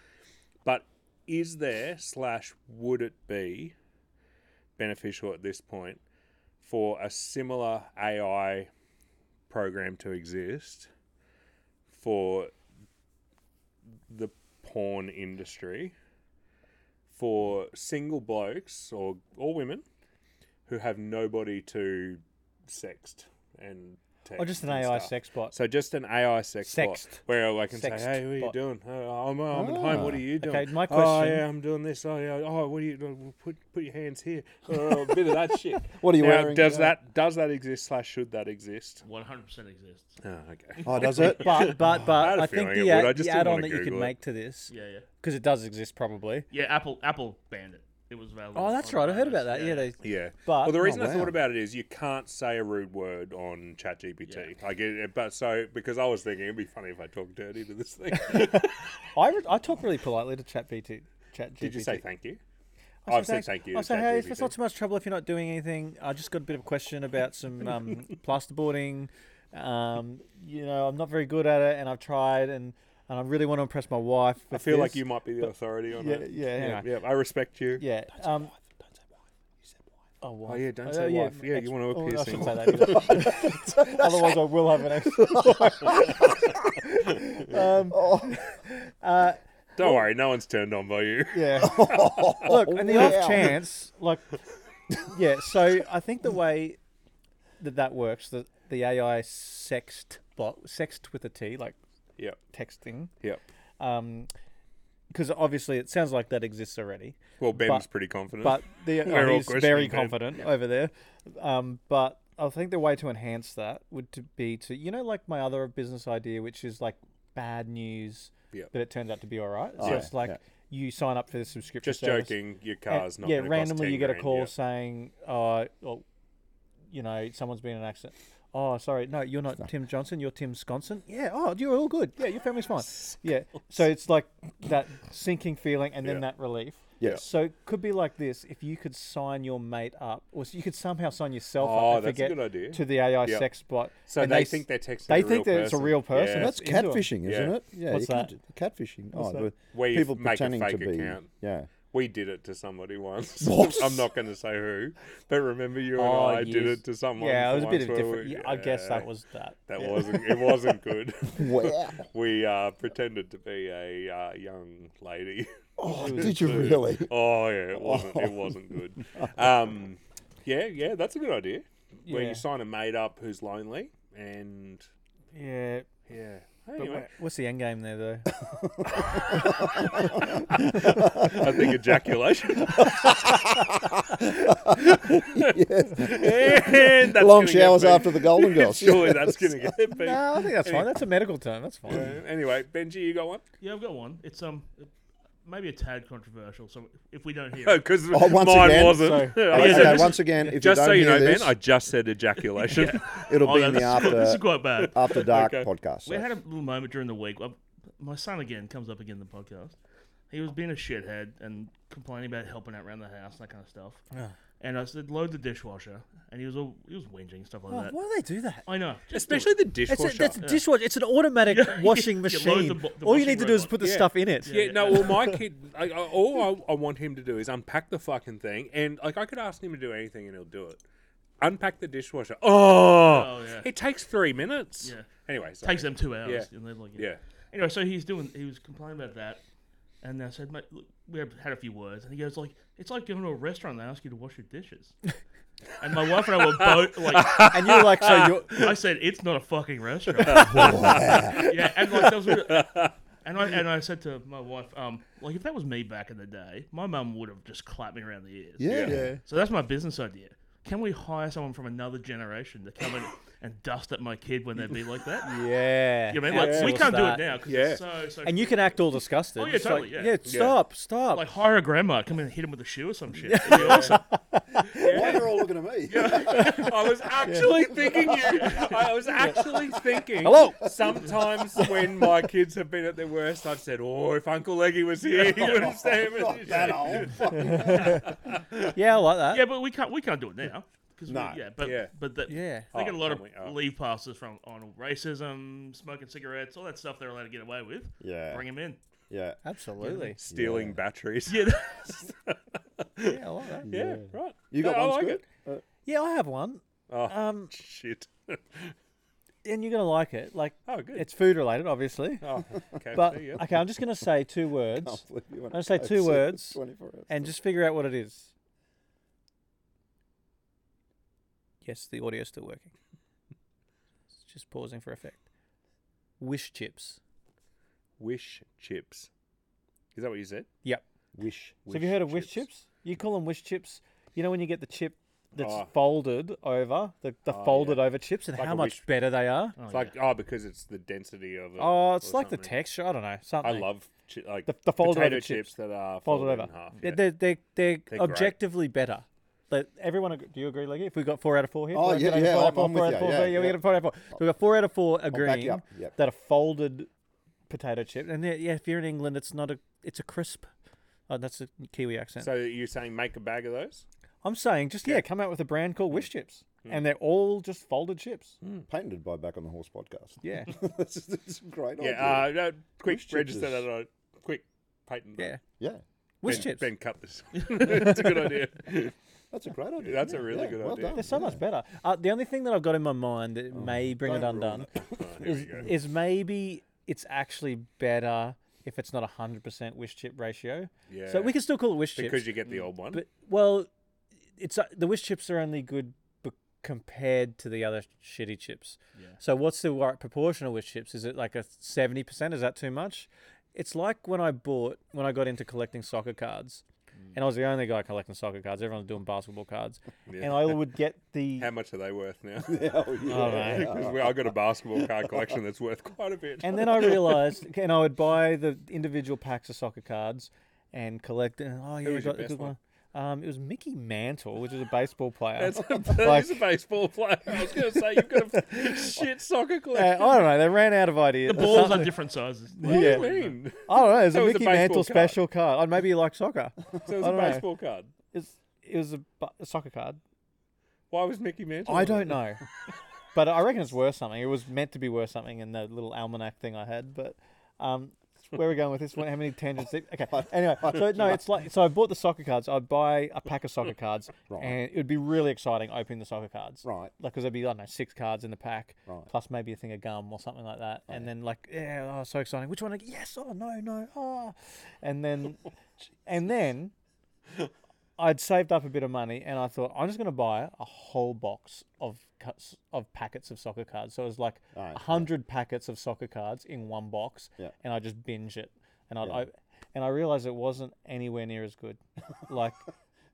Speaker 4: But is there, slash, would it be beneficial at this point for a similar AI program to exist for the porn industry for single blokes or, or women who have nobody to sext and text
Speaker 1: Or just an
Speaker 4: and
Speaker 1: AI
Speaker 4: stuff.
Speaker 1: sex bot.
Speaker 4: So just an AI sex
Speaker 1: Sext.
Speaker 4: bot where I can
Speaker 1: Sext
Speaker 4: say, "Hey, what are you
Speaker 1: bot. Ah,
Speaker 4: doing? Oh, I'm, I'm at home. What are you doing?
Speaker 1: Okay, my
Speaker 4: Oh
Speaker 1: question-
Speaker 4: yeah, I'm doing this. Oh yeah. Oh, what are you doing? Put put your hands here. Oh, a bit of that shit.
Speaker 3: What are you
Speaker 4: Now,
Speaker 3: wearing? uh,
Speaker 4: Does
Speaker 3: today?
Speaker 4: that does that exist? Slash, should that exist?
Speaker 2: One hundred percent exists.
Speaker 4: Oh, okay.
Speaker 3: Oh, does it?
Speaker 1: But but
Speaker 4: I had
Speaker 1: but
Speaker 4: a
Speaker 1: I think
Speaker 4: feeling it
Speaker 1: the,
Speaker 4: would, I
Speaker 1: ad,
Speaker 4: just
Speaker 1: the
Speaker 4: didn't
Speaker 1: add-on
Speaker 4: wanna
Speaker 1: that you could
Speaker 4: Google it.
Speaker 1: make to this
Speaker 2: Yeah, yeah,
Speaker 1: because it does exist probably.
Speaker 2: yeah. Apple, Apple banned it. It was available.
Speaker 1: Oh, that's
Speaker 2: on
Speaker 1: right. I heard
Speaker 2: iOS.
Speaker 1: about that. Yeah, they,
Speaker 4: Yeah.
Speaker 1: But-
Speaker 4: well, the reason I
Speaker 3: wow.
Speaker 4: thought about it is you can't say a rude word on ChatGPT. I get it, but so because I was thinking it'd be funny if I talked dirty to this thing.
Speaker 1: I, re- I talk really politely to Chat BT. Chat GPT.
Speaker 4: Did you say thank you?
Speaker 1: I say
Speaker 4: I've said
Speaker 1: thanks.
Speaker 4: thank you.
Speaker 1: I
Speaker 4: to
Speaker 1: say, hey, if
Speaker 4: ChatGPT.
Speaker 1: it's not too much trouble if you're not doing anything, I just got a bit of a question about some um, plasterboarding. Um, you know, I'm not very good at it, and I've tried, and, and I really want to impress my wife.
Speaker 4: I
Speaker 1: with
Speaker 4: feel like
Speaker 1: this.
Speaker 4: you might be the authority on
Speaker 1: Yeah,
Speaker 4: it.
Speaker 1: yeah, anyway.
Speaker 4: yeah, I respect you.
Speaker 1: Yeah. Um, Oh, wife.
Speaker 4: yeah, don't say wife. Yeah, you
Speaker 1: ex-
Speaker 4: wanna
Speaker 1: oh,
Speaker 4: appear
Speaker 1: I shouldn't
Speaker 4: single.
Speaker 1: say that either. Otherwise, I will have an ex. um, uh,
Speaker 4: Don't worry, no one's turned on by you.
Speaker 1: Yeah. Look, and the
Speaker 4: Oh,
Speaker 1: off
Speaker 3: Wow.
Speaker 1: chance, like, yeah. So I think the way that that works, that the AI sext bot, sext with a T, like
Speaker 4: Yep,
Speaker 1: texting,
Speaker 4: yep.
Speaker 1: um, because obviously it sounds like that exists already.
Speaker 4: Well, Ben's
Speaker 1: But-
Speaker 4: pretty confident.
Speaker 1: But the
Speaker 4: We're
Speaker 1: oh,
Speaker 4: all
Speaker 1: he's very
Speaker 4: questioning Ben.
Speaker 1: confident over there. Um, but I think the way to enhance that would to be to you know like my other business idea, which is like bad news,
Speaker 4: Yep.
Speaker 1: but it turns out to be all right. So
Speaker 3: Yeah,
Speaker 1: it's like
Speaker 3: yeah.
Speaker 1: you sign up for the subscription.
Speaker 4: just
Speaker 1: service
Speaker 4: joking, your
Speaker 1: and-
Speaker 4: car's not.
Speaker 1: Uh, yeah,
Speaker 4: gonna cost
Speaker 1: randomly
Speaker 4: 10
Speaker 1: you get a
Speaker 4: grand,
Speaker 1: call
Speaker 4: yeah.
Speaker 1: saying, uh, well, you know, someone's been in an accident. Oh, sorry, no, you're not Tim Johnson. You're Tim Sconson. Yeah. Oh, you're all good. Yeah, your family's fine. Yeah. So it's like that sinking feeling, and then
Speaker 4: Yeah.
Speaker 1: that relief.
Speaker 3: Yeah.
Speaker 1: So it could be like this: if you could sign your mate up, or you could somehow sign yourself
Speaker 4: Oh,
Speaker 1: up and
Speaker 4: that's a
Speaker 1: forget
Speaker 4: good idea.
Speaker 1: to the AI
Speaker 4: Yep.
Speaker 1: sex bot.
Speaker 4: So
Speaker 1: and
Speaker 4: they,
Speaker 1: s-
Speaker 4: think they're texting.
Speaker 1: they
Speaker 4: a
Speaker 1: think
Speaker 4: real
Speaker 1: that
Speaker 4: person.
Speaker 1: it's a real person.
Speaker 4: Yeah.
Speaker 3: That's
Speaker 1: into it.
Speaker 3: catfishing, isn't
Speaker 4: Yeah.
Speaker 3: it? Yeah,
Speaker 1: What's
Speaker 3: you
Speaker 1: that?
Speaker 3: can't do- catfishing.
Speaker 1: What's
Speaker 3: oh,
Speaker 1: that?
Speaker 3: the
Speaker 4: Where you
Speaker 3: people
Speaker 4: make a
Speaker 3: pretending
Speaker 4: fake
Speaker 3: to be.
Speaker 4: account.
Speaker 3: Yeah.
Speaker 4: We did it to somebody once.
Speaker 3: What?
Speaker 4: I'm not going to say who, but remember you and
Speaker 1: Oh,
Speaker 4: I did
Speaker 1: yes.
Speaker 4: it to someone.
Speaker 1: yeah, it was a
Speaker 4: for
Speaker 1: bit of
Speaker 4: once where
Speaker 1: different.
Speaker 4: we-
Speaker 1: yeah, I guess that
Speaker 4: yeah,
Speaker 1: was that.
Speaker 4: that
Speaker 1: Yeah.
Speaker 4: wasn't it wasn't good.
Speaker 3: Wow.
Speaker 4: we uh, pretended to be a uh, young lady.
Speaker 3: Oh, did you
Speaker 4: So-
Speaker 3: really?
Speaker 4: Oh yeah, it wasn't. It wasn't good. Um, yeah, yeah, that's a good idea. Where
Speaker 1: Yeah.
Speaker 4: you sign a mate up who's lonely, and
Speaker 1: Yeah.
Speaker 4: yeah.
Speaker 1: But
Speaker 4: Anyway,
Speaker 1: wh- what's the end game there, though?
Speaker 4: I think ejaculation. And that's
Speaker 3: Long
Speaker 4: gonna get
Speaker 3: showers
Speaker 4: me.
Speaker 3: after the Golden Girls.
Speaker 4: Surely that's gonna get me.
Speaker 1: no, I think that's fine. That's a medical term. That's fine.
Speaker 4: Uh, anyway, Benji, you got one?
Speaker 2: Yeah, I've got one. It's um, maybe a tad controversial. So if we don't hear,
Speaker 4: No,
Speaker 2: it,
Speaker 4: because
Speaker 3: Oh, once
Speaker 4: mine
Speaker 3: again,
Speaker 4: wasn't. I
Speaker 3: Okay,
Speaker 4: said-
Speaker 3: once again, if
Speaker 4: just
Speaker 3: you don't
Speaker 4: so you know,
Speaker 3: hear this,
Speaker 4: Ben, I just said ejaculation.
Speaker 3: it'll
Speaker 2: oh,
Speaker 3: be
Speaker 2: no,
Speaker 3: in
Speaker 2: this,
Speaker 3: the
Speaker 2: is, quite- this is
Speaker 3: after
Speaker 2: quite bad.
Speaker 1: Oh,
Speaker 3: after dark
Speaker 4: Okay.
Speaker 3: podcast.
Speaker 2: We
Speaker 3: so.
Speaker 2: had a little moment during the week. Well, my son again comes up again in the podcast. He was being a shithead and complaining about helping out around the house and that kind of stuff. And I said, load the dishwasher, and he was all he was whinging stuff
Speaker 1: Oh,
Speaker 2: like that.
Speaker 5: Why do they do that?
Speaker 2: I know, just do it.
Speaker 4: Especially the
Speaker 5: It's
Speaker 4: dishwasher.
Speaker 5: a, that's a dishwasher. It's an automatic
Speaker 2: Yeah, you
Speaker 5: washing
Speaker 2: load the
Speaker 5: machine.
Speaker 2: bo- the
Speaker 5: All you
Speaker 2: washing
Speaker 5: need to do is
Speaker 2: robot.
Speaker 5: put the
Speaker 4: Yeah.
Speaker 5: stuff in it.
Speaker 4: yeah, no. Well, my kid, like, I- all I, I want him to do is unpack the fucking thing, and like I could ask him to do anything, and he'll do it. Unpack the dishwasher. Oh,
Speaker 2: Oh, yeah.
Speaker 4: it takes three minutes.
Speaker 2: Yeah.
Speaker 4: Anyway, sorry.
Speaker 2: takes them two hours.
Speaker 4: Yeah.
Speaker 2: And they're like,
Speaker 4: Yeah.
Speaker 2: Anyway, so he's doing. He was complaining about that, and I said, "Mate, look, we have had a few words." And he goes, "Like it's like going to a restaurant. and They ask you to wash your dishes." and my wife and I were both like,
Speaker 5: And you're like, so you're.
Speaker 2: "I said it's not a fucking restaurant." yeah, and like that was. really- and I and I said to my wife, um, like if that was me back in the day, my mum would have just clapped me around the ears.
Speaker 3: yeah.
Speaker 4: Yeah.
Speaker 2: So that's my business idea. Can we hire someone from another generation to come in and dust at my kid when they be like that?
Speaker 1: Yeah.
Speaker 2: You know what I mean? Like, we
Speaker 1: Outsource
Speaker 2: can't do
Speaker 1: that.
Speaker 2: it now because
Speaker 4: Yeah.
Speaker 2: it's so, so.
Speaker 1: And you can act all disgusted.
Speaker 2: Oh, yeah,
Speaker 1: It's like,
Speaker 2: totally, yeah.
Speaker 1: stop, stop.
Speaker 2: like hire a grandma, come in and hit him with a shoe or some shit. It'd be awesome.
Speaker 3: Why they're all looking at me?
Speaker 4: I was actually thinking you. I was actually thinking.
Speaker 1: Hello.
Speaker 4: Sometimes when my kids have been at their worst, I've said, "Oh, if Uncle Leggy was here, he would have saved me."
Speaker 3: That old.
Speaker 1: yeah, I like that.
Speaker 2: yeah, but we can't we can't do it now. 'cause
Speaker 3: No,
Speaker 2: we, yeah, but
Speaker 4: yeah.
Speaker 2: but the,
Speaker 1: Yeah.
Speaker 2: they get a
Speaker 4: Oh,
Speaker 2: lot of
Speaker 4: probably, oh.
Speaker 2: leave passes from on racism, smoking cigarettes, all that stuff they're allowed to get away with.
Speaker 3: Yeah.
Speaker 2: Bring him in.
Speaker 3: Yeah.
Speaker 1: Absolutely.
Speaker 4: Stealing batteries.
Speaker 2: Yeah,
Speaker 1: Yeah, I like that.
Speaker 4: Yeah, right.
Speaker 3: You got
Speaker 4: No,
Speaker 3: one
Speaker 4: I like
Speaker 3: good?
Speaker 4: it.
Speaker 1: Yeah, I have one.
Speaker 4: Oh,
Speaker 1: Um,
Speaker 4: shit.
Speaker 1: and you're gonna like it. Like,
Speaker 4: Oh, good.
Speaker 1: it's food related, obviously.
Speaker 4: Oh, okay.
Speaker 1: But
Speaker 4: there you go.
Speaker 1: okay, I'm just gonna say two
Speaker 3: Oh,
Speaker 1: words
Speaker 3: I'm
Speaker 1: gonna say two words, and just figure out what it is. Yes, the audio's still working. It's just pausing for effect. Wish chips.
Speaker 4: Wish chips. Is that what you said?
Speaker 1: Yep.
Speaker 3: wish.
Speaker 1: so have you heard of wish chips? You call them wish chips. You know when you get the chip that's
Speaker 4: Oh.
Speaker 1: folded over, the, the
Speaker 4: Oh, yeah.
Speaker 1: folded over chips, and
Speaker 4: Like
Speaker 1: how
Speaker 4: a
Speaker 1: much
Speaker 4: wish-
Speaker 1: better they are.
Speaker 2: Oh,
Speaker 4: It's
Speaker 2: yeah.
Speaker 4: like oh, because it's the density of it.
Speaker 1: Oh, it's
Speaker 4: or
Speaker 1: like the
Speaker 4: something.
Speaker 1: texture. I don't know.
Speaker 4: I
Speaker 1: Something.
Speaker 4: love chi- like
Speaker 1: The- the folded
Speaker 4: potato
Speaker 1: over
Speaker 4: chips that are
Speaker 1: folded over.
Speaker 4: in half.
Speaker 1: They're,
Speaker 4: yeah.
Speaker 1: they're, they're, they're
Speaker 4: great.
Speaker 1: objectively better. But everyone, ag- do you agree, Leggy? If we got four out of four here,
Speaker 3: Oh,
Speaker 1: four out
Speaker 3: yeah,
Speaker 1: of
Speaker 3: yeah,
Speaker 1: four out
Speaker 3: I'm-
Speaker 1: of four,
Speaker 3: I'm
Speaker 1: four
Speaker 3: with
Speaker 1: out of
Speaker 3: you,
Speaker 1: four,
Speaker 3: yeah,
Speaker 1: we
Speaker 3: yeah.
Speaker 1: got four out of four. So we got four out of four
Speaker 3: back
Speaker 1: agreeing
Speaker 3: you up, yep.
Speaker 1: that are folded potato chip. And yeah, yeah, if you're in England, it's not a, it's a crisp. Oh, that's a Kiwi accent.
Speaker 4: So you're saying make a bag of those?
Speaker 1: I'm saying just yeah, come out with a brand called
Speaker 4: Mm.
Speaker 1: Wish Chips, and they're all just folded chips.
Speaker 3: Painted by Back on the Horse podcast.
Speaker 1: Yeah,
Speaker 3: this, is, this is a
Speaker 1: Oh,
Speaker 3: great idea.
Speaker 4: yeah. Uh, no, quick
Speaker 3: Wish chips
Speaker 4: register
Speaker 3: is-
Speaker 4: that on a quick patent.
Speaker 1: yeah.
Speaker 3: yeah.
Speaker 1: Wish
Speaker 4: ben,
Speaker 1: Chips.
Speaker 4: Ben, cut this. it's a good idea.
Speaker 3: That's a great idea.
Speaker 4: That's a
Speaker 3: yeah,
Speaker 4: really
Speaker 3: yeah,
Speaker 4: good
Speaker 3: well
Speaker 4: idea.
Speaker 3: done,
Speaker 1: They're so
Speaker 3: yeah.
Speaker 1: much better. Uh, the only thing that I've got in my mind that may bring it
Speaker 3: don't ruin
Speaker 1: undone
Speaker 4: Oh, here we
Speaker 1: is,
Speaker 4: go.
Speaker 1: is maybe it's actually better if it's not a hundred percent wish chip ratio. So
Speaker 4: Yeah.
Speaker 1: we can still call it wish chips.
Speaker 4: Because you get the old one.
Speaker 1: but well, it's uh, the wish chips are only good b- compared to the other shitty chips.
Speaker 2: Yeah.
Speaker 1: So what's the right proportion of wish chips? Is it like a seventy percent? Is that too much? It's like when I bought when I got into collecting soccer cards.
Speaker 4: Mm.
Speaker 1: And I was the only guy collecting soccer cards. Everyone was doing basketball cards, and I would get the
Speaker 4: How much are they worth now?
Speaker 3: Oh, yeah.
Speaker 1: Oh, mate.
Speaker 4: Because we- I've got a basketball card collection that's worth quite a bit.
Speaker 1: And then I realized, and I would buy the individual packs of soccer cards and collect. And, oh yeah,
Speaker 4: Who
Speaker 1: you
Speaker 4: was your
Speaker 1: got a
Speaker 4: best
Speaker 1: good
Speaker 4: one?
Speaker 1: one. Um, it was Mickey Mantle, which is a baseball player.
Speaker 4: That's a, that
Speaker 1: Like-
Speaker 4: is a baseball player. I was going to say you've got a shit soccer
Speaker 1: Uh,
Speaker 4: collection.
Speaker 1: I don't know. They ran out of ideas.
Speaker 2: the balls are
Speaker 1: Something-
Speaker 2: different sizes.
Speaker 4: what
Speaker 1: yeah.
Speaker 4: do you mean?
Speaker 1: I don't know. It's
Speaker 4: So
Speaker 1: a
Speaker 4: it was a
Speaker 1: Mickey
Speaker 4: baseball
Speaker 1: Mantle
Speaker 4: card.
Speaker 1: special card. Oh, maybe you like soccer.
Speaker 4: So it was
Speaker 1: I
Speaker 4: a
Speaker 1: don't know.
Speaker 4: baseball card.
Speaker 1: It's, it was a, bu- a soccer card.
Speaker 4: Why was Mickey Mantle?
Speaker 1: I
Speaker 4: on
Speaker 1: don't
Speaker 4: it?
Speaker 1: know, but I reckon it's worth something. It was meant to be worth something in the little almanac thing I had. But um, where are we going with this? What- How many tangents? deep? Okay. Anyway, so no, it's like so. I bought the soccer cards. I'd buy a pack of soccer cards, and it would be really exciting opening the soccer cards.
Speaker 3: Right.
Speaker 1: Like, because there'd be I don't know six cards in the pack,
Speaker 3: Right.
Speaker 1: plus maybe a thing of gum or something like that, and then like yeah, oh, so exciting. Which one? I- Yes. Oh no, no. Oh, and then,
Speaker 3: Oh,
Speaker 1: and then. I'd saved up a bit of money, and I thought I'm just going to buy a whole box of cuts of packets of soccer cards. So it was like a
Speaker 3: Alright, yeah.
Speaker 1: hundred packets of soccer cards in one box,
Speaker 3: Yeah.
Speaker 1: and I just binge it. And I'd
Speaker 3: Yeah.
Speaker 1: op- and I realized it wasn't anywhere near as good. like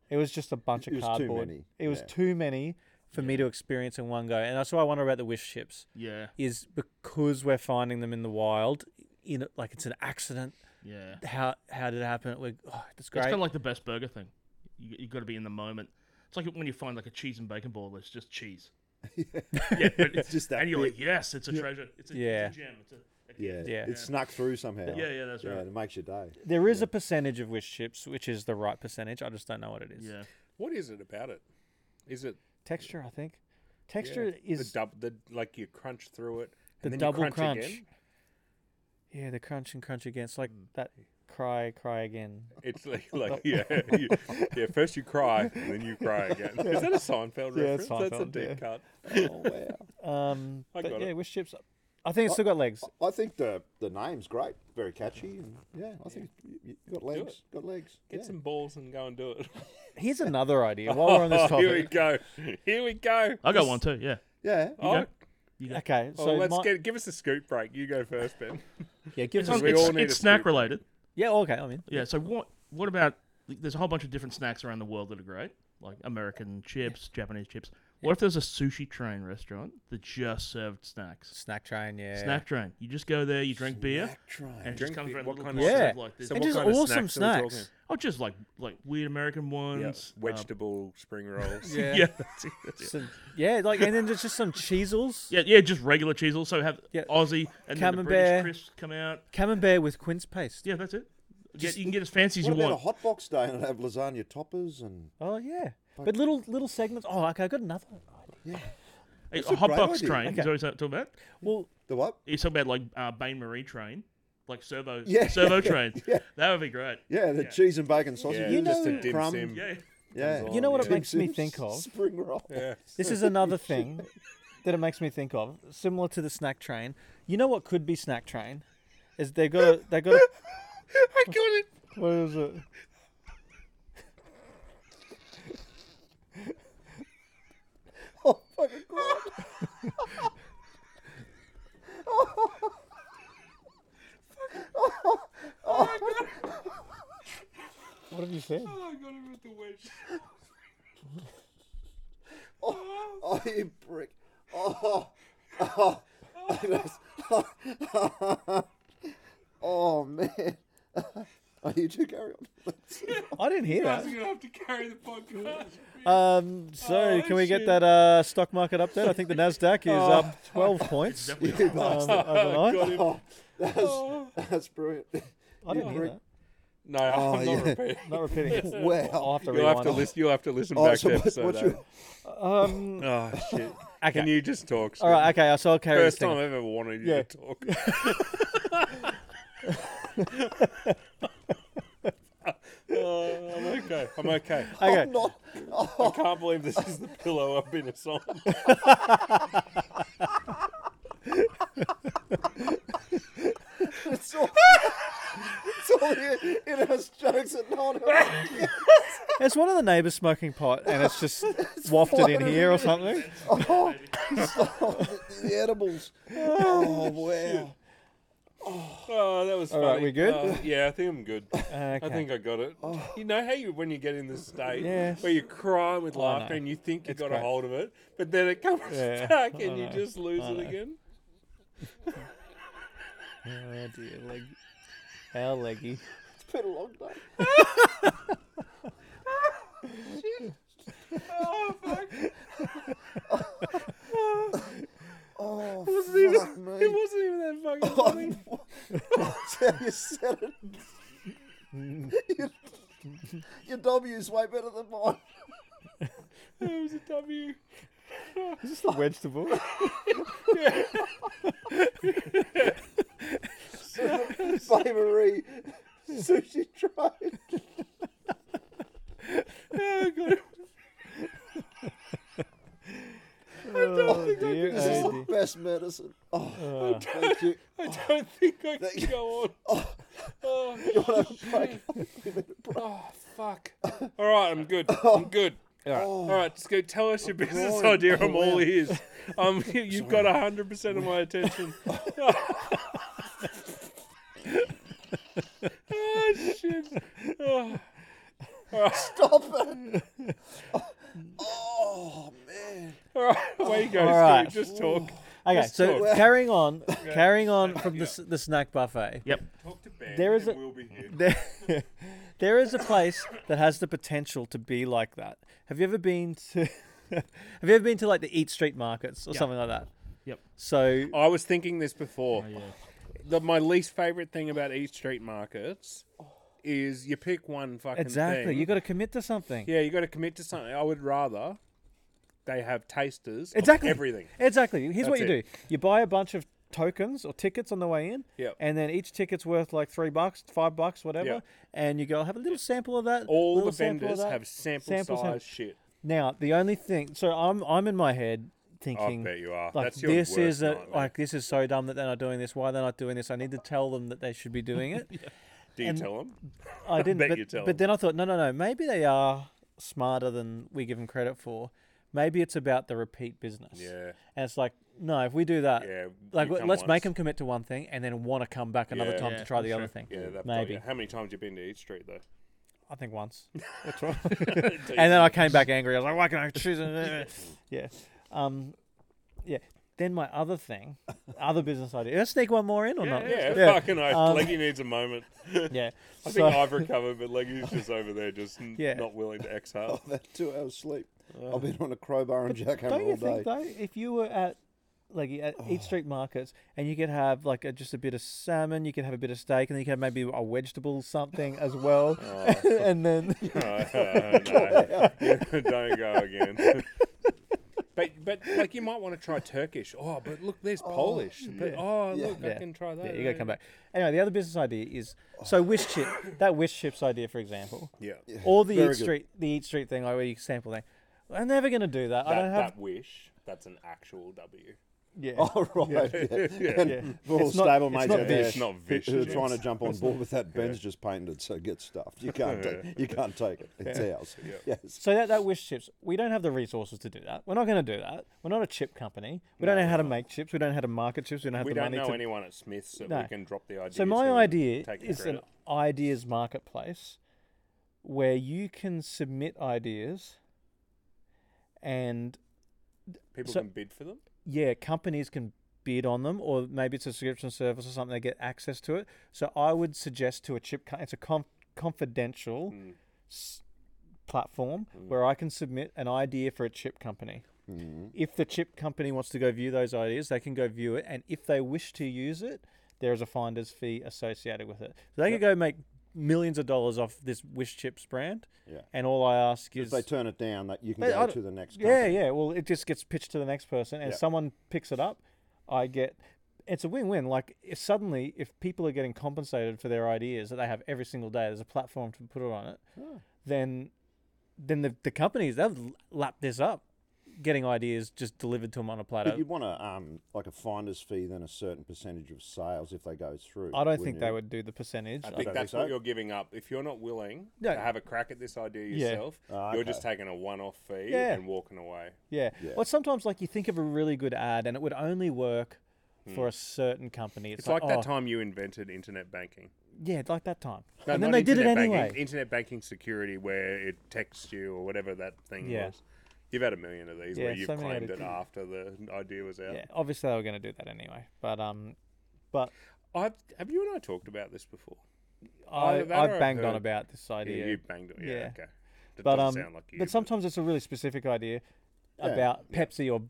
Speaker 1: it was just a bunch of
Speaker 3: It was too
Speaker 1: cardboard.
Speaker 3: many,
Speaker 1: It was
Speaker 3: yeah.
Speaker 1: too many for me to experience in one go. And that's why I wonder about the wish chips.
Speaker 2: Yeah,
Speaker 1: Is because we're finding them in the wild, in like it's an accident.
Speaker 2: yeah.
Speaker 1: How how did it happen? We oh, that's
Speaker 2: It's
Speaker 1: great.
Speaker 2: kind of like the best burger thing. You you got to be in the moment. It's like when you find like a cheese and bacon ball. It's just cheese. yeah, but it's
Speaker 3: just that
Speaker 2: And you're
Speaker 3: bit.
Speaker 2: like, yes, it's a treasure. It's a,
Speaker 1: Yeah.
Speaker 2: it's a gem. It's a, a
Speaker 3: Yeah.
Speaker 1: Yeah.
Speaker 3: It snuck through somehow.
Speaker 2: Yeah, yeah, that's
Speaker 3: Yeah,
Speaker 2: right.
Speaker 3: and it makes your day.
Speaker 1: There is a percentage of wish chips which is the right percentage. I just don't know what it is.
Speaker 2: yeah.
Speaker 4: What is it about it? Is it
Speaker 1: Texture, I think.
Speaker 4: yeah,
Speaker 1: Texture is
Speaker 4: the, dub, the like you crunch through it
Speaker 1: the
Speaker 4: and then
Speaker 1: double
Speaker 4: you crunch,
Speaker 1: crunch.
Speaker 4: again?
Speaker 1: Yeah, the crunch and crunch again. It's like
Speaker 4: Hmm.
Speaker 1: that cry, cry again.
Speaker 4: It's like, like yeah, you, yeah. First you cry, and then you cry again. Is that a Seinfeld
Speaker 1: Yeah,
Speaker 4: reference?
Speaker 1: it's
Speaker 4: That's a
Speaker 1: Seinfeld,
Speaker 4: deep
Speaker 1: yeah.
Speaker 4: cut.
Speaker 3: Oh, wow.
Speaker 1: Um,
Speaker 4: I
Speaker 1: but
Speaker 4: got
Speaker 1: yeah,
Speaker 4: it. Oh,
Speaker 1: wish chips. I think it's still got legs.
Speaker 3: I think the the name's great, very catchy, and yeah, I think you, you you got legs, got legs.
Speaker 4: Get
Speaker 3: yeah.
Speaker 4: some balls and go and do it.
Speaker 1: Here's another idea. While we're on this
Speaker 4: Oh, here we
Speaker 1: topic,
Speaker 4: go. Here we go.
Speaker 2: I got one too. Yeah.
Speaker 3: yeah.
Speaker 4: Oh,
Speaker 2: go. You go.
Speaker 1: okay. So
Speaker 4: well, Oh, let's
Speaker 1: my-
Speaker 4: get give us a scoop break. You go first, Ben.
Speaker 1: yeah, give
Speaker 2: It's,
Speaker 1: us.
Speaker 4: we
Speaker 2: it's-
Speaker 4: all need
Speaker 2: it's
Speaker 4: a
Speaker 2: snack
Speaker 4: scoop.
Speaker 2: related.
Speaker 1: Yeah, okay. I mean,
Speaker 2: Yeah. So what? What about? There's a whole bunch of different snacks around the world that are great, like American chips, Japanese chips. What if there's a sushi train restaurant that just served snacks?
Speaker 1: snack train. Yeah.
Speaker 2: Snack train. You just go there, you drink beer, and it
Speaker 3: Train.
Speaker 2: just
Speaker 4: Drink
Speaker 2: comes
Speaker 4: beer-
Speaker 2: around
Speaker 4: what
Speaker 2: little
Speaker 4: kind
Speaker 1: of
Speaker 2: boxes
Speaker 1: snack?
Speaker 2: like this.
Speaker 1: And just
Speaker 4: kind of
Speaker 1: awesome
Speaker 4: snacks are we
Speaker 1: snacks.
Speaker 2: Oh, just like like weird American
Speaker 4: Yeah,
Speaker 2: ones. um,
Speaker 4: vegetable spring rolls.
Speaker 1: Yeah.
Speaker 2: yeah, that's it, that's it.
Speaker 1: So- yeah, like and then there's just some cheesels.
Speaker 2: yeah, yeah, just regular cheese. Also have
Speaker 1: Yeah.
Speaker 2: Aussie and then the British
Speaker 1: Camembert.
Speaker 2: crisps come out.
Speaker 1: Camembert with quince paste.
Speaker 2: Yeah, that's it. Get, you can get as fancy as
Speaker 3: What
Speaker 2: you
Speaker 3: about a
Speaker 2: want.
Speaker 3: hot box day and have lasagna toppers and
Speaker 1: Oh yeah. But little little segments. Oh, okay. I got another.
Speaker 2: A,
Speaker 3: That's
Speaker 2: a
Speaker 3: a
Speaker 2: hot
Speaker 3: great
Speaker 2: box
Speaker 3: idea.
Speaker 2: train.
Speaker 1: Okay.
Speaker 2: Is that what you're talking about?
Speaker 1: Well,
Speaker 3: the what?
Speaker 2: You talk about like uh, Bain Marie train, like servo
Speaker 3: Yeah.
Speaker 2: servo trains.
Speaker 3: Yeah.
Speaker 2: That would be great.
Speaker 3: Yeah, the cheese and bacon sausage.
Speaker 4: you
Speaker 1: You
Speaker 4: just a
Speaker 1: know-
Speaker 4: dim
Speaker 3: crumb.
Speaker 4: sim.
Speaker 2: Yeah,
Speaker 3: Yeah.
Speaker 1: you know what it
Speaker 4: Yeah.
Speaker 1: makes me
Speaker 3: Dim
Speaker 1: think
Speaker 3: sum,
Speaker 1: of?
Speaker 3: spring roll.
Speaker 4: Yeah.
Speaker 1: This is another thing that it makes me think of, similar to the snack train. You know what could be snack train? Is they got a they got a,
Speaker 4: I got it.
Speaker 1: what is it?
Speaker 3: Oh, fucking God.
Speaker 1: What have you said?
Speaker 4: Oh, I got it with the wedge.
Speaker 3: Oh, you prick. Oh, oh, oh, oh man. Are you two carry on?
Speaker 1: I didn't hear that.
Speaker 4: gonna have to carry the podcast.
Speaker 1: Um, so
Speaker 4: Oh,
Speaker 1: can we get
Speaker 4: shit.
Speaker 1: that uh, stock market update? I think the Nasdaq is up 12 points um,
Speaker 2: definitely.
Speaker 1: overnight.
Speaker 3: Oh, that's, that's brilliant.
Speaker 1: I didn't hear
Speaker 3: prick.
Speaker 1: that.
Speaker 4: No, I'm
Speaker 3: Oh,
Speaker 4: not
Speaker 3: yeah.
Speaker 4: repeating.
Speaker 1: Not repeating. it. I'll
Speaker 3: Wow.
Speaker 1: have to
Speaker 4: You'll have
Speaker 1: rewind.
Speaker 4: to listen. You'll have to listen
Speaker 3: Oh,
Speaker 4: back
Speaker 3: so
Speaker 4: to
Speaker 3: what,
Speaker 4: episode
Speaker 3: what's
Speaker 4: eight.
Speaker 3: your,
Speaker 1: Um,
Speaker 4: Oh shit! Can
Speaker 1: okay.
Speaker 4: you just talk?
Speaker 1: All right. Okay. So I'll carry
Speaker 4: First
Speaker 1: this
Speaker 4: time
Speaker 1: thing.
Speaker 4: I ever wanted you
Speaker 1: Yeah.
Speaker 4: to talk. Oh, I'm okay. I'm okay.
Speaker 1: Okay.
Speaker 3: not,
Speaker 4: I can't believe this is the pillow I've been assigned.
Speaker 3: it's all, it's all in, in us jokes and no one else.
Speaker 1: It's one of the neighbors smoking pot, and it's just wafted in here or something.
Speaker 3: Oh, the, the edibles. Oh, wow.
Speaker 4: Oh, that was
Speaker 1: All
Speaker 4: funny.
Speaker 1: right, we good?
Speaker 4: Uh, yeah, I think I'm good.
Speaker 1: Okay. Oh.
Speaker 4: I think I got it. You know how you when you get in this state
Speaker 1: Yes. Oh,
Speaker 4: where you cry with laughter
Speaker 1: know.
Speaker 4: and you think you
Speaker 1: It's
Speaker 4: got a
Speaker 1: great.
Speaker 4: hold of it, but then it comes
Speaker 1: Yeah,
Speaker 4: back
Speaker 1: I
Speaker 4: and you
Speaker 1: know,
Speaker 4: just lose
Speaker 1: I
Speaker 4: it
Speaker 1: know.
Speaker 4: again.
Speaker 1: Oh dear, leg. How leggy.
Speaker 3: It's been a long day.
Speaker 4: Oh fuck!
Speaker 3: Oh,
Speaker 4: even-
Speaker 3: fuck
Speaker 4: It
Speaker 3: me.
Speaker 4: wasn't even that fucking
Speaker 3: Oh,
Speaker 4: funny.
Speaker 3: That's how you said it. your, your W's way better than mine.
Speaker 4: It was a W.
Speaker 1: Is this the vegetable?
Speaker 3: Baby
Speaker 1: Oh,
Speaker 3: Oh,
Speaker 1: Uh.
Speaker 3: Thank you.
Speaker 4: I don't think I can go on. Oh, shit. oh fuck. All right, I'm good.
Speaker 1: Oh.
Speaker 4: I'm good. All right, all right. Just go tell us your business
Speaker 3: right.
Speaker 4: idea. I'm
Speaker 3: Oh,
Speaker 4: all
Speaker 3: wow.
Speaker 4: ears. Um, you've got hundred percent of my attention. oh shit. Oh.
Speaker 3: Stop it. Oh, man.
Speaker 4: All right, away you go.
Speaker 1: All right.
Speaker 4: Stu. Just talk.
Speaker 1: Okay,
Speaker 4: Let's
Speaker 1: so
Speaker 4: talk.
Speaker 1: carrying on, carrying on from the, s- the snack buffet.
Speaker 2: Yep.
Speaker 4: Talk to Ben.
Speaker 1: There is and a-
Speaker 4: We'll be here.
Speaker 1: There, there is a place that has the potential to be like that. Have you ever been to? have you ever been to like the Eat Street markets or something like that?
Speaker 2: Yep.
Speaker 1: So
Speaker 4: I was thinking this
Speaker 1: Oh,
Speaker 4: before.
Speaker 2: Yeah.
Speaker 4: The, my least favorite thing about East Street markets is you pick one fucking
Speaker 1: Oh. exactly,
Speaker 4: thing.
Speaker 1: you got to commit to something.
Speaker 4: yeah, you got to commit to something. I would rather they have tasters of
Speaker 1: Exactly.
Speaker 4: everything.
Speaker 1: Exactly. Here's what you
Speaker 4: That's
Speaker 1: do:
Speaker 4: it.
Speaker 1: you buy a bunch of tokens or tickets on the way in,
Speaker 4: Yep.
Speaker 1: and then each ticket's worth like three bucks, five bucks, whatever.
Speaker 4: Yep.
Speaker 1: And you go have a little sample of that.
Speaker 4: All
Speaker 1: little
Speaker 4: the
Speaker 1: sample of
Speaker 4: vendors
Speaker 1: that.
Speaker 4: have sample,
Speaker 1: Sample,
Speaker 4: size
Speaker 1: sample.
Speaker 4: shit.
Speaker 1: Now the only thing, so I'm I'm in my head
Speaker 4: I
Speaker 1: thinking.
Speaker 4: bet you are.
Speaker 1: like
Speaker 4: That's your
Speaker 1: this
Speaker 4: worst
Speaker 1: is a,
Speaker 4: nightmare.
Speaker 1: like this is so dumb that they're not doing this. Why they're not doing this? I need to tell them that they should be doing it.
Speaker 4: Do you
Speaker 1: and-
Speaker 4: tell them?
Speaker 1: I didn't.
Speaker 4: bet
Speaker 1: but,
Speaker 4: you tell
Speaker 1: but then I thought, no, no, no. Maybe they are smarter than we give them credit for. Maybe it's about the repeat business.
Speaker 4: Yeah.
Speaker 1: And it's like, no, if we do that,
Speaker 4: Yeah.
Speaker 1: like
Speaker 4: you
Speaker 1: w-
Speaker 4: come
Speaker 1: let's make
Speaker 4: once.
Speaker 1: them commit to one thing and then want to come back another
Speaker 4: Yeah.
Speaker 1: time
Speaker 2: Yeah,
Speaker 1: to try the
Speaker 2: sure.
Speaker 1: other thing.
Speaker 4: Yeah, that
Speaker 1: maybe.
Speaker 4: maybe. How many times you been to East Street though?
Speaker 1: I think once. and then I came back angry. I was like, why can't I choose? it?" yeah. Um, yeah. Then my other thing, other business idea. Can I sneak one more in or not?
Speaker 4: Yeah,
Speaker 1: Yeah.
Speaker 4: fucking oath.
Speaker 1: Um,
Speaker 4: Leggy needs a moment.
Speaker 1: Yeah.
Speaker 4: I
Speaker 1: So-
Speaker 4: think I've recovered, but Leggy's just over there, just n-
Speaker 1: Yeah.
Speaker 4: not willing to exhale.
Speaker 3: That two hours sleep. I've been on a crowbar and jackhammer
Speaker 1: Don't
Speaker 3: all
Speaker 1: you
Speaker 3: day.
Speaker 1: think though, if you were at like at Eat
Speaker 4: Oh.
Speaker 1: Street Markets and you could have like a, just a bit of salmon, you could have a bit of steak, and then you could have maybe a vegetable something as well,
Speaker 4: Oh,
Speaker 1: and then
Speaker 4: no, don't go again. But but like you might want to try Turkish. Oh, but look, there's Polish. But oh, look, I
Speaker 1: Yeah.
Speaker 4: can try that.
Speaker 1: yeah, you gotta come back. Anyway, the other business idea is so wish chip that wish chips idea, for example,
Speaker 4: Oh. Yeah,
Speaker 1: or the
Speaker 3: Very
Speaker 1: Eat
Speaker 3: good.
Speaker 1: Street the Eat Street thing, like where you sample thing. I'm never gonna do that. I
Speaker 4: That,
Speaker 1: don't have.
Speaker 4: that wish. That's an actual W.
Speaker 1: yeah.
Speaker 3: Oh, right. Yeah. And for all
Speaker 1: It's not-
Speaker 3: stable
Speaker 1: it's
Speaker 3: mates
Speaker 1: not Vish.
Speaker 3: out there
Speaker 4: It's not
Speaker 3: who-
Speaker 4: Vish,
Speaker 3: who are
Speaker 4: James.
Speaker 3: trying to jump on board with that Ben's just painted, so get stuffed. You can't, take, you can't take it. It's ours. Yes.
Speaker 1: So that, that wish chips, we don't have the resources to do that. We're not going to do that. We're not a chip company. We don't know how to make chips. We don't know how to market chips. We don't have
Speaker 4: We
Speaker 1: the
Speaker 4: don't
Speaker 1: money
Speaker 4: know
Speaker 1: to
Speaker 4: anyone at Smith's that
Speaker 1: No.
Speaker 4: we can drop the idea.
Speaker 1: So my
Speaker 4: to and
Speaker 1: idea
Speaker 4: take the
Speaker 1: is an
Speaker 4: credit.
Speaker 1: ideas marketplace where you can submit ideas and
Speaker 4: people
Speaker 1: so-
Speaker 4: can bid for them.
Speaker 1: yeah, companies can bid on them or maybe it's a subscription service or something they get access to it. So I would suggest to a chip co- it's a conf- confidential
Speaker 3: Hmm.
Speaker 1: s- platform where I can submit an idea for a chip company.
Speaker 3: Hmm.
Speaker 1: If the chip company wants to go view those ideas, they can go view it, and if they wish to use it, there is a finder's fee associated with it. So they could go make millions of dollars off this Wish Chips brand,
Speaker 3: Yeah.
Speaker 1: and all I ask
Speaker 3: If
Speaker 1: is
Speaker 3: they turn it down, that you can
Speaker 1: But I
Speaker 3: go
Speaker 1: don't-
Speaker 3: to the next
Speaker 1: yeah,
Speaker 3: company.
Speaker 1: yeah. Well, it just gets pitched to the next person, and
Speaker 3: Yeah.
Speaker 1: someone picks it up. I get it's a win-win. Like if suddenly, if people are getting compensated for their ideas that they have every single day, there's a platform to put it on it. Then, then the the companies they'll lap this up, getting ideas just delivered to them on a
Speaker 3: But
Speaker 1: platter.
Speaker 3: you'd want a, um, like a finder's fee, then a certain percentage of sales if they go through.
Speaker 1: I don't
Speaker 3: wouldn't
Speaker 1: think
Speaker 3: you?
Speaker 1: they would do the percentage.
Speaker 4: I
Speaker 1: I-
Speaker 4: think
Speaker 3: think
Speaker 4: that's what
Speaker 3: so.
Speaker 4: you're giving up. If you're not willing
Speaker 1: No.
Speaker 4: to have a crack at this idea
Speaker 1: Yeah. Oh,
Speaker 4: yourself,
Speaker 3: Ah,
Speaker 4: you're
Speaker 3: okay.
Speaker 4: just taking a one-off fee
Speaker 1: Yeah.
Speaker 4: and walking away.
Speaker 1: Yeah.
Speaker 3: Yeah.
Speaker 1: Well, sometimes like you think of a really good ad, and it would only work.
Speaker 3: Hmm.
Speaker 1: For a certain company, it's,
Speaker 4: It's like
Speaker 1: oh,
Speaker 4: that time you invented internet banking.
Speaker 1: Yeah, like that time,
Speaker 4: No,
Speaker 1: and then
Speaker 4: not
Speaker 1: they did it
Speaker 4: internet banking,
Speaker 1: anyway.
Speaker 4: Internet banking security, where it texts you or whatever that thing
Speaker 1: Yeah.
Speaker 4: was. You've had a million of these
Speaker 1: Yeah,
Speaker 4: where you've
Speaker 1: so many
Speaker 4: claimed
Speaker 1: other-
Speaker 4: it after the idea was out.
Speaker 1: Yeah, obviously they were going to do that anyway. But um, but
Speaker 4: I've, have you and I talked about this before?
Speaker 1: I
Speaker 4: Either that or
Speaker 1: I
Speaker 4: I've
Speaker 1: banged on
Speaker 4: heard-
Speaker 1: about this
Speaker 4: Yeah,
Speaker 1: idea.
Speaker 4: you banged it. Yeah,
Speaker 1: Yeah.
Speaker 4: okay. That
Speaker 1: but um,
Speaker 4: doesn't sound like you.
Speaker 1: but sometimes it's a really specific idea
Speaker 3: Yeah.
Speaker 1: about Pepsi or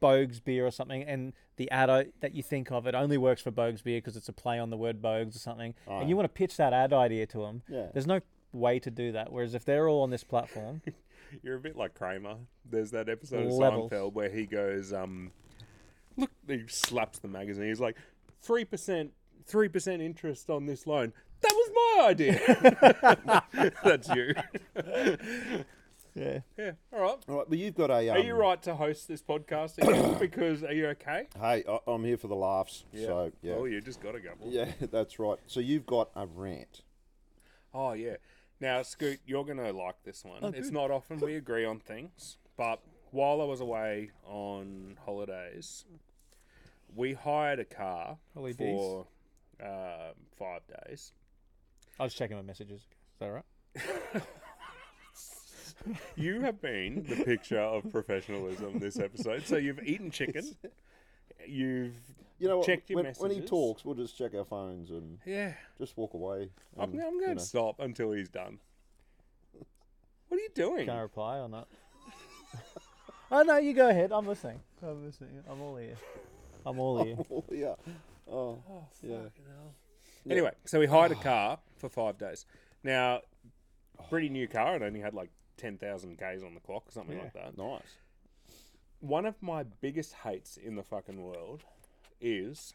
Speaker 1: Bogues beer or something, and the ad I- that you think of it only works for Bogues beer because it's a play on the word Bogues or something, and you want to pitch that ad idea to them.
Speaker 3: Yeah.
Speaker 1: There's no way to do that. Whereas if they're all on this platform,
Speaker 4: You're a bit like Kramer. There's that episode of
Speaker 1: Levels.
Speaker 4: Seinfeld where he goes, um, look, he slaps the magazine. He's like, 3%, 3% interest on this loan. That was my idea. That's you.
Speaker 1: Yeah.
Speaker 4: Yeah. All right.
Speaker 3: All right, but you've got a. Um,
Speaker 4: Are you right to host this podcast again? because are you okay?
Speaker 3: Hey, I, I'm here for the laughs. So yeah,
Speaker 4: Oh, you just got to go.
Speaker 3: yeah, that's right. So you've got a rant.
Speaker 4: Oh yeah. Now, Scoot, you're gonna like this one. it's not often we agree on things, but while I was away on holidays, we hired a car
Speaker 1: Holidays?
Speaker 4: for um five days.
Speaker 1: I was checking my messages. Is that all right?
Speaker 4: You have been the picture of professionalism this episode. So you've eaten chicken. You've
Speaker 3: You know what?
Speaker 4: Check your
Speaker 3: when, when he
Speaker 4: messages.
Speaker 3: talks, we'll just check our phones and
Speaker 4: yeah.
Speaker 3: just walk away.
Speaker 4: I'm,
Speaker 3: and,
Speaker 4: I'm going
Speaker 3: you
Speaker 4: to
Speaker 3: know.
Speaker 4: stop until he's done. What are you doing?
Speaker 1: Can I reply or not? oh no, you go ahead. I'm listening. I'm listening. I'm all ear. I'm all ear.
Speaker 3: Oh, yeah. Oh, yeah.
Speaker 4: Anyway, so we hired a
Speaker 1: Oh.
Speaker 4: car for five days. Now, pretty new car. It only had like 10,000 Ks on the clock or something like that.
Speaker 3: Nice.
Speaker 4: One of my biggest hates in the fucking world is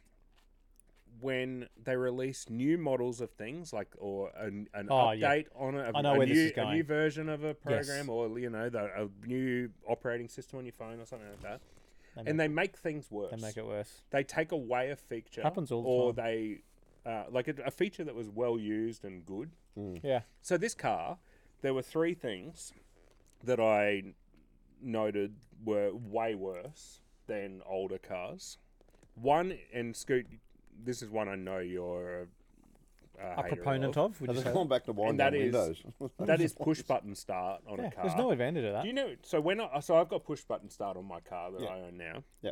Speaker 4: when they release new models of things like or an, an
Speaker 1: Oh, yeah.
Speaker 4: update on a,
Speaker 1: I know
Speaker 4: a
Speaker 1: where
Speaker 4: new,
Speaker 1: this is
Speaker 4: a new
Speaker 1: going.
Speaker 4: version of a program
Speaker 1: Yes.
Speaker 4: or you know the, a new operating system on your phone or something like that and they make things worse
Speaker 1: They make it worse.
Speaker 4: they take away a feature
Speaker 1: Happens all the
Speaker 4: or they uh, like a, a feature that was well used and good
Speaker 1: Yeah.
Speaker 4: so this car there were three things that i noted were way worse than older cars one and scoot this is one i know you're a, a,
Speaker 1: A
Speaker 4: hater
Speaker 1: proponent
Speaker 4: of,
Speaker 1: of. Would
Speaker 3: Now,
Speaker 1: you
Speaker 3: they've
Speaker 1: say?
Speaker 3: gone back to wind
Speaker 4: that
Speaker 3: down
Speaker 4: is-
Speaker 3: windows.
Speaker 4: that is push button start on
Speaker 1: Yeah,
Speaker 4: a car
Speaker 1: There's no advantage of that.
Speaker 4: do you know so when i so i've got push button start on my car that
Speaker 3: Yeah.
Speaker 4: i own now
Speaker 3: yeah.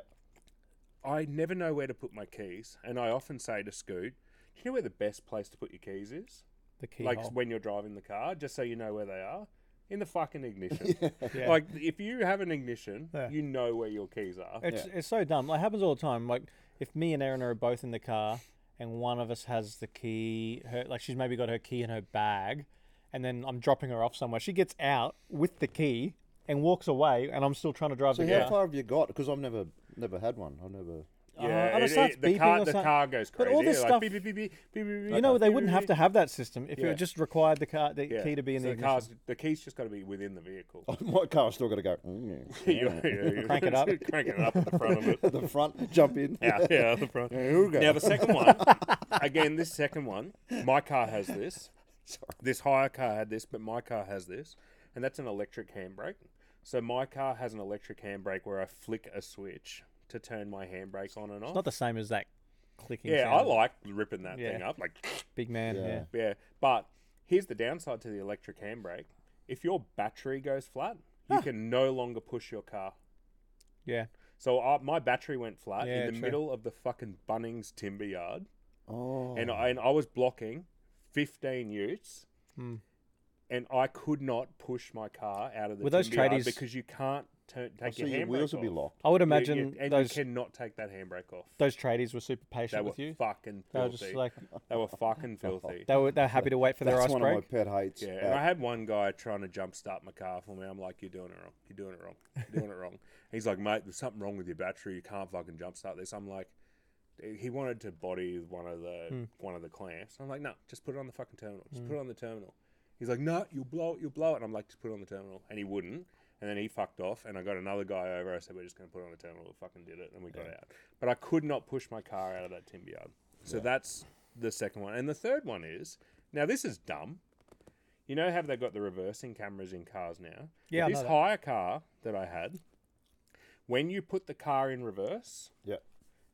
Speaker 4: I never know where to put my keys, and I often say to Scoot, "Do you know where the best place to put your keys is?
Speaker 1: the key.
Speaker 4: Like when you're driving the car, just so you know where they are." In the fucking ignition.
Speaker 1: Yeah.
Speaker 4: Like, if you have an ignition,
Speaker 1: Yeah.
Speaker 4: you know where your keys are.
Speaker 1: It's it's so dumb. Like, It happens all the time. Like if me and Erin are both in the car and one of us has the key, her like she's maybe got her key in her bag, and then I'm dropping her off somewhere. She gets out with the key and walks away, and I'm still trying to drive
Speaker 3: So
Speaker 1: the
Speaker 3: how
Speaker 1: car.
Speaker 3: far have you got? Because I've never, never had one. I've never.
Speaker 4: Uh-huh.
Speaker 1: Uh, and it starts
Speaker 4: the,
Speaker 1: beeping
Speaker 4: car,
Speaker 1: or
Speaker 4: the
Speaker 1: some-
Speaker 4: car goes crazy.
Speaker 1: But all this
Speaker 4: like,
Speaker 1: stuff-
Speaker 4: beep, beep, beep, beep, beep, beep,
Speaker 1: You know
Speaker 4: beep,
Speaker 1: they
Speaker 4: beep,
Speaker 1: wouldn't have
Speaker 4: beep,
Speaker 1: to have that system if
Speaker 4: Yeah.
Speaker 1: it just required the car, the
Speaker 4: beep.
Speaker 1: key to be in the,
Speaker 4: So the
Speaker 1: ignition. Oh,
Speaker 4: car's, The key's just got to be within the vehicle.
Speaker 3: My car's still got to go mm,
Speaker 4: You- you-
Speaker 1: Crank it up.
Speaker 4: crank it up at the front of it.
Speaker 3: at the front, jump in.
Speaker 4: Yeah, yeah, the front.
Speaker 3: here we go.
Speaker 4: Now the second one, again, this second one, my car has this. This higher car had this, but my car has this, and that's an electric handbrake. So my car has an electric handbrake where I flick a switch to turn my handbrake on and off.
Speaker 1: It's not the same as that clicking.
Speaker 4: yeah, I
Speaker 1: sound.
Speaker 4: like ripping that thing
Speaker 1: Yeah.
Speaker 4: up, like
Speaker 1: big man. Yeah.
Speaker 3: Yeah.
Speaker 4: yeah. But here's the downside to the electric handbrake: if your battery goes flat,
Speaker 1: Ah.
Speaker 4: you can no longer push your car.
Speaker 1: yeah,
Speaker 4: So I, my battery went flat
Speaker 1: Yeah,
Speaker 4: in the
Speaker 1: true.
Speaker 4: middle of the fucking Bunnings timber yard.
Speaker 3: Oh,
Speaker 4: and I, and I was blocking 15 utes,
Speaker 1: Hmm.
Speaker 4: and I could not push my car out of the
Speaker 1: Were those
Speaker 4: timber yard
Speaker 1: tradies-
Speaker 4: because you can't turn, take
Speaker 3: so
Speaker 4: your handbrake
Speaker 3: your wheels
Speaker 4: off.
Speaker 3: will be locked.
Speaker 1: I would
Speaker 4: You- you-
Speaker 1: imagine
Speaker 4: and
Speaker 1: those
Speaker 4: you cannot take that handbrake off.
Speaker 1: those tradies were super
Speaker 4: They
Speaker 1: patient
Speaker 4: were
Speaker 1: with you.
Speaker 4: fucking
Speaker 1: They were
Speaker 4: filthy.
Speaker 1: just like
Speaker 4: they were fucking filthy.
Speaker 1: they were they were happy to wait for their
Speaker 3: That's
Speaker 1: ice
Speaker 3: one
Speaker 1: break.
Speaker 3: of my pet hates.
Speaker 4: Yeah, and I had one guy trying to jump start my car for me. I'm like, "You're doing it wrong. You're doing it wrong. You're doing it wrong." He's like, "Mate, there's something wrong with your battery. You can't fucking jump start this." I'm like, he wanted to body one of the one of the clamps. I'm like, "No, just put it on the fucking terminal. Just put it on the terminal." He's like, "No, you'll blow it. You'll blow it." And I'm like, "Just put it on the terminal," and he wouldn't. And then he fucked off, and I got another guy over. I said, "We're just going to put it on the terminal." We fucking did it, and we got out. But I could not push my car out of that timber yard. So that's the second one, and the third one is now this is dumb. You know how they've got the reversing cameras in cars now?
Speaker 1: Yeah, I
Speaker 4: This
Speaker 1: know that.
Speaker 4: hire car that I had, when you put the car in reverse
Speaker 3: yeah.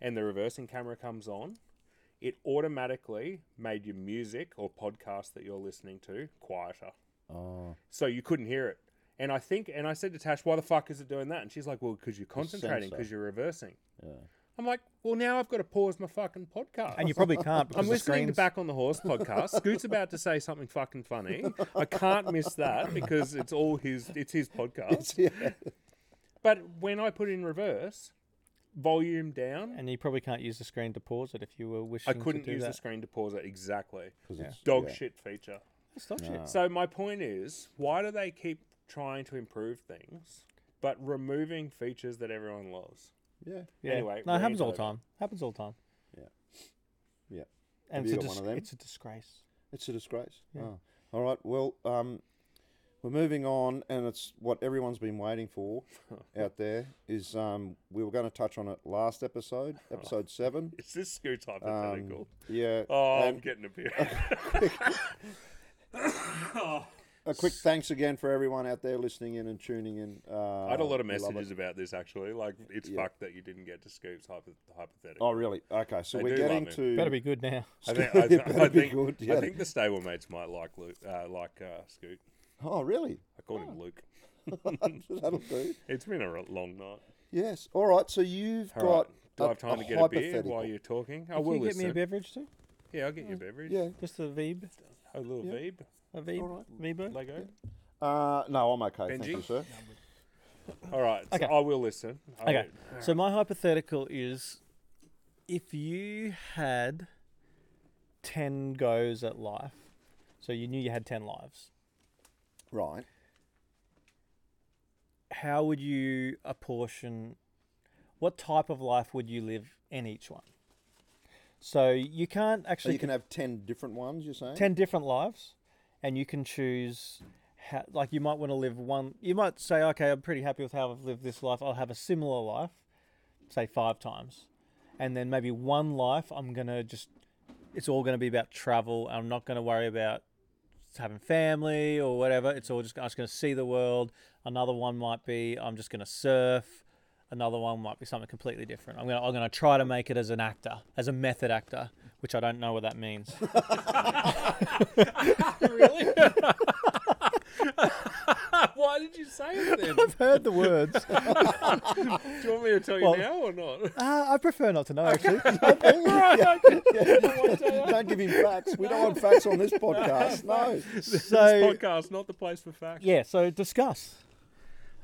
Speaker 4: and the reversing camera comes on, it automatically made your music or podcast that you're listening to quieter.
Speaker 3: Oh,
Speaker 4: So you couldn't hear it. And I think, and I said to Tash, why the fuck is it doing that? And she's like, well, because you're concentrating,
Speaker 3: sensor.
Speaker 4: because you're reversing.
Speaker 3: yeah.
Speaker 4: I'm like, well, now I've got to pause my fucking podcast.
Speaker 1: and you probably can't because
Speaker 4: I'm
Speaker 1: the
Speaker 4: listening to
Speaker 1: screens-
Speaker 4: Back on the Horse podcast. Scoot's about to say something fucking funny. I can't miss that because it's all his. It's his podcast.
Speaker 3: yeah.
Speaker 4: But when I put in reverse, volume down,
Speaker 1: and you probably can't use the screen to pause it if you were wishing
Speaker 4: I couldn't
Speaker 1: to do
Speaker 4: use the
Speaker 1: that.
Speaker 4: screen to pause it. Exactly,
Speaker 3: 'Cause it's-
Speaker 4: dog
Speaker 3: yeah.
Speaker 4: shit feature.
Speaker 1: That's dog shit.
Speaker 4: So my point is, why do they keep trying to improve things, but removing features that everyone loves?
Speaker 3: Yeah.
Speaker 1: Yeah.
Speaker 4: Anyway,
Speaker 1: no, it
Speaker 4: rant
Speaker 1: happens all the
Speaker 4: over.
Speaker 1: time. Happens all the time.
Speaker 3: Yeah.
Speaker 1: And
Speaker 3: you
Speaker 1: it's a,
Speaker 3: got one
Speaker 1: dis-
Speaker 3: of them?
Speaker 1: it's a disgrace.
Speaker 3: It's a disgrace. Oh. All right. Well, um, We're moving on, and it's what everyone's been waiting for out there. Is um, we were going to touch on it last episode, episode seven.
Speaker 6: Is this Scoot's
Speaker 1: Uh,
Speaker 3: Um,
Speaker 6: hypothetical?
Speaker 3: yeah.
Speaker 6: oh, I'm
Speaker 3: um,
Speaker 6: getting a beer.
Speaker 3: a quick thanks again for everyone out there listening in and tuning in. Uh,
Speaker 6: I had a lot of
Speaker 3: we love it.
Speaker 6: messages about this actually. Like, it's fucked that you didn't get to Scoop's hypo- hypothetical.
Speaker 3: Oh, really? Okay, so
Speaker 6: They
Speaker 3: we're
Speaker 6: do love
Speaker 3: getting
Speaker 6: it.
Speaker 3: to.
Speaker 1: Better be good now.
Speaker 6: I think, I, th-
Speaker 3: better
Speaker 6: I,
Speaker 3: be
Speaker 6: think,
Speaker 3: good,
Speaker 6: I
Speaker 3: yeah.
Speaker 6: think the stablemates might like Luke, uh, like uh, Scoot.
Speaker 3: Oh, really?
Speaker 6: I called him Luke.
Speaker 3: That'll do.
Speaker 6: It's been a r- long night.
Speaker 3: Yes. All right. So you've
Speaker 6: All
Speaker 3: got.
Speaker 6: right. Do I have
Speaker 3: a-
Speaker 6: time to
Speaker 3: a
Speaker 6: get a beer
Speaker 3: hypothetical.
Speaker 6: while you're talking? I
Speaker 1: Can
Speaker 6: will
Speaker 1: you get
Speaker 6: listen.
Speaker 1: me a beverage too?
Speaker 6: Yeah, I'll get you a beverage.
Speaker 3: Yeah.
Speaker 1: Just a Veeb?
Speaker 6: A little
Speaker 3: Yeah.
Speaker 6: Veeb.
Speaker 1: A Veeb? Meebo?
Speaker 6: Lego.
Speaker 3: Uh, no, I'm okay. Thank
Speaker 6: Benji?
Speaker 3: you, sir.
Speaker 6: All right. so
Speaker 1: Okay.
Speaker 6: I will listen. I
Speaker 1: Okay.
Speaker 6: will-
Speaker 1: So my hypothetical is if you had 10 goes at life, so you knew you had 10 lives,
Speaker 3: Right.
Speaker 1: how would you apportion what type of life would you live in each one? So you can't
Speaker 3: So
Speaker 1: actually
Speaker 3: you can have ten different ones. You're saying?
Speaker 1: 10 different lives and you can choose how, like you might want to live one you might say okay i'm pretty happy with how i've lived this life i'll have a similar life say five times and then maybe one life i'm gonna just it's all gonna be about travel i'm not gonna worry about having family or whatever it's all just i'm just gonna see the world another one might be i'm just gonna surf another one might be something completely different i'm gonna i'm gonna try to make it as an actor as a method actor which i don't know what that means
Speaker 4: really? Why did you say it then?
Speaker 1: I've heard the words. uh,
Speaker 6: Do you want me to tell you
Speaker 1: Well-
Speaker 6: now or not?
Speaker 1: I prefer not to know, actually.
Speaker 3: don't give him facts. We don't want facts on this podcast. No.
Speaker 1: so,
Speaker 6: Podcast, not the place for facts.
Speaker 1: yeah, so discuss.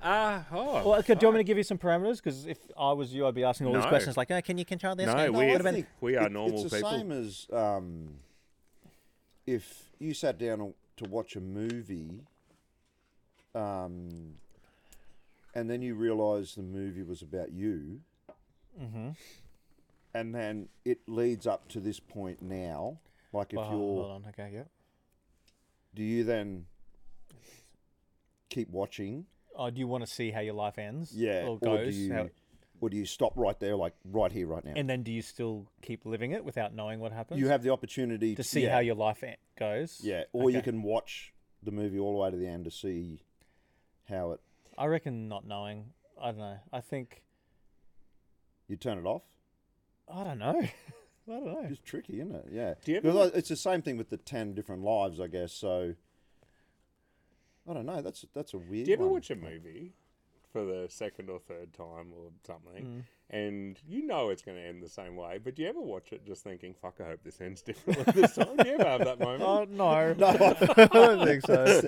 Speaker 1: uh,
Speaker 6: Ah, oh.
Speaker 1: Well, okay, do you want me to give you some parameters? Because if I was you, I'd be asking all these
Speaker 6: No.
Speaker 1: questions like, oh, can you control this?
Speaker 6: No,
Speaker 1: Can-
Speaker 6: we-
Speaker 1: what about-
Speaker 6: think we are
Speaker 3: it-
Speaker 6: normal
Speaker 3: It's the
Speaker 6: people.
Speaker 3: same as um, if you sat down to watch a movie, um, and then you realise the movie was about you,
Speaker 6: Mm-hmm.
Speaker 3: and then it leads up to this point now. Like if
Speaker 1: Oh,
Speaker 3: you're,
Speaker 1: hold on, okay, yeah.
Speaker 3: do you then keep watching?
Speaker 1: Oh, do you want to see how your life ends?
Speaker 3: Yeah,
Speaker 1: Or goes?
Speaker 3: do you,
Speaker 1: how-
Speaker 3: or do you stop right there, like right here, right now?
Speaker 1: and then do you still keep living it without knowing what happens?
Speaker 3: you have the opportunity
Speaker 1: to see
Speaker 3: yeah.
Speaker 1: how your life en- goes?
Speaker 3: Yeah, or you
Speaker 1: Okay.
Speaker 3: can watch the movie all the way to the end to see how it.
Speaker 1: I reckon not knowing. I don't know. I think,
Speaker 3: You turn it off.
Speaker 1: I don't know. I don't know.
Speaker 3: It's tricky, isn't it? Yeah.
Speaker 6: Do you ever-
Speaker 3: 'Cause, like, It's the same thing with the ten different lives, I guess. So I don't know. That's that's a weird.
Speaker 6: Do you ever
Speaker 3: one.
Speaker 6: watch a movie for the second or third time or
Speaker 3: Mm.
Speaker 6: something? And you know it's going to end the same way, but do you ever watch it just thinking, fuck, I hope this ends differently this time? Do you ever have that moment?
Speaker 1: Oh, no.
Speaker 3: No,
Speaker 1: I don't think so.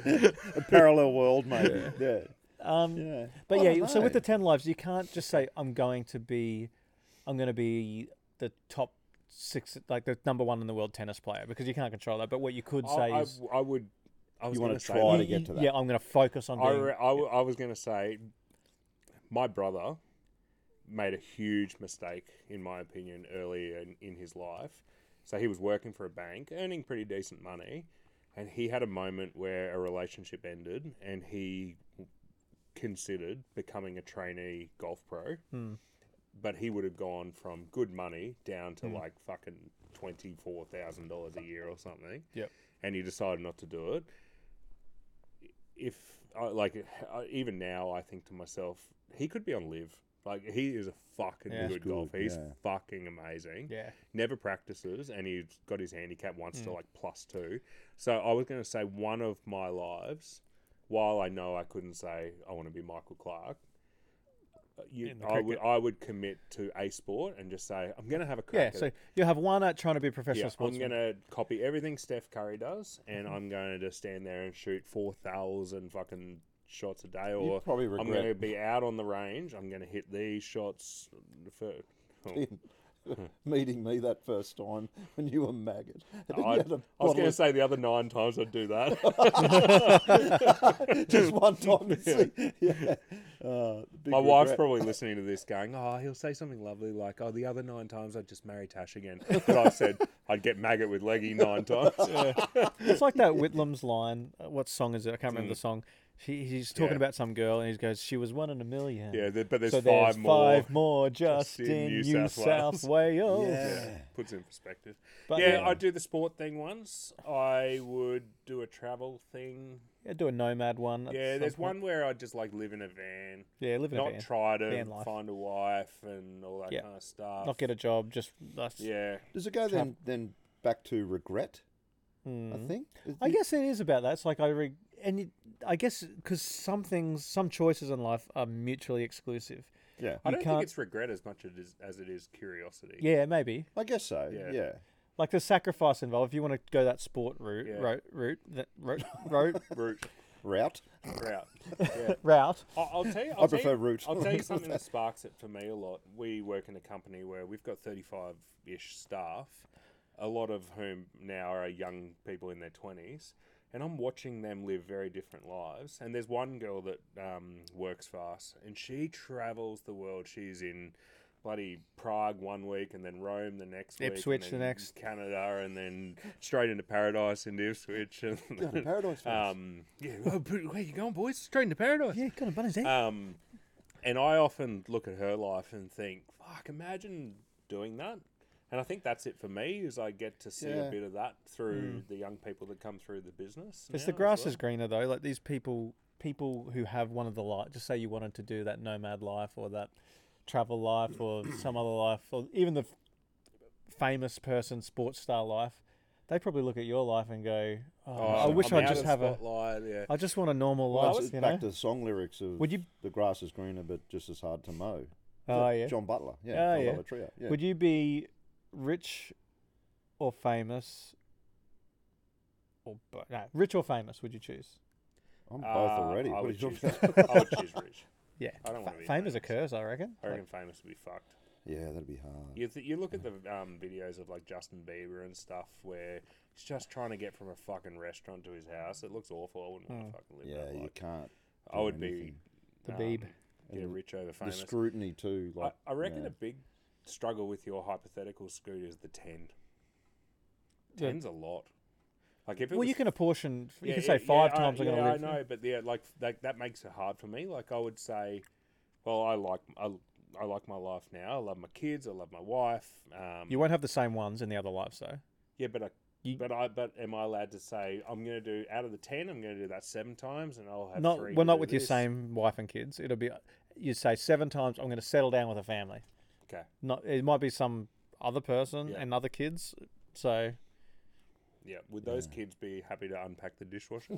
Speaker 3: a parallel world, mate. Yeah.
Speaker 1: Um,
Speaker 3: Yeah.
Speaker 1: But
Speaker 3: I
Speaker 1: yeah,
Speaker 3: don't
Speaker 1: so with
Speaker 3: know.
Speaker 1: the ten lives, you can't just say I'm going to be, I'm going to be the top six, like the number one in the world tennis player, because you can't control that. But what you could
Speaker 6: I,
Speaker 1: say
Speaker 6: I-
Speaker 1: is,
Speaker 6: I would. I was
Speaker 3: You wanna
Speaker 6: going to say,
Speaker 3: try
Speaker 6: that.
Speaker 3: to
Speaker 1: "You-
Speaker 3: get
Speaker 1: you-
Speaker 3: to that.
Speaker 1: yeah, I'm going to focus on
Speaker 6: I,
Speaker 1: doing.
Speaker 6: re- I, w- I was going to say, my brother made a huge mistake, in my opinion, early in, in his life. So he was working for a bank, earning pretty decent money, and he had a moment where a relationship ended, and he considered becoming a trainee golf pro.
Speaker 1: Hmm.
Speaker 6: But he would have gone from good money down
Speaker 1: Hmm.
Speaker 6: to like fucking twenty four thousand dollars a year or something.
Speaker 1: Yep.
Speaker 6: And he decided not to do it if I like I- even now I think to myself he could be on live like he is a fucking
Speaker 1: Yeah.
Speaker 6: good, golfer he's
Speaker 3: yeah.
Speaker 6: fucking amazing
Speaker 1: Yeah.
Speaker 6: never practices and he's got his handicap once
Speaker 1: Mm.
Speaker 6: to like plus 2 so I was going to say one of my lives while I know I couldn't say I want to be Michael Clark you,
Speaker 1: In the
Speaker 6: I would I would commit to a sport and just say I'm going to have a
Speaker 1: yeah,
Speaker 6: crack at
Speaker 1: so you have one at trying to be a professional
Speaker 6: yeah, I'm
Speaker 1: sportsman.
Speaker 6: going to copy everything Steph Curry does, and
Speaker 1: Mm-hmm.
Speaker 6: I'm going to just stand there and shoot 4,000 fucking shots a day. Or
Speaker 3: probably
Speaker 6: I'm
Speaker 3: regret-
Speaker 6: going to be out on the range. I'm going to hit these shots. For, oh.
Speaker 3: meeting me that first time when you were maggot. And
Speaker 1: Oh,
Speaker 3: you
Speaker 6: I, I
Speaker 3: had a
Speaker 6: was going
Speaker 3: bottle
Speaker 6: to
Speaker 3: of-
Speaker 6: say the other nine times I'd do that.
Speaker 3: just one time. To see. Yeah. Uh, big
Speaker 4: My wife's
Speaker 3: regret.
Speaker 4: probably listening to this going, Oh, he'll say something lovely like, Oh, the other nine times I'd just marry Tash again. But I said I'd get maggot with leggy nine times. Uh,
Speaker 1: It's like that Whitlam's line. uh, What song is it? I can't remember the song. He, he's talking
Speaker 4: Yeah.
Speaker 1: about some girl, and he goes, "She was one in a million.
Speaker 4: Yeah, there, but there's
Speaker 1: so
Speaker 4: five
Speaker 1: there's
Speaker 4: more.
Speaker 1: five more just, in New, South, Wales.
Speaker 4: Wales.
Speaker 3: Yeah.
Speaker 4: Puts it in perspective.
Speaker 1: But
Speaker 4: yeah,
Speaker 1: yeah.
Speaker 4: I'd do the sport thing once. I would do a travel thing.
Speaker 1: Yeah, do a nomad one. at
Speaker 4: yeah,
Speaker 1: some
Speaker 4: there's
Speaker 1: point.
Speaker 4: one where I just like live in a van,
Speaker 1: Yeah, live in
Speaker 4: not
Speaker 1: a van.
Speaker 4: try to
Speaker 1: Van life.
Speaker 4: find a wife and all that
Speaker 1: Yeah.
Speaker 4: kind of stuff.
Speaker 1: not get a job. Just that's,
Speaker 4: yeah,
Speaker 3: Does it go then then back to regret? I think. Is
Speaker 1: I
Speaker 3: it-
Speaker 1: guess it is about that. It's like I re- and you, I guess because some things, some choices in life are mutually exclusive.
Speaker 3: Yeah.
Speaker 4: I
Speaker 1: You
Speaker 4: don't think
Speaker 1: can't-
Speaker 4: it's regret as much it is, as it is curiosity.
Speaker 1: Yeah, maybe
Speaker 3: I guess so.
Speaker 4: Yeah.
Speaker 3: Yeah.
Speaker 1: like the sacrifice involved. If you want to go that sport route,
Speaker 4: Yeah.
Speaker 1: route, route, that route, route,
Speaker 4: Root,
Speaker 3: Route.
Speaker 4: route. Yeah.
Speaker 1: route.
Speaker 4: I'll, I'll tell you. I'll tell
Speaker 3: prefer
Speaker 4: you,
Speaker 3: root.
Speaker 4: I'll tell you something that sparks it for me a lot. We work in a company where we've got 35 ish staff, a lot of whom now are young people in their 20s. And I'm watching them live very different lives. And there's one girl that um, works for us, and she travels the world. She's in bloody Prague one week, and then Rome the next week,
Speaker 1: Ipswich the
Speaker 4: and then
Speaker 1: next.
Speaker 4: Canada, and then straight into paradise into Ipswich. And
Speaker 3: Going to paradise. Um,
Speaker 4: um, yeah, well, where you going, boys? Straight into paradise.
Speaker 1: Yeah, kind of bunnies. Eh?
Speaker 4: Um, and I often look at her life and think, fuck, imagine doing that. And I think that's it for me is I get to see a
Speaker 3: Yeah.
Speaker 4: bit of that through
Speaker 3: Hmm.
Speaker 4: the young people that come through the business.
Speaker 1: Because
Speaker 4: now
Speaker 1: the
Speaker 4: as
Speaker 1: grass
Speaker 4: well.
Speaker 1: is greener though. Like these people, people who have one of the life. Just say you wanted to do that nomad life or that travel life or some other life or even the f- famous person sports star life. They probably look at your life and go, "Oh, I
Speaker 4: I'm
Speaker 1: wish
Speaker 4: out
Speaker 1: I
Speaker 4: of
Speaker 1: just
Speaker 4: the
Speaker 1: have a.
Speaker 4: spotlight, yeah.
Speaker 1: I just want a normal
Speaker 3: well,
Speaker 1: life."
Speaker 3: it's
Speaker 1: you know?
Speaker 3: back to the song lyrics of
Speaker 1: Would you-
Speaker 3: the grass is greener but just as hard to mow.
Speaker 1: Oh yeah.
Speaker 3: John Butler. Yeah.
Speaker 1: Oh,
Speaker 3: John
Speaker 1: yeah.
Speaker 3: Butler Trio. Yeah.
Speaker 1: Would you be rich or famous? Or bo- no, rich or famous? Would you choose?
Speaker 3: I'm both
Speaker 4: Uh,
Speaker 3: already.
Speaker 4: I
Speaker 3: What are you talking
Speaker 4: would, choose,
Speaker 3: about?
Speaker 4: I would choose rich.
Speaker 1: Yeah,
Speaker 4: I don't wanna be
Speaker 1: fame is a
Speaker 4: famous.
Speaker 1: curse, I reckon.
Speaker 4: I
Speaker 1: Like,
Speaker 4: reckon famous would be fucked.
Speaker 3: Yeah, that'd be hard.
Speaker 4: You, th- you look at the um, videos of like Justin Bieber and stuff where he's just trying to get from a fucking restaurant to his house. It looks awful. I wouldn't want to fucking live
Speaker 3: Hmm. Yeah,
Speaker 4: that
Speaker 3: you
Speaker 4: life.
Speaker 3: can't.
Speaker 4: I
Speaker 3: do
Speaker 4: would be
Speaker 3: anything.
Speaker 1: The
Speaker 4: um,
Speaker 1: Beeb.
Speaker 4: Yeah,
Speaker 3: And
Speaker 4: rich over
Speaker 3: The
Speaker 4: famous.
Speaker 3: scrutiny too.
Speaker 4: I,
Speaker 3: Like
Speaker 4: I reckon
Speaker 3: yeah.
Speaker 4: a big struggle with your hypothetical scoot is the ten.
Speaker 1: Yeah.
Speaker 4: Ten's a lot. Like if it
Speaker 1: well,
Speaker 4: was,
Speaker 1: you can apportion. You
Speaker 4: yeah,
Speaker 1: can
Speaker 4: yeah,
Speaker 1: say five
Speaker 4: yeah,
Speaker 1: times
Speaker 4: I,
Speaker 1: I'm going to
Speaker 4: yeah,
Speaker 1: live.
Speaker 4: I know, but yeah, like that, that makes it hard for me. Like I would say, well, I like I, I like my life now. I love my kids. I love my wife. Um,
Speaker 1: You won't have the same ones in the other lives, though.
Speaker 4: yeah, but I.
Speaker 1: You-
Speaker 4: but I but am I allowed to say I'm going to do out of the ten I'm going to do that seven times and I'll have
Speaker 1: Not
Speaker 4: three
Speaker 1: well,
Speaker 4: to
Speaker 1: not
Speaker 4: do
Speaker 1: with your
Speaker 4: this?
Speaker 1: same wife and kids. It'll be you say seven times I'm going to settle down with a family.
Speaker 4: okay
Speaker 1: Not it might be some other person
Speaker 4: Yeah.
Speaker 1: and other kids. So
Speaker 4: yeah would those kids be happy to unpack the dishwasher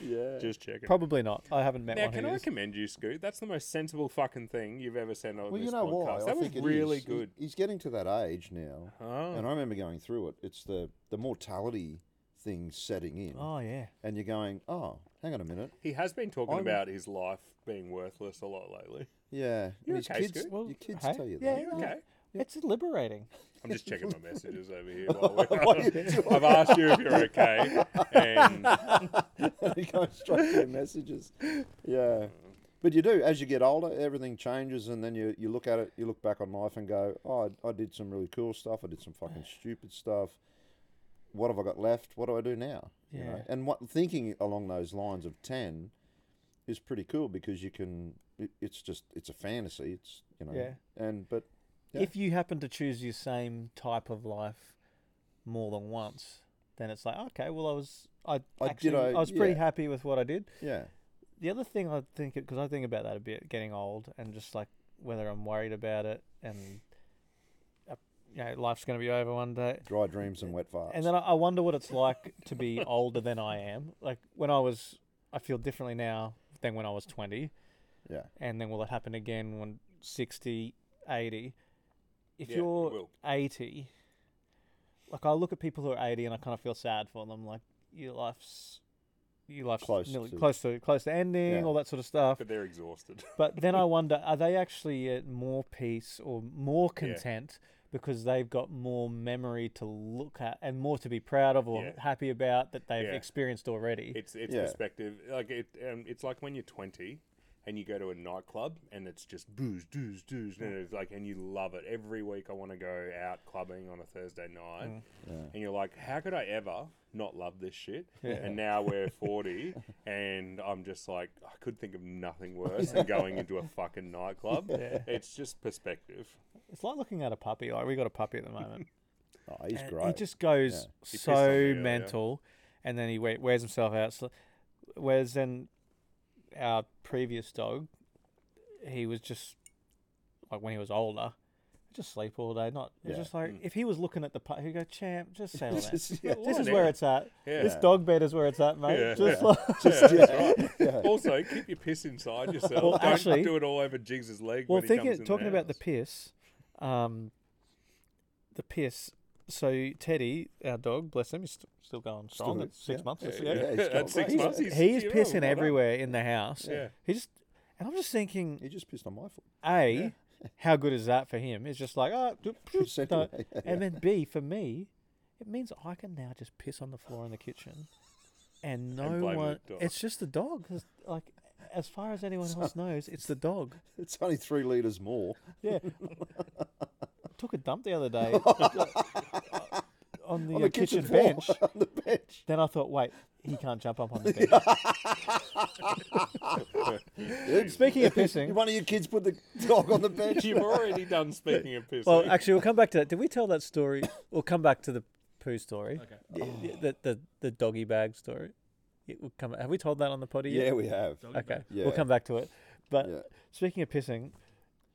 Speaker 3: yeah.
Speaker 4: just checking
Speaker 1: probably not. I haven't met
Speaker 4: Now,
Speaker 1: one
Speaker 4: can
Speaker 1: who
Speaker 4: I
Speaker 1: is.
Speaker 4: commend you, Scoot? That's the most sensible fucking thing you've ever said on
Speaker 3: Well,
Speaker 4: this
Speaker 3: you know
Speaker 4: podcast.
Speaker 3: why?
Speaker 4: That
Speaker 3: I
Speaker 4: was
Speaker 3: think it
Speaker 4: really
Speaker 3: is. He-
Speaker 4: good.
Speaker 3: he's getting to that age now,
Speaker 4: Oh.
Speaker 3: and I remember going through it. It's the the mortality thing setting in,
Speaker 1: Oh yeah.
Speaker 3: and you're going, "Oh, hang on a minute,
Speaker 4: He has been talking
Speaker 3: I'm-
Speaker 4: about his life being worthless a lot lately.
Speaker 3: yeah."
Speaker 4: You're
Speaker 3: and his
Speaker 4: okay,
Speaker 3: kids,
Speaker 4: Scoot.
Speaker 1: Well,
Speaker 3: your kids
Speaker 1: hey,
Speaker 3: tell you
Speaker 1: yeah,
Speaker 3: that.
Speaker 1: no,
Speaker 4: Okay.
Speaker 1: It's liberating.
Speaker 4: I'm just checking my messages over here. While we're, I've asked you if you're okay, and
Speaker 3: you go straight to your messages. Yeah. But you do. As you get older, everything changes, and then you, you look at it, you look back on life and go, oh, I, I did some really cool stuff. I did some fucking stupid stuff. What have I got left? What do I do now? You know?
Speaker 1: Yeah.
Speaker 3: And what thinking along those lines of 10 is pretty cool because you can, it, it's just, it's a fantasy. It's, you know,
Speaker 1: Yeah.
Speaker 3: and, but Yeah.
Speaker 1: If you happen to choose your same type of life more than once, then it's like okay, well I was I
Speaker 3: I did
Speaker 1: actually, I,
Speaker 3: a-
Speaker 1: was pretty
Speaker 3: yeah.
Speaker 1: happy with what I did.
Speaker 3: yeah.
Speaker 1: the other thing I think because I think about that a bit, getting old and just like whether I'm worried about it and uh, you know life's going to be over one day.
Speaker 3: Dry dreams and wet farts.
Speaker 1: And then I, I wonder what it's like to be older than I am. Like when I was, I feel differently now than when I was 20.
Speaker 3: yeah.
Speaker 1: And then will it happen again when 60, 80? If
Speaker 4: Yeah, it
Speaker 1: you're
Speaker 4: will.
Speaker 1: 80, like I look at people who are 80 and I kind of feel sad for them. Like your life's. Your life's
Speaker 3: Close
Speaker 1: nearly-
Speaker 3: to-
Speaker 1: close to close to ending,
Speaker 3: Yeah.
Speaker 1: all that sort of stuff.
Speaker 4: but they're exhausted.
Speaker 1: But then I wonder, are they actually at more peace or more content because they've got more memory to look at and more to be proud of or
Speaker 4: Yeah.
Speaker 1: happy about that they've
Speaker 4: Yeah.
Speaker 1: experienced already.
Speaker 4: It's it's
Speaker 3: Yeah.
Speaker 4: perspective. Like it, um, it's like when you're 20 and you go to a nightclub and it's just booze, booze, booze, and it's like, and you love it. Every week I want to go out clubbing on a Thursday night,
Speaker 3: Mm.
Speaker 4: and you're like, how could I ever not love this shit? And now we're 40, and I'm just like, I could think of nothing worse than going into a fucking nightclub. It's just perspective.
Speaker 1: It's like looking at a puppy. Like we got a puppy at the moment.
Speaker 3: Oh, he's
Speaker 1: and
Speaker 3: great.
Speaker 1: He just goes
Speaker 4: He pissed on me
Speaker 1: so
Speaker 4: earlier.
Speaker 1: mental, and then he we- wears himself out. So, whereas then our previous dog, he was just like when he was older, just sleep all day. Not it was
Speaker 3: Yeah.
Speaker 1: just like if he was looking at the pup, he'd go, "Champ, just settle down.
Speaker 3: Just- yeah.
Speaker 1: This
Speaker 4: lie
Speaker 1: is
Speaker 4: down."
Speaker 1: where it's at. This
Speaker 3: Yeah.
Speaker 1: dog bed is where it's at, mate.
Speaker 4: Yeah.
Speaker 1: Just
Speaker 4: Yeah.
Speaker 1: like."
Speaker 4: Yeah, that's right. Also, keep your piss inside yourself.
Speaker 1: Well,
Speaker 4: Don't
Speaker 1: actually-
Speaker 4: do it all over Jigs's leg.
Speaker 1: Well,
Speaker 4: when he
Speaker 1: thinking,
Speaker 4: comes in
Speaker 1: talking about the
Speaker 4: house.
Speaker 1: piss, um, the piss. So Teddy, our dog, bless him, he's st- still going strong.
Speaker 3: Still-
Speaker 1: at six
Speaker 3: yeah.
Speaker 1: months. It's-
Speaker 3: Yeah, he's
Speaker 4: At
Speaker 3: got
Speaker 4: six
Speaker 3: great.
Speaker 4: months,
Speaker 3: He's-
Speaker 4: he's
Speaker 1: he is
Speaker 4: yeah,
Speaker 1: pissing
Speaker 4: well done.
Speaker 1: everywhere in the house.
Speaker 4: Yeah.
Speaker 1: He just, and I'm just thinking,
Speaker 3: He just pissed on my foot.
Speaker 1: a, how good is that for him? It's just like, oh, do- do-
Speaker 3: Sent
Speaker 1: don't."
Speaker 3: away.
Speaker 1: and then b, for me, it means I can now just piss on the floor in the kitchen, and no
Speaker 4: blame the
Speaker 1: one.
Speaker 4: dog.
Speaker 1: It's just the dog. It's Like, as far as anyone else knows, it's the dog.
Speaker 3: It's only three litres more.
Speaker 1: Yeah. took a dump the other day on the, uh, kitchen,
Speaker 3: floor.
Speaker 1: bench.
Speaker 3: on the bench.
Speaker 1: Then I thought, wait, he can't jump up on the bench. Speaking of pissing,
Speaker 3: One of your kids put the dog on the bench.
Speaker 4: You've already done speaking of piss.
Speaker 1: well,
Speaker 4: eh?
Speaker 1: actually, we'll come back to that. Did we tell that story? We'll come back to the poo story.
Speaker 2: Okay.
Speaker 1: The, the, the, the doggy bag story. Yeah, we'll come, have we told that on the potty? yet?
Speaker 3: yeah, we have.
Speaker 1: Okay,
Speaker 3: Yeah.
Speaker 1: we'll come back to it. But
Speaker 3: Yeah.
Speaker 1: speaking of pissing,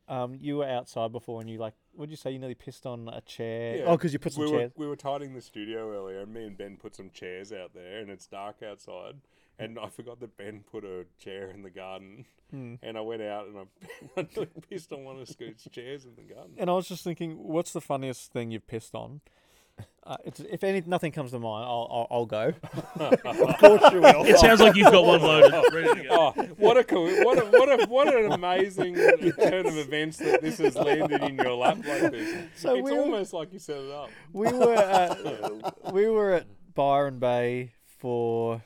Speaker 1: um, you were outside before and you like, what did you say? You nearly pissed on a chair.
Speaker 4: Yeah.
Speaker 1: Oh, because you put some
Speaker 4: we
Speaker 1: chairs.
Speaker 4: Were, we were tidying the studio earlier, and me and Ben put some chairs out there, and it's dark outside.
Speaker 1: Hmm.
Speaker 4: And I forgot that Ben put a chair in the garden,
Speaker 1: Hmm.
Speaker 4: and I went out and I, I pissed on one of Scoot's chairs in the garden.
Speaker 1: And I was just thinking, what's the funniest thing you've pissed on? Uh, it's, if any, nothing comes to mind, I'll, I'll, I'll go.
Speaker 3: Of course you will.
Speaker 2: It sounds like you've got one loaded. Ready to go.
Speaker 4: Oh, what a co- what a what a what an amazing turn of events that this has landed in your lap like this.
Speaker 1: So
Speaker 4: it's
Speaker 1: we're-
Speaker 4: almost like you set it up.
Speaker 1: We were at, we were at Byron Bay for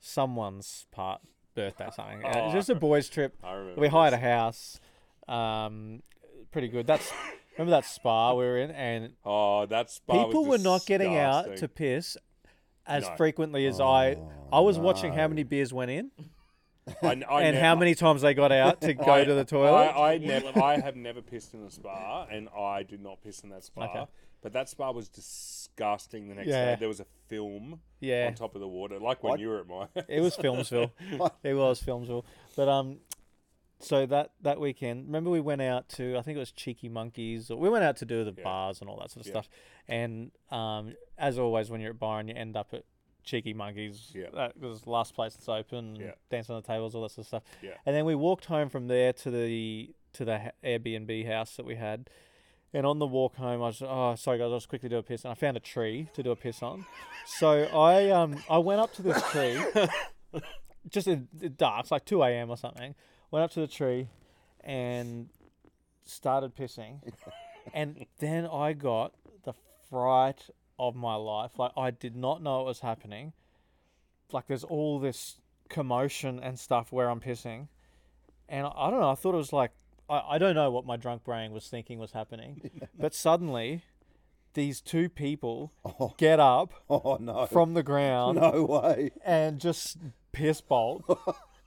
Speaker 1: someone's part birthday something. Uh, it was just a boys' trip.
Speaker 4: Oh. I remember
Speaker 1: We hired a house. Um, pretty good. That's remember that spa we were in, and
Speaker 4: Oh, that's
Speaker 1: people were not getting out to piss as
Speaker 4: No.
Speaker 1: frequently as I. I was watching how many beers went in.
Speaker 4: I, I
Speaker 1: and
Speaker 4: ne-
Speaker 1: how many times they got out to go
Speaker 4: I-
Speaker 1: to the toilet.
Speaker 4: I, I, never, I have never pissed in a spa, and I do not piss in that spa.
Speaker 1: Okay.
Speaker 4: But that spa was disgusting. The next
Speaker 1: Yeah.
Speaker 4: day, there was a film
Speaker 1: Yeah.
Speaker 4: on top of the water, like when
Speaker 3: What?
Speaker 4: you were at my.
Speaker 1: it was Filmsville. it was Filmsville. But um, so that that weekend, remember we went out to I think it was Cheeky Monkeys, or we went out to do the bars and all that sort of stuff. And um, as always, when you're at Byron, you end up at Cheeky Monkeys.
Speaker 4: Yeah.
Speaker 1: that was the last place that's open.
Speaker 4: Yeah.
Speaker 1: dance on the tables, all that sort of stuff.
Speaker 4: Yeah.
Speaker 1: and then we walked home from there to the to the ha- Airbnb house that we had. And on the walk home, I was oh sorry guys, I'll just quickly do a piss, and I found a tree to do a piss on. So I um I went up to this tree, just in the dark, it's like two a.m. or something. Went up to the tree, and started pissing, and then I got the fright of my life. Like I did not know it was happening. Like there's all this commotion and stuff where I'm pissing, and I, I don't know. I thought it was like I, I don't know what my drunk brain was thinking was happening, but suddenly these two people get up
Speaker 3: Oh, no.
Speaker 1: from the ground
Speaker 3: no way.
Speaker 1: and just piss bolt.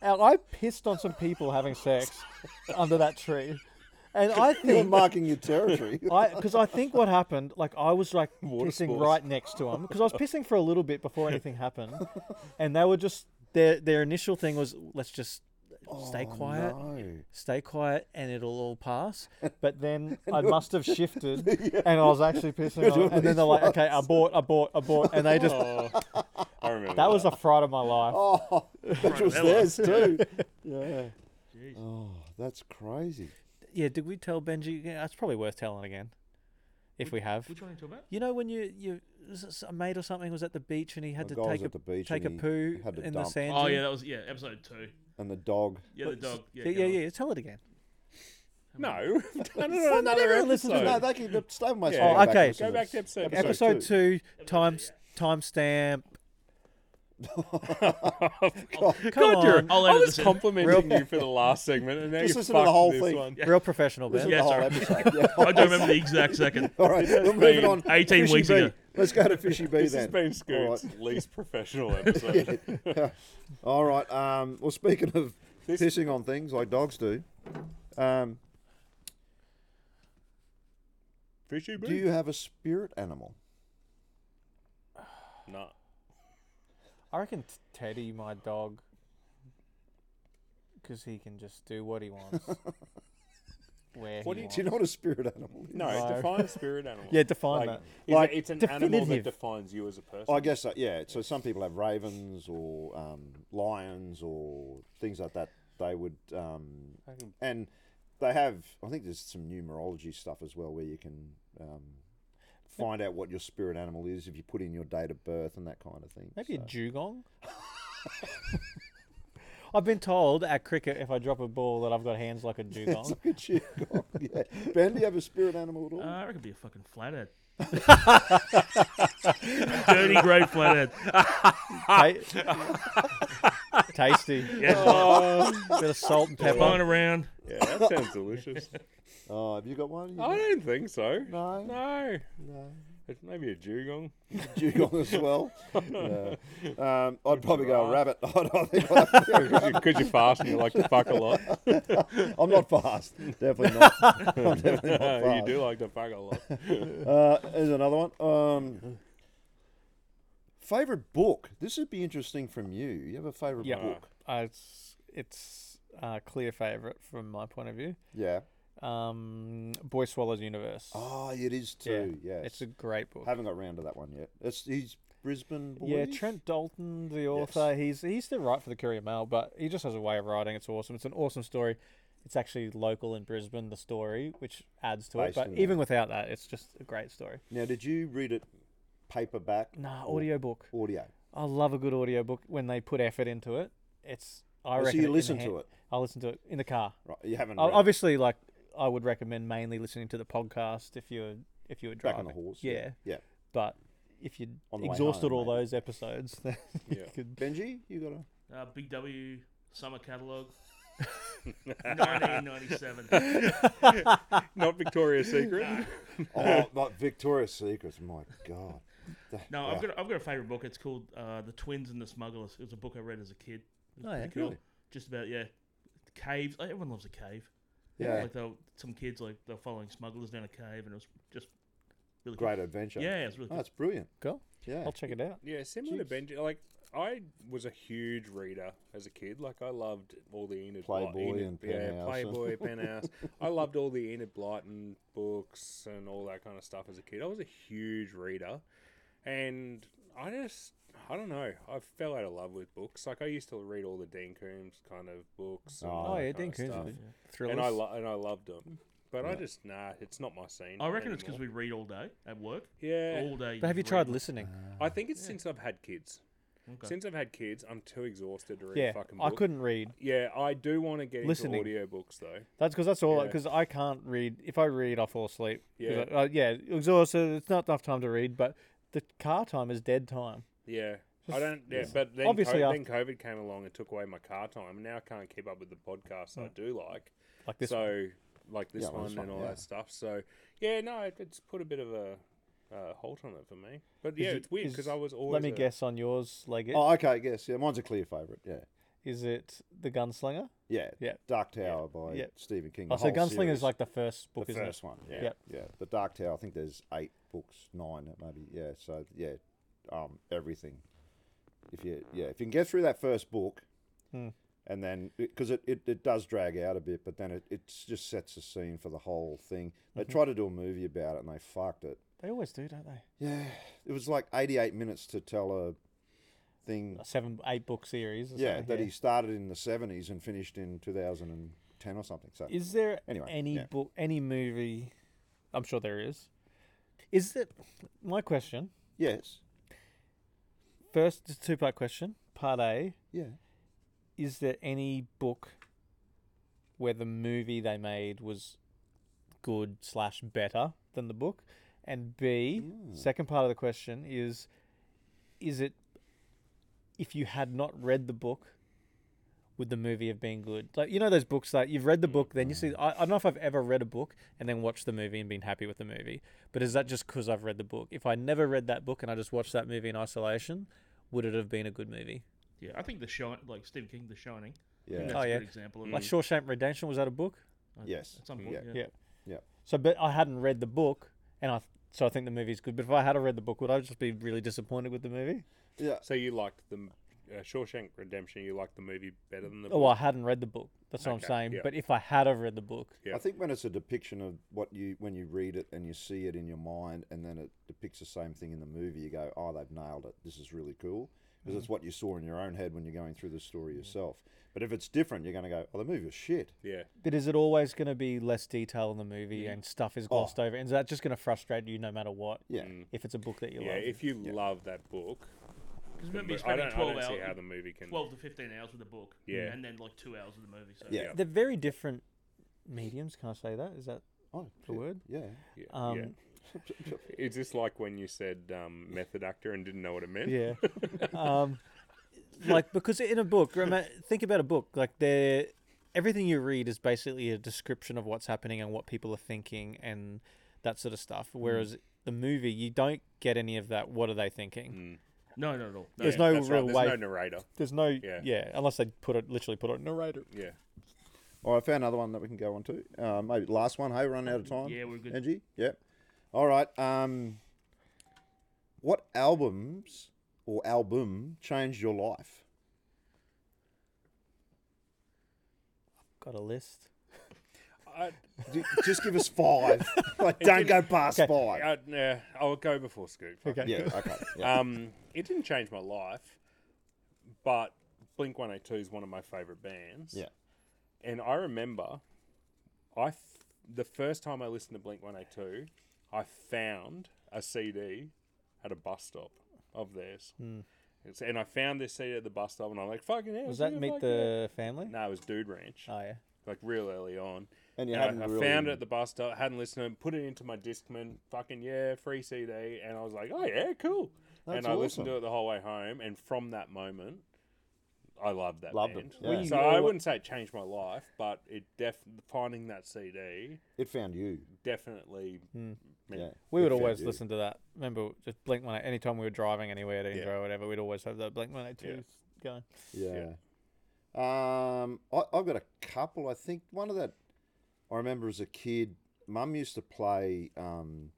Speaker 1: and I pissed on some people having sex under that tree. And I
Speaker 3: You're
Speaker 1: think
Speaker 3: marking your territory.
Speaker 1: I because I think what happened, like I was like pissing
Speaker 4: sports.
Speaker 1: right next to them because I was pissing for a little bit before anything happened, and they were just their their initial thing was let's just stay quiet,
Speaker 3: No.
Speaker 1: stay quiet, and it'll all pass. But then I must have shifted, and I was actually pissing, on,
Speaker 3: doing
Speaker 1: and then
Speaker 3: these
Speaker 1: they're like, okay, abort, abort, abort, and they just
Speaker 4: Oh,
Speaker 3: Ah,
Speaker 4: I remember.
Speaker 1: that was a fright of my life.
Speaker 3: Oh, that was
Speaker 2: Right,
Speaker 3: theirs too. Yeah. Oh, that's crazy.
Speaker 1: Yeah, did we tell Benji? Yeah, that's probably worth telling again, if we have.
Speaker 2: Which one are you talking about?
Speaker 1: You know when you you was it a mate or something was at the beach and he had
Speaker 3: The
Speaker 1: to take
Speaker 3: guy was
Speaker 1: a
Speaker 3: at the beach
Speaker 1: take a
Speaker 3: and he
Speaker 1: poo
Speaker 3: had to
Speaker 1: in the
Speaker 3: dump.
Speaker 1: sand.
Speaker 2: Oh yeah, that was yeah, episode two.
Speaker 3: And the dog.
Speaker 2: Oh, Yeah, the dog.
Speaker 1: yeah, yeah, yeah. Tell it again.
Speaker 4: No, we've done it on another
Speaker 3: Everyone listens to-
Speaker 4: episode.
Speaker 3: No, they can the stay with my
Speaker 4: Yeah.
Speaker 3: story
Speaker 4: Oh,
Speaker 3: back
Speaker 1: okay.
Speaker 3: and listen
Speaker 4: Go back to
Speaker 3: this.
Speaker 4: episode.
Speaker 3: Episode
Speaker 1: Episode two, times timestamp. Come
Speaker 4: God, you're,
Speaker 1: on.
Speaker 2: I'll
Speaker 4: I
Speaker 2: edit
Speaker 4: was
Speaker 2: this in.
Speaker 4: complimenting you for the last segment, and now
Speaker 3: Just
Speaker 4: you
Speaker 3: listen to the
Speaker 4: fucked
Speaker 3: whole
Speaker 4: this
Speaker 3: thing.
Speaker 4: one.
Speaker 1: Real professional, Ben.
Speaker 3: Listen to the
Speaker 2: Yeah,
Speaker 3: whole episode. Yeah.
Speaker 2: I don't remember the exact second.
Speaker 3: All right, we're moving on.
Speaker 2: 18
Speaker 3: Fishy
Speaker 2: weeks
Speaker 3: B.
Speaker 2: ago.
Speaker 3: Let's go to Fishy B
Speaker 4: This
Speaker 3: then.
Speaker 4: has been Scoot's least professional episode.
Speaker 3: All right. All right. Um, well, speaking of
Speaker 4: This-
Speaker 3: pissing on things like dogs do, um,
Speaker 4: Fishy boo.
Speaker 3: do you have a spirit animal?
Speaker 4: No.
Speaker 1: I reckon t- Teddy, my dog, because he can just do what he wants. where
Speaker 4: What
Speaker 1: he
Speaker 4: do
Speaker 1: wants.
Speaker 3: Do you know what a spirit animal is?
Speaker 4: No,
Speaker 1: No.
Speaker 4: define a spirit animal.
Speaker 1: Yeah, define
Speaker 4: like,
Speaker 1: that.
Speaker 4: is
Speaker 3: Like,
Speaker 4: it- it's an animal that
Speaker 1: definitive.
Speaker 4: defines you as a person.
Speaker 3: I guess, so, yeah. So some people have ravens or um, lions or things like that. They would, um, and they have. I think there's some numerology stuff as well where you can um, find out what your spirit animal is if you put in your date of birth and that kind of thing.
Speaker 1: Maybe
Speaker 3: so.
Speaker 1: a dugong. I've been told at cricket if I drop a ball that I've got hands like a dugong.
Speaker 3: Look at you, God, yeah. Ben, do you have a spirit animal at all?
Speaker 2: Uh, I reckon it'd be a fucking flathead. Dirty grey flathead.
Speaker 1: Ta- tasty. Bit of salt and
Speaker 2: Flying
Speaker 1: pepper.
Speaker 2: around.
Speaker 4: Yeah, that sounds delicious.
Speaker 3: oh, have you got one? You
Speaker 4: I don't think so.
Speaker 3: No?
Speaker 4: No.
Speaker 3: No.
Speaker 4: It's maybe a dugong.
Speaker 3: dugong as well. No. Um, I'd probably go a rabbit. I don't think
Speaker 4: Because you're fast and you like to fuck a lot.
Speaker 3: I'm not fast. Definitely not. I'm definitely not fast.
Speaker 4: you do like to fuck a lot.
Speaker 3: Uh, here's another one. Um, favorite book. This would be interesting from you. You have a favorite
Speaker 1: Yeah,
Speaker 3: book?
Speaker 1: uh, it's it's a clear favourite from my point of view.
Speaker 3: Yeah.
Speaker 1: Um, Boy Swallows Universe.
Speaker 3: Oh, it is too. Yeah.
Speaker 1: It's a great book.
Speaker 3: Haven't got round to that one yet. It's he's Brisbane boy.
Speaker 1: Yeah, Trent Dalton, the author, he's he used to write for the Courier Mail, but he just has a way of writing. It's awesome. It's an awesome story. It's actually local in Brisbane, the story, which adds to
Speaker 3: Based
Speaker 1: it. But
Speaker 3: in
Speaker 1: even without that, it's just a great story.
Speaker 3: Now, did you read it paperback?
Speaker 1: Nah,
Speaker 3: or
Speaker 1: audiobook.
Speaker 3: Audio.
Speaker 1: I love a good audiobook when they put effort into it. It's I
Speaker 3: Oh, so
Speaker 1: reckon
Speaker 3: you
Speaker 1: it
Speaker 3: listen to
Speaker 1: enhan-
Speaker 3: it?
Speaker 1: I listen to it in the car.
Speaker 3: Right. You haven't.
Speaker 1: I,
Speaker 3: read it.
Speaker 1: obviously, like I would recommend mainly listening to the podcast if you're if you're
Speaker 3: back
Speaker 1: driving.
Speaker 3: on the horse.
Speaker 1: Yeah,
Speaker 3: Yeah.
Speaker 1: but if you
Speaker 3: On the way
Speaker 1: exhausted
Speaker 3: home,
Speaker 1: all
Speaker 3: maybe.
Speaker 1: those episodes, then you
Speaker 4: Yeah.
Speaker 1: could
Speaker 3: Benji, you got a.
Speaker 2: Uh, Big W summer catalogue. 1997.
Speaker 4: Not Victoria's Secret.
Speaker 3: Oh, like Victoria's Secrets. My God.
Speaker 2: No,
Speaker 3: Wow.
Speaker 2: I've got a, I've got a favorite book. It's called uh, The Twins and the Smugglers. It was a book I read as a kid. It was
Speaker 1: Oh, yeah.
Speaker 2: pretty cool.
Speaker 3: Really?
Speaker 2: Just about yeah, caves. like, Everyone loves a cave.
Speaker 3: Yeah.
Speaker 2: Like they'll, some kids like they're following smugglers down a cave, and it was just really cool.
Speaker 3: Great adventure.
Speaker 2: Yeah, it's really
Speaker 3: Oh,
Speaker 2: cool.
Speaker 3: that's brilliant.
Speaker 1: go.
Speaker 3: Yeah.
Speaker 1: I'll check it out.
Speaker 4: Yeah, similar to Benji. Like, I was a huge reader as a kid. Like, I loved all the Enid Blyton-
Speaker 3: Playboy
Speaker 4: Enid-
Speaker 3: and
Speaker 4: yeah,
Speaker 3: Penhouse.
Speaker 4: Playboy, Penhouse. I loved all the Enid Blyton books and all that kind of stuff as a kid. I was a huge reader, and I just I don't know. I fell out of love with books. Like, I used to read all the Dean Coombs kind of books. and
Speaker 3: Oh,
Speaker 4: all
Speaker 1: Oh
Speaker 4: that
Speaker 1: yeah,
Speaker 4: kind
Speaker 1: Dean
Speaker 4: of
Speaker 1: Koontz,
Speaker 4: stuff.
Speaker 1: is a thriller.
Speaker 4: and I lo- and I loved them. But I just nah, it's not my scene.
Speaker 2: I reckon it's 'cause
Speaker 4: anymore.
Speaker 2: it's because we read all day at work.
Speaker 4: yeah.
Speaker 2: All day.
Speaker 1: But have you
Speaker 2: read.
Speaker 1: tried listening?
Speaker 4: I think it's since I've had kids.
Speaker 2: Okay.
Speaker 4: Since I've had kids, I'm too exhausted to read
Speaker 1: yeah,
Speaker 4: a fucking
Speaker 1: I
Speaker 4: book.
Speaker 1: couldn't read.
Speaker 4: Yeah, I do want to get
Speaker 1: Listening.
Speaker 4: into audiobooks though.
Speaker 1: That's because that's all.
Speaker 4: Yeah.
Speaker 1: Because I can't read. If I read, I fall asleep. 'Cause
Speaker 4: Yeah.
Speaker 1: I, I- yeah, exhausted. It's not enough time to read, but the car time is dead time.
Speaker 4: Yeah. I don't, yeah, but then,
Speaker 1: Obviously,
Speaker 4: co-
Speaker 1: I-
Speaker 4: then COVID came along and took away my car time. and Now I can't keep up with the podcasts I do like.
Speaker 1: Like this.
Speaker 4: so, like this
Speaker 3: Yeah, well,
Speaker 4: one
Speaker 3: this
Speaker 4: and
Speaker 3: one,
Speaker 4: all
Speaker 3: yeah.
Speaker 4: that stuff. So, yeah, no, it, it's put a bit of a uh, halt on it for me. But yeah,
Speaker 1: it-
Speaker 4: it's weird
Speaker 1: is-
Speaker 4: because I was always.
Speaker 1: let me
Speaker 4: a-
Speaker 1: guess on yours, Leggett.
Speaker 3: Oh, okay. Yes. Yeah. Mine's a clear favourite. Yeah.
Speaker 1: Is it the Gunslinger?
Speaker 3: Yeah.
Speaker 1: Yeah.
Speaker 3: Dark Tower by
Speaker 1: Yeah.
Speaker 3: Stephen King.
Speaker 1: Oh,
Speaker 3: the
Speaker 1: so
Speaker 3: whole
Speaker 1: Gunslinger
Speaker 3: series.
Speaker 1: is like the first book,
Speaker 3: the
Speaker 1: isn't
Speaker 3: first
Speaker 1: it?
Speaker 3: one. Yeah.
Speaker 1: Yep.
Speaker 3: Yeah. The Dark Tower. I think there's eight books, nine maybe. Yeah. So yeah, um, everything. If you yeah, if you can get through that first book,
Speaker 1: Hmm.
Speaker 3: and then because it, it, it does drag out a bit, but then it, it just sets the scene for the whole thing. They
Speaker 1: Mm-hmm.
Speaker 3: tried to do a movie about it and they fucked it.
Speaker 1: They always do, don't they?
Speaker 3: Yeah, it was like 88 minutes to tell a thing.
Speaker 1: A seven, eight book series. Or
Speaker 3: yeah,
Speaker 1: something,
Speaker 3: that he started in the 70s and finished in 2010 or something. So
Speaker 1: Is there
Speaker 3: Anyway,
Speaker 1: any
Speaker 3: yeah.
Speaker 1: book, any movie? I'm sure there is. Is that my question?
Speaker 3: yes,
Speaker 1: First, it's a two part question. Part A
Speaker 3: yeah.
Speaker 1: Is there any book where the movie they made was good slash better than the book? And B,
Speaker 3: Mm.
Speaker 1: second part of the question is, is it if you had not read the book, would the movie have been good? Like you know those books that you've read the book, then you see. I, I don't know if I've ever read a book and then watched the movie and been happy with the movie. But is that just because I've read the book? If I never read that book and I just watched that movie in isolation, would it have been a good movie?
Speaker 2: Yeah, I think the show, like Stephen King, The Shining. I think
Speaker 3: Yeah.
Speaker 2: that's
Speaker 1: Oh,
Speaker 2: a
Speaker 1: yeah.
Speaker 2: good example of
Speaker 1: Like
Speaker 4: Mm.
Speaker 2: it.
Speaker 1: Shawshank Redemption was that a book?
Speaker 2: Uh,
Speaker 3: Yes.
Speaker 2: At some point,
Speaker 3: Yeah.
Speaker 2: yeah.
Speaker 1: Yeah.
Speaker 3: Yeah.
Speaker 1: So, but I hadn't read the book, and I so I think the movie's good. But if I had read the book, would I just be really disappointed with the movie?
Speaker 4: So you liked the m- uh, Shawshank Redemption? You liked the movie better than the
Speaker 1: Oh, I hadn't read the book. That's what
Speaker 4: Okay,
Speaker 1: I'm saying.
Speaker 4: yeah.
Speaker 1: But if I had have read the book,
Speaker 4: Yeah.
Speaker 3: I think when it's a depiction of what you when you read it and you see it in your mind, and then it depicts the same thing in the movie, you go, "Oh, they've nailed it! This is really cool." Because it's what you saw in your own head when you're going through the story yourself. But if it's different, you're going to go, "Oh, the movie was shit."
Speaker 4: Yeah.
Speaker 1: but is it always going to be less detail in the movie and stuff
Speaker 4: Oh.
Speaker 1: is glossed over? And is that just going to frustrate you no matter what?
Speaker 3: Yeah,
Speaker 1: If it's a book that you
Speaker 4: Yeah,
Speaker 1: love,
Speaker 4: if you love that book,
Speaker 2: 'Cause remember,
Speaker 4: I don't,
Speaker 2: you're
Speaker 4: I
Speaker 2: spending
Speaker 4: don't
Speaker 2: 12
Speaker 4: see
Speaker 2: hours-
Speaker 4: how the movie can.
Speaker 2: 12 to 15 hours with the book.
Speaker 4: Yeah.
Speaker 2: And then like two hours with the movie. So
Speaker 3: yeah,
Speaker 1: they're very different mediums. Can I say that? Is that
Speaker 3: oh,
Speaker 1: the word?
Speaker 3: yeah.
Speaker 4: yeah,
Speaker 1: Um,
Speaker 4: yeah. Is this like when you said um, method actor and didn't know what it meant?
Speaker 1: Yeah. um, like because in a book, remember, think about a book. Like there, everything you read is basically a description of what's happening and what people are thinking and that sort of stuff.
Speaker 4: Mm.
Speaker 1: Whereas the movie, you don't get any of that. What are they thinking?
Speaker 4: Hmm.
Speaker 2: No, not at all. No.
Speaker 1: There's
Speaker 4: Mm. Yeah,
Speaker 1: no
Speaker 4: that's
Speaker 1: real
Speaker 4: right.
Speaker 1: way.
Speaker 4: There's no narrator.
Speaker 1: There's no
Speaker 4: Yeah.
Speaker 1: yeah. unless they put it literally put it narrator.
Speaker 4: Yeah.
Speaker 3: All right, I found another one that we can go on to. Uh, maybe last one. Hey, we're running out of time.
Speaker 2: Yeah, we're good.
Speaker 3: Angie, yeah. All right. Um, what albums or album changed your life?
Speaker 1: Got a list.
Speaker 4: I,
Speaker 3: Ju- Just give us five. Like, don't go past five.
Speaker 4: I, nah, I'll go before Scoop. Okay.
Speaker 3: Yeah, okay. Yeah.
Speaker 4: Um, it didn't change my life, but Blink 182 is one of my favorite bands.
Speaker 3: yeah.
Speaker 4: And I remember I f- the first time I listened to Blink 182, I found a CD at a bus stop of theirs. It's- And I found this CD at the bus stop, and I'm like, fucking hell.
Speaker 1: Was
Speaker 4: this
Speaker 1: that
Speaker 4: is
Speaker 1: meet
Speaker 4: fucking hell.
Speaker 1: the family?
Speaker 4: No, it was Dude Ranch,
Speaker 1: Oh yeah.
Speaker 4: like real early on.
Speaker 3: And you
Speaker 4: And
Speaker 3: hadn't
Speaker 4: I, I
Speaker 3: really.
Speaker 4: found it at the bus stop, hadn't listened to it, put it into my Discman, fucking yeah, free CD. And I was like, oh yeah, cool. and
Speaker 3: That's
Speaker 4: I listened to
Speaker 3: awesome.
Speaker 4: it the whole way home. And from that moment, I loved that
Speaker 3: Loved
Speaker 4: band.
Speaker 3: it, yeah. Were you
Speaker 4: So I
Speaker 1: all-
Speaker 4: wouldn't say it changed my life, but it def finding that CD
Speaker 3: It found you.
Speaker 4: definitely.
Speaker 3: Hmm.
Speaker 4: meant-
Speaker 3: Yeah.
Speaker 1: We
Speaker 3: it
Speaker 1: would
Speaker 3: found
Speaker 1: always
Speaker 3: you.
Speaker 1: listen to that. Remember, just Blink One. Anytime we were driving anywhere to
Speaker 4: Yeah.
Speaker 1: intro or whatever, we'd always have that Blink One Eight
Speaker 4: Yeah.
Speaker 1: Two going.
Speaker 3: Yeah. Um, I, I've got a couple. I think one of that I remember as a kid, Mum used to play um,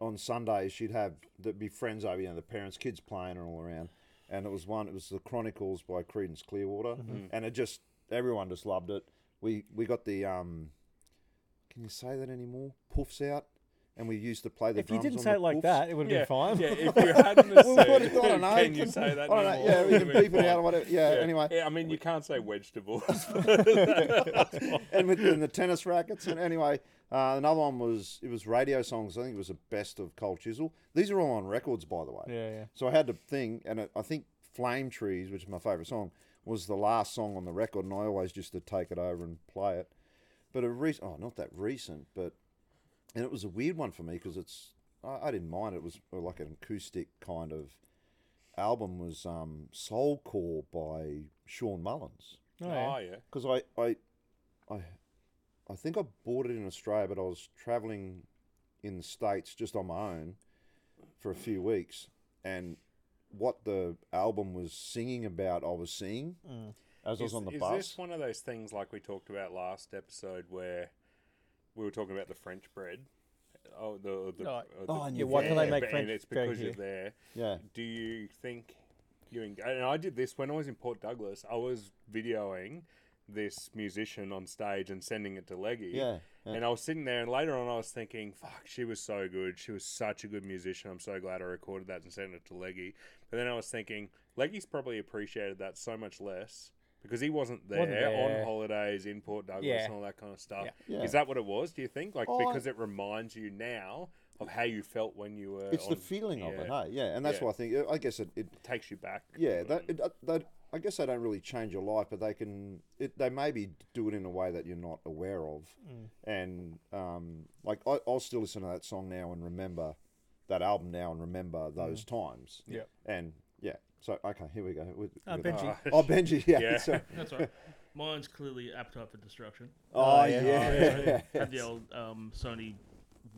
Speaker 3: on Sundays. She'd have there'd be friends over, you know, the parents, kids playing and all around. And it was one. It was the Chronicles by Creedence Clearwater,
Speaker 1: Mm-hmm.
Speaker 3: and it just everyone just loved it. We we got the um, can you say that anymore? Puffs out, and we used to play the.
Speaker 1: If you
Speaker 3: drums
Speaker 1: didn't
Speaker 3: on
Speaker 1: say
Speaker 3: the
Speaker 1: it like
Speaker 3: puffs.
Speaker 1: that, it would have
Speaker 4: Yeah,
Speaker 1: been fine.
Speaker 4: yeah, if you hadn't have
Speaker 3: Well,
Speaker 4: said,
Speaker 3: what- I don't know.
Speaker 4: can you say that?
Speaker 3: I don't know.
Speaker 4: anymore?
Speaker 3: Yeah, we
Speaker 4: Would've
Speaker 3: can
Speaker 4: been
Speaker 3: beep it out or
Speaker 4: fine.
Speaker 3: whatever. Yeah. Anyway,
Speaker 4: Yeah, I mean, you can't say wedge divorce.
Speaker 3: and with and the tennis rackets. And anyway, uh, another one was it was radio songs. I think it was the best of Cold Chisel. These are all on records, by the way.
Speaker 1: Yeah, yeah.
Speaker 3: So I had to thing, and I- I think Flame Trees, which is my favourite song, was the last song on the record, and I always used to take it over and play it. But a recent, oh, not that recent, but and it was a weird one for me because it's I, I didn't mind. It was uh, like an acoustic kind of album was um, Soulcore by Sean Mullins
Speaker 1: Oh, yeah.
Speaker 4: oh yeah.
Speaker 3: because I, I, I, I think I bought it in Australia, but I was traveling in the states just on my own for a few weeks, and what the album was singing about, I was seeing as I was
Speaker 4: Mm. Is-
Speaker 3: on the
Speaker 4: is
Speaker 3: bus.
Speaker 4: this one of those things like we talked about last episode where we were talking about the French bread? Oh, the, the,
Speaker 1: Oh,
Speaker 4: uh, the
Speaker 3: oh, and
Speaker 1: Yeah, why can't they
Speaker 3: Yeah,
Speaker 1: make
Speaker 4: but-
Speaker 1: French
Speaker 4: And it's
Speaker 1: bread
Speaker 4: because you're
Speaker 1: here?
Speaker 4: there.
Speaker 3: Yeah.
Speaker 4: Do you think you eng- and I did this when I was in Port Douglas. I was videoing this musician on stage and sending it to Leggy.
Speaker 3: Yeah, yeah.
Speaker 4: And I was sitting there, and later on, I was thinking, "Fuck, she was so good. She was such a good musician. I'm so glad I recorded that and sent it to Leggy." But then I was thinking, Leggy's probably appreciated that so much less because he wasn't there,
Speaker 1: Wasn't
Speaker 4: on
Speaker 1: there.
Speaker 4: holidays in Port Douglas
Speaker 1: Yeah.
Speaker 4: and all that kind of stuff.
Speaker 3: Yeah. Yeah.
Speaker 4: Is that what it was? Do you think? Like
Speaker 3: Oh, I-
Speaker 4: because it reminds you now of how you felt when you were.
Speaker 3: It's the
Speaker 4: on-
Speaker 3: feeling of it,
Speaker 4: Yeah.
Speaker 3: hey? Yeah, and that's
Speaker 4: Yeah.
Speaker 3: why I think I guess it, it
Speaker 4: takes you back.
Speaker 3: yeah, that, it, that I guess they don't really change your life, but they can. It, they maybe do it in a way that you're not aware of. And um, like I, I'll still listen to that song now and remember that album now and remember those times.
Speaker 1: Yep.
Speaker 3: And yeah. So okay, here we go. With,
Speaker 5: Oh,
Speaker 3: with-
Speaker 5: Benji.
Speaker 3: Oh, Benji. Yeah.
Speaker 4: Yeah.
Speaker 3: sorry.
Speaker 2: That's all right. Mine's clearly Appetite for Destruction.
Speaker 3: Oh, yeah.
Speaker 2: Had the old um, Sony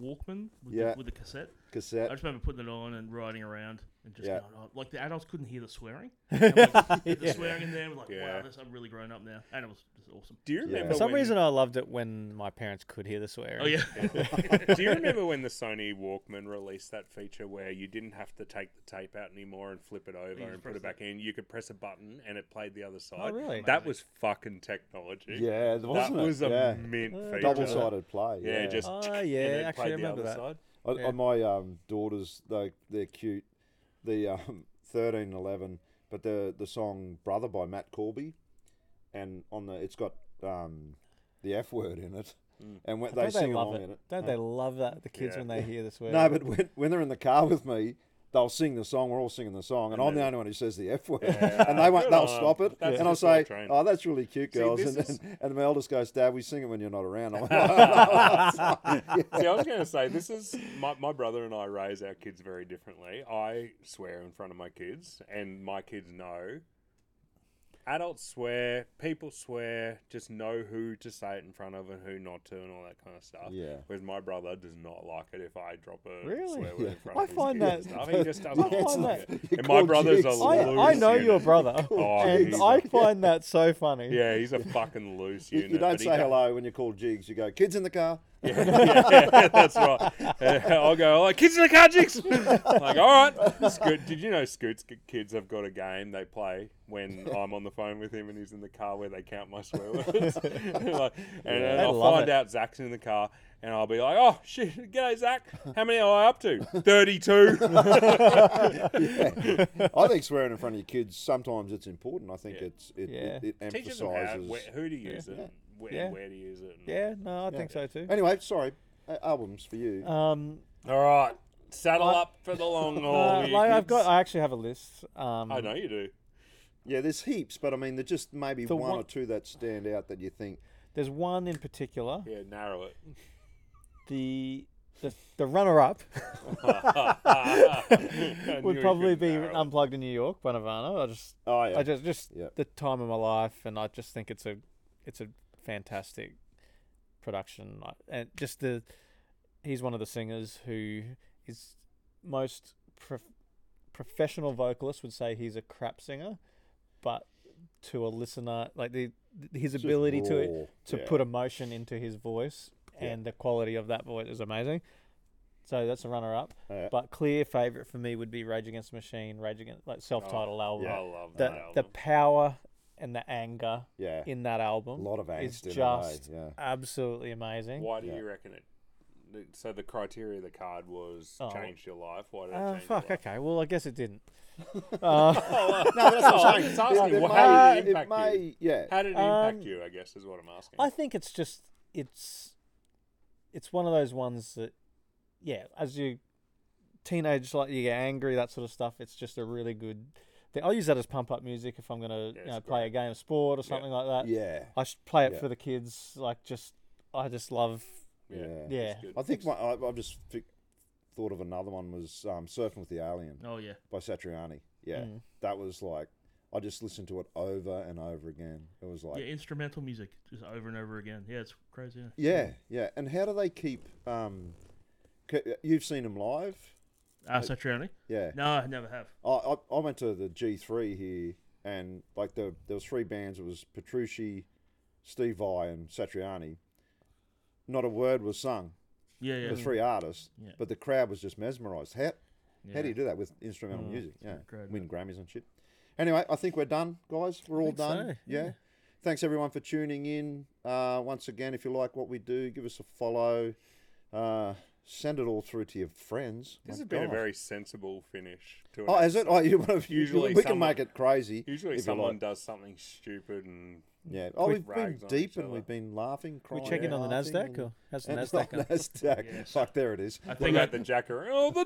Speaker 2: Walkman with,
Speaker 3: Yeah.
Speaker 2: the, with the cassette. I
Speaker 3: Cassette.
Speaker 2: just remember putting it on and riding around and just
Speaker 3: Yeah.
Speaker 2: going, oh, like the adults couldn't hear the swearing. And, like, The swearing in there, like
Speaker 4: Yeah.
Speaker 2: wow, this, I'm really grown up now, and it was just awesome.
Speaker 4: Do you remember
Speaker 1: For some
Speaker 4: when-
Speaker 1: reason, I loved it when my parents could hear the swearing.
Speaker 2: Oh yeah,
Speaker 4: Do you remember when the Sony Walkman released that feature where you didn't have to take the tape out anymore and flip it over
Speaker 2: just
Speaker 4: and put
Speaker 2: press
Speaker 4: it back in? You could press a button and it played the other side.
Speaker 1: Oh, really?
Speaker 4: That was fucking technology.
Speaker 3: Yeah,
Speaker 4: That
Speaker 3: wasn't it?
Speaker 4: was a
Speaker 3: yeah.
Speaker 4: mint
Speaker 1: Uh,
Speaker 4: feature.
Speaker 3: double sided play.
Speaker 4: Yeah, just
Speaker 1: Oh,
Speaker 4: and
Speaker 1: yeah,
Speaker 4: it
Speaker 1: actually,
Speaker 4: played
Speaker 1: I
Speaker 4: the
Speaker 1: remember
Speaker 4: other
Speaker 1: that.
Speaker 4: side.
Speaker 3: I,
Speaker 1: Yeah.
Speaker 3: I, my um, daughters, they they're cute. The um, thirteen eleven, but the the song "Brother" by Matt Corby, and on the it's got um, the F word in it,
Speaker 4: Mm.
Speaker 3: and when they
Speaker 1: Don't they
Speaker 3: sing
Speaker 1: love
Speaker 3: along
Speaker 1: it?
Speaker 3: in it.
Speaker 1: Don't they love that? The kids
Speaker 4: Yeah.
Speaker 1: when they hear the swearing.
Speaker 3: No, but when, when they're in the car with me, they'll sing the song. We're all singing the song, and, I'm the only one who says the F word, and they won't.
Speaker 4: Good
Speaker 3: They'll
Speaker 4: on 'em.
Speaker 3: stop it,
Speaker 4: That's
Speaker 3: and I'll
Speaker 4: just like
Speaker 3: say,
Speaker 4: training.
Speaker 3: "Oh, that's really cute, girls."
Speaker 4: this
Speaker 3: and,
Speaker 4: is-
Speaker 3: and and my eldest goes, "Dad, we sing it when you're not around." I'm like,
Speaker 4: See, I was going to say this is my, my brother and I raise our kids very differently. I swear in front of my kids, and my kids know. Adults swear, people swear, just know who to say it in front of and who not to, and all that kind of stuff.
Speaker 3: Yeah.
Speaker 4: Whereas my brother does not like it if I drop a
Speaker 1: Really?
Speaker 4: swear word in front
Speaker 1: I
Speaker 4: of his
Speaker 1: find
Speaker 4: kids and
Speaker 1: that-
Speaker 4: stuff. He just doesn't
Speaker 1: I
Speaker 4: like
Speaker 1: find
Speaker 4: it.
Speaker 3: that- you
Speaker 4: And my
Speaker 3: call
Speaker 4: brother's a
Speaker 3: jigs.
Speaker 1: I,
Speaker 4: loose.
Speaker 1: I know
Speaker 4: unit.
Speaker 1: your brother,
Speaker 4: Oh,
Speaker 1: and
Speaker 4: he's
Speaker 1: I
Speaker 4: a-
Speaker 1: find that so funny.
Speaker 4: Yeah, he's a fucking loose
Speaker 3: You,
Speaker 4: unit.
Speaker 3: you
Speaker 4: but
Speaker 3: don't
Speaker 4: he
Speaker 3: say
Speaker 4: does-
Speaker 3: hello when you call jigs. You go, kids in the car.
Speaker 4: yeah, that's right. I'll go, like, kids in the car, jigs. like, all right. Scoot, did you know Scoot's k- kids have got a game they play when I'm on the phone with him and he's in the car where they count my swear words? Like, and then I'll
Speaker 1: love
Speaker 4: find
Speaker 1: it.
Speaker 4: out Zach's in the car and I'll be like, oh, shit, g'day, Zach. How many am I up to? 32.
Speaker 3: I think swearing in front of your kids sometimes it's important. I think
Speaker 4: Yeah.
Speaker 3: it's it,
Speaker 1: Yeah.
Speaker 3: it, it
Speaker 4: Teach them how,
Speaker 3: emphasizes.
Speaker 4: where- who to use it, and where,
Speaker 1: Yeah.
Speaker 4: where to use it. and-
Speaker 1: Yeah, no, I think so too.
Speaker 3: Anyway, sorry, uh, albums for you.
Speaker 1: Um,
Speaker 4: All right. Saddle up for the long haul.
Speaker 1: uh,
Speaker 4: you
Speaker 1: like I've
Speaker 4: Oh, kids. Uh.
Speaker 1: got, I actually have a list. Um,
Speaker 4: I know you do.
Speaker 3: yeah, there's heaps, but I mean, there's just maybe
Speaker 1: The
Speaker 3: one,
Speaker 1: one-
Speaker 3: or two that stand out that you think.
Speaker 1: There's one in particular.
Speaker 4: Yeah, narrow it.
Speaker 1: The the, the runner up
Speaker 4: I knew
Speaker 1: would
Speaker 4: you
Speaker 1: probably
Speaker 4: couldn't
Speaker 1: be
Speaker 4: narrow it.
Speaker 1: Unplugged in New York by Nirvana. I just
Speaker 3: Oh yeah,
Speaker 1: I just just
Speaker 3: Yeah.
Speaker 1: the time of my life, and I just think it's a it's a fantastic production, I- and just the he's one of the singers who is most prof- professional vocalists would say he's a crap singer, but to a listener, like the his ability to
Speaker 3: raw,
Speaker 1: to
Speaker 3: yeah.
Speaker 1: put emotion into his voice and the quality of that voice is amazing. So that's a runner up.
Speaker 3: Yeah.
Speaker 1: But clear favorite for me would be Rage Against the Machine, Rage Against like self-titled
Speaker 3: Oh,
Speaker 1: album
Speaker 4: I love
Speaker 1: the
Speaker 4: that
Speaker 1: the
Speaker 4: album.
Speaker 1: power and the anger
Speaker 3: yeah,
Speaker 1: in that album
Speaker 3: a lot of
Speaker 1: is
Speaker 3: angst in a way.
Speaker 1: just
Speaker 3: Yeah,
Speaker 1: absolutely amazing.
Speaker 4: Why do
Speaker 3: Yeah.
Speaker 4: you reckon it? the- So the criteria of the card was
Speaker 1: Oh.
Speaker 4: changed your life. Why did it
Speaker 1: Oh
Speaker 4: change
Speaker 1: fuck!
Speaker 4: your life?
Speaker 1: Okay, well I guess it didn't. Uh,
Speaker 3: no, that's
Speaker 4: what I'm saying. oh, It's asking, well, how did it impact
Speaker 3: may,
Speaker 4: you?
Speaker 3: yeah,
Speaker 4: How did it impact
Speaker 1: Um,
Speaker 4: you? I guess is what I'm asking.
Speaker 1: I think it's just it's it's one of those ones that yeah, as you teenage like you get angry that sort of stuff. It's just a really good. thing. I'll use that as pump up music if I'm gonna
Speaker 4: Yeah,
Speaker 1: you
Speaker 4: it's
Speaker 1: know, play a game of sport or something like that.
Speaker 3: yeah,
Speaker 1: I should play it
Speaker 3: Yeah.
Speaker 1: for the kids. Like just I just love
Speaker 3: yeah.
Speaker 1: yeah.
Speaker 4: good.
Speaker 3: I think my, I, I've just fi- thought of another one was um, surfing with the alien.
Speaker 2: oh yeah,
Speaker 3: by Satriani. Yeah,
Speaker 1: Mm.
Speaker 3: that was like I just listened to it over and over again. It was like
Speaker 2: yeah.
Speaker 3: yeah,
Speaker 2: Instrumental music just over and over again. Yeah, it's crazy. Yeah.
Speaker 3: yeah. And how do they keep? Um, c- you've seen them live,
Speaker 2: Ah, Satriani?
Speaker 3: yeah.
Speaker 2: No, I never have.
Speaker 3: I, I I went to the G three here, and like the there was three bands. It was Petrucci, Steve Vai, and Satriani. Not a word was sung.
Speaker 2: Yeah, yeah.
Speaker 3: The three artists,
Speaker 2: Yeah.
Speaker 3: but the crowd was just mesmerised. How
Speaker 2: yeah.
Speaker 3: how do you do that with
Speaker 1: Mm.
Speaker 3: instrumental music? Yeah,
Speaker 2: incredible.
Speaker 3: win Grammys and shit. Anyway, I think we're done, guys. We're all done.
Speaker 1: so,
Speaker 3: yeah. Thanks everyone for tuning in. Uh, once again, if you like what we do, give us a follow. Uh, send it all through to your friends.
Speaker 4: This
Speaker 3: My
Speaker 4: has been a
Speaker 3: God.
Speaker 4: very sensible finish to an
Speaker 3: Oh, is it?
Speaker 4: episode.
Speaker 3: Oh, you want to,
Speaker 4: Usually
Speaker 3: we can
Speaker 4: someone-
Speaker 3: make it crazy.
Speaker 4: Usually
Speaker 3: if you
Speaker 4: someone
Speaker 3: like.
Speaker 4: does something stupid and
Speaker 3: Yeah. Oh,
Speaker 4: Quick
Speaker 3: we've been
Speaker 4: rags on
Speaker 3: deep
Speaker 4: each
Speaker 3: and
Speaker 4: other.
Speaker 3: we've been laughing,
Speaker 1: We
Speaker 3: crying.
Speaker 1: checking on the
Speaker 3: laughing
Speaker 1: Nasdaq
Speaker 3: and-
Speaker 1: or how's the
Speaker 3: and-
Speaker 1: Nasdaq
Speaker 3: oh,
Speaker 1: going?
Speaker 3: Nasdaq. Fuck, there it is.
Speaker 2: I
Speaker 4: What
Speaker 2: think I,
Speaker 4: about the jacaranda? Oh, the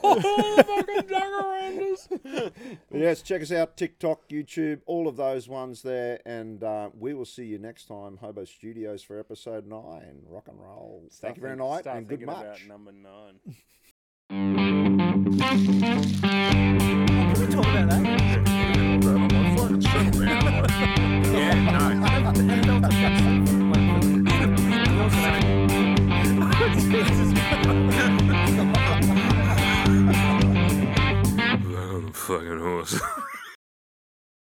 Speaker 4: jacarandas! Oh, the fucking jacarandas!
Speaker 3: But yes, check us out TikTok, YouTube, all of those ones there, and uh, we will see you next time, Hobo Studios, for episode nine. Rock and roll. Thank you very
Speaker 4: Start
Speaker 3: much,
Speaker 4: thinking-
Speaker 3: and good
Speaker 4: start
Speaker 3: much.
Speaker 4: thinking about number nine.
Speaker 1: Can we talk about that?
Speaker 6: I'm a fucking horse.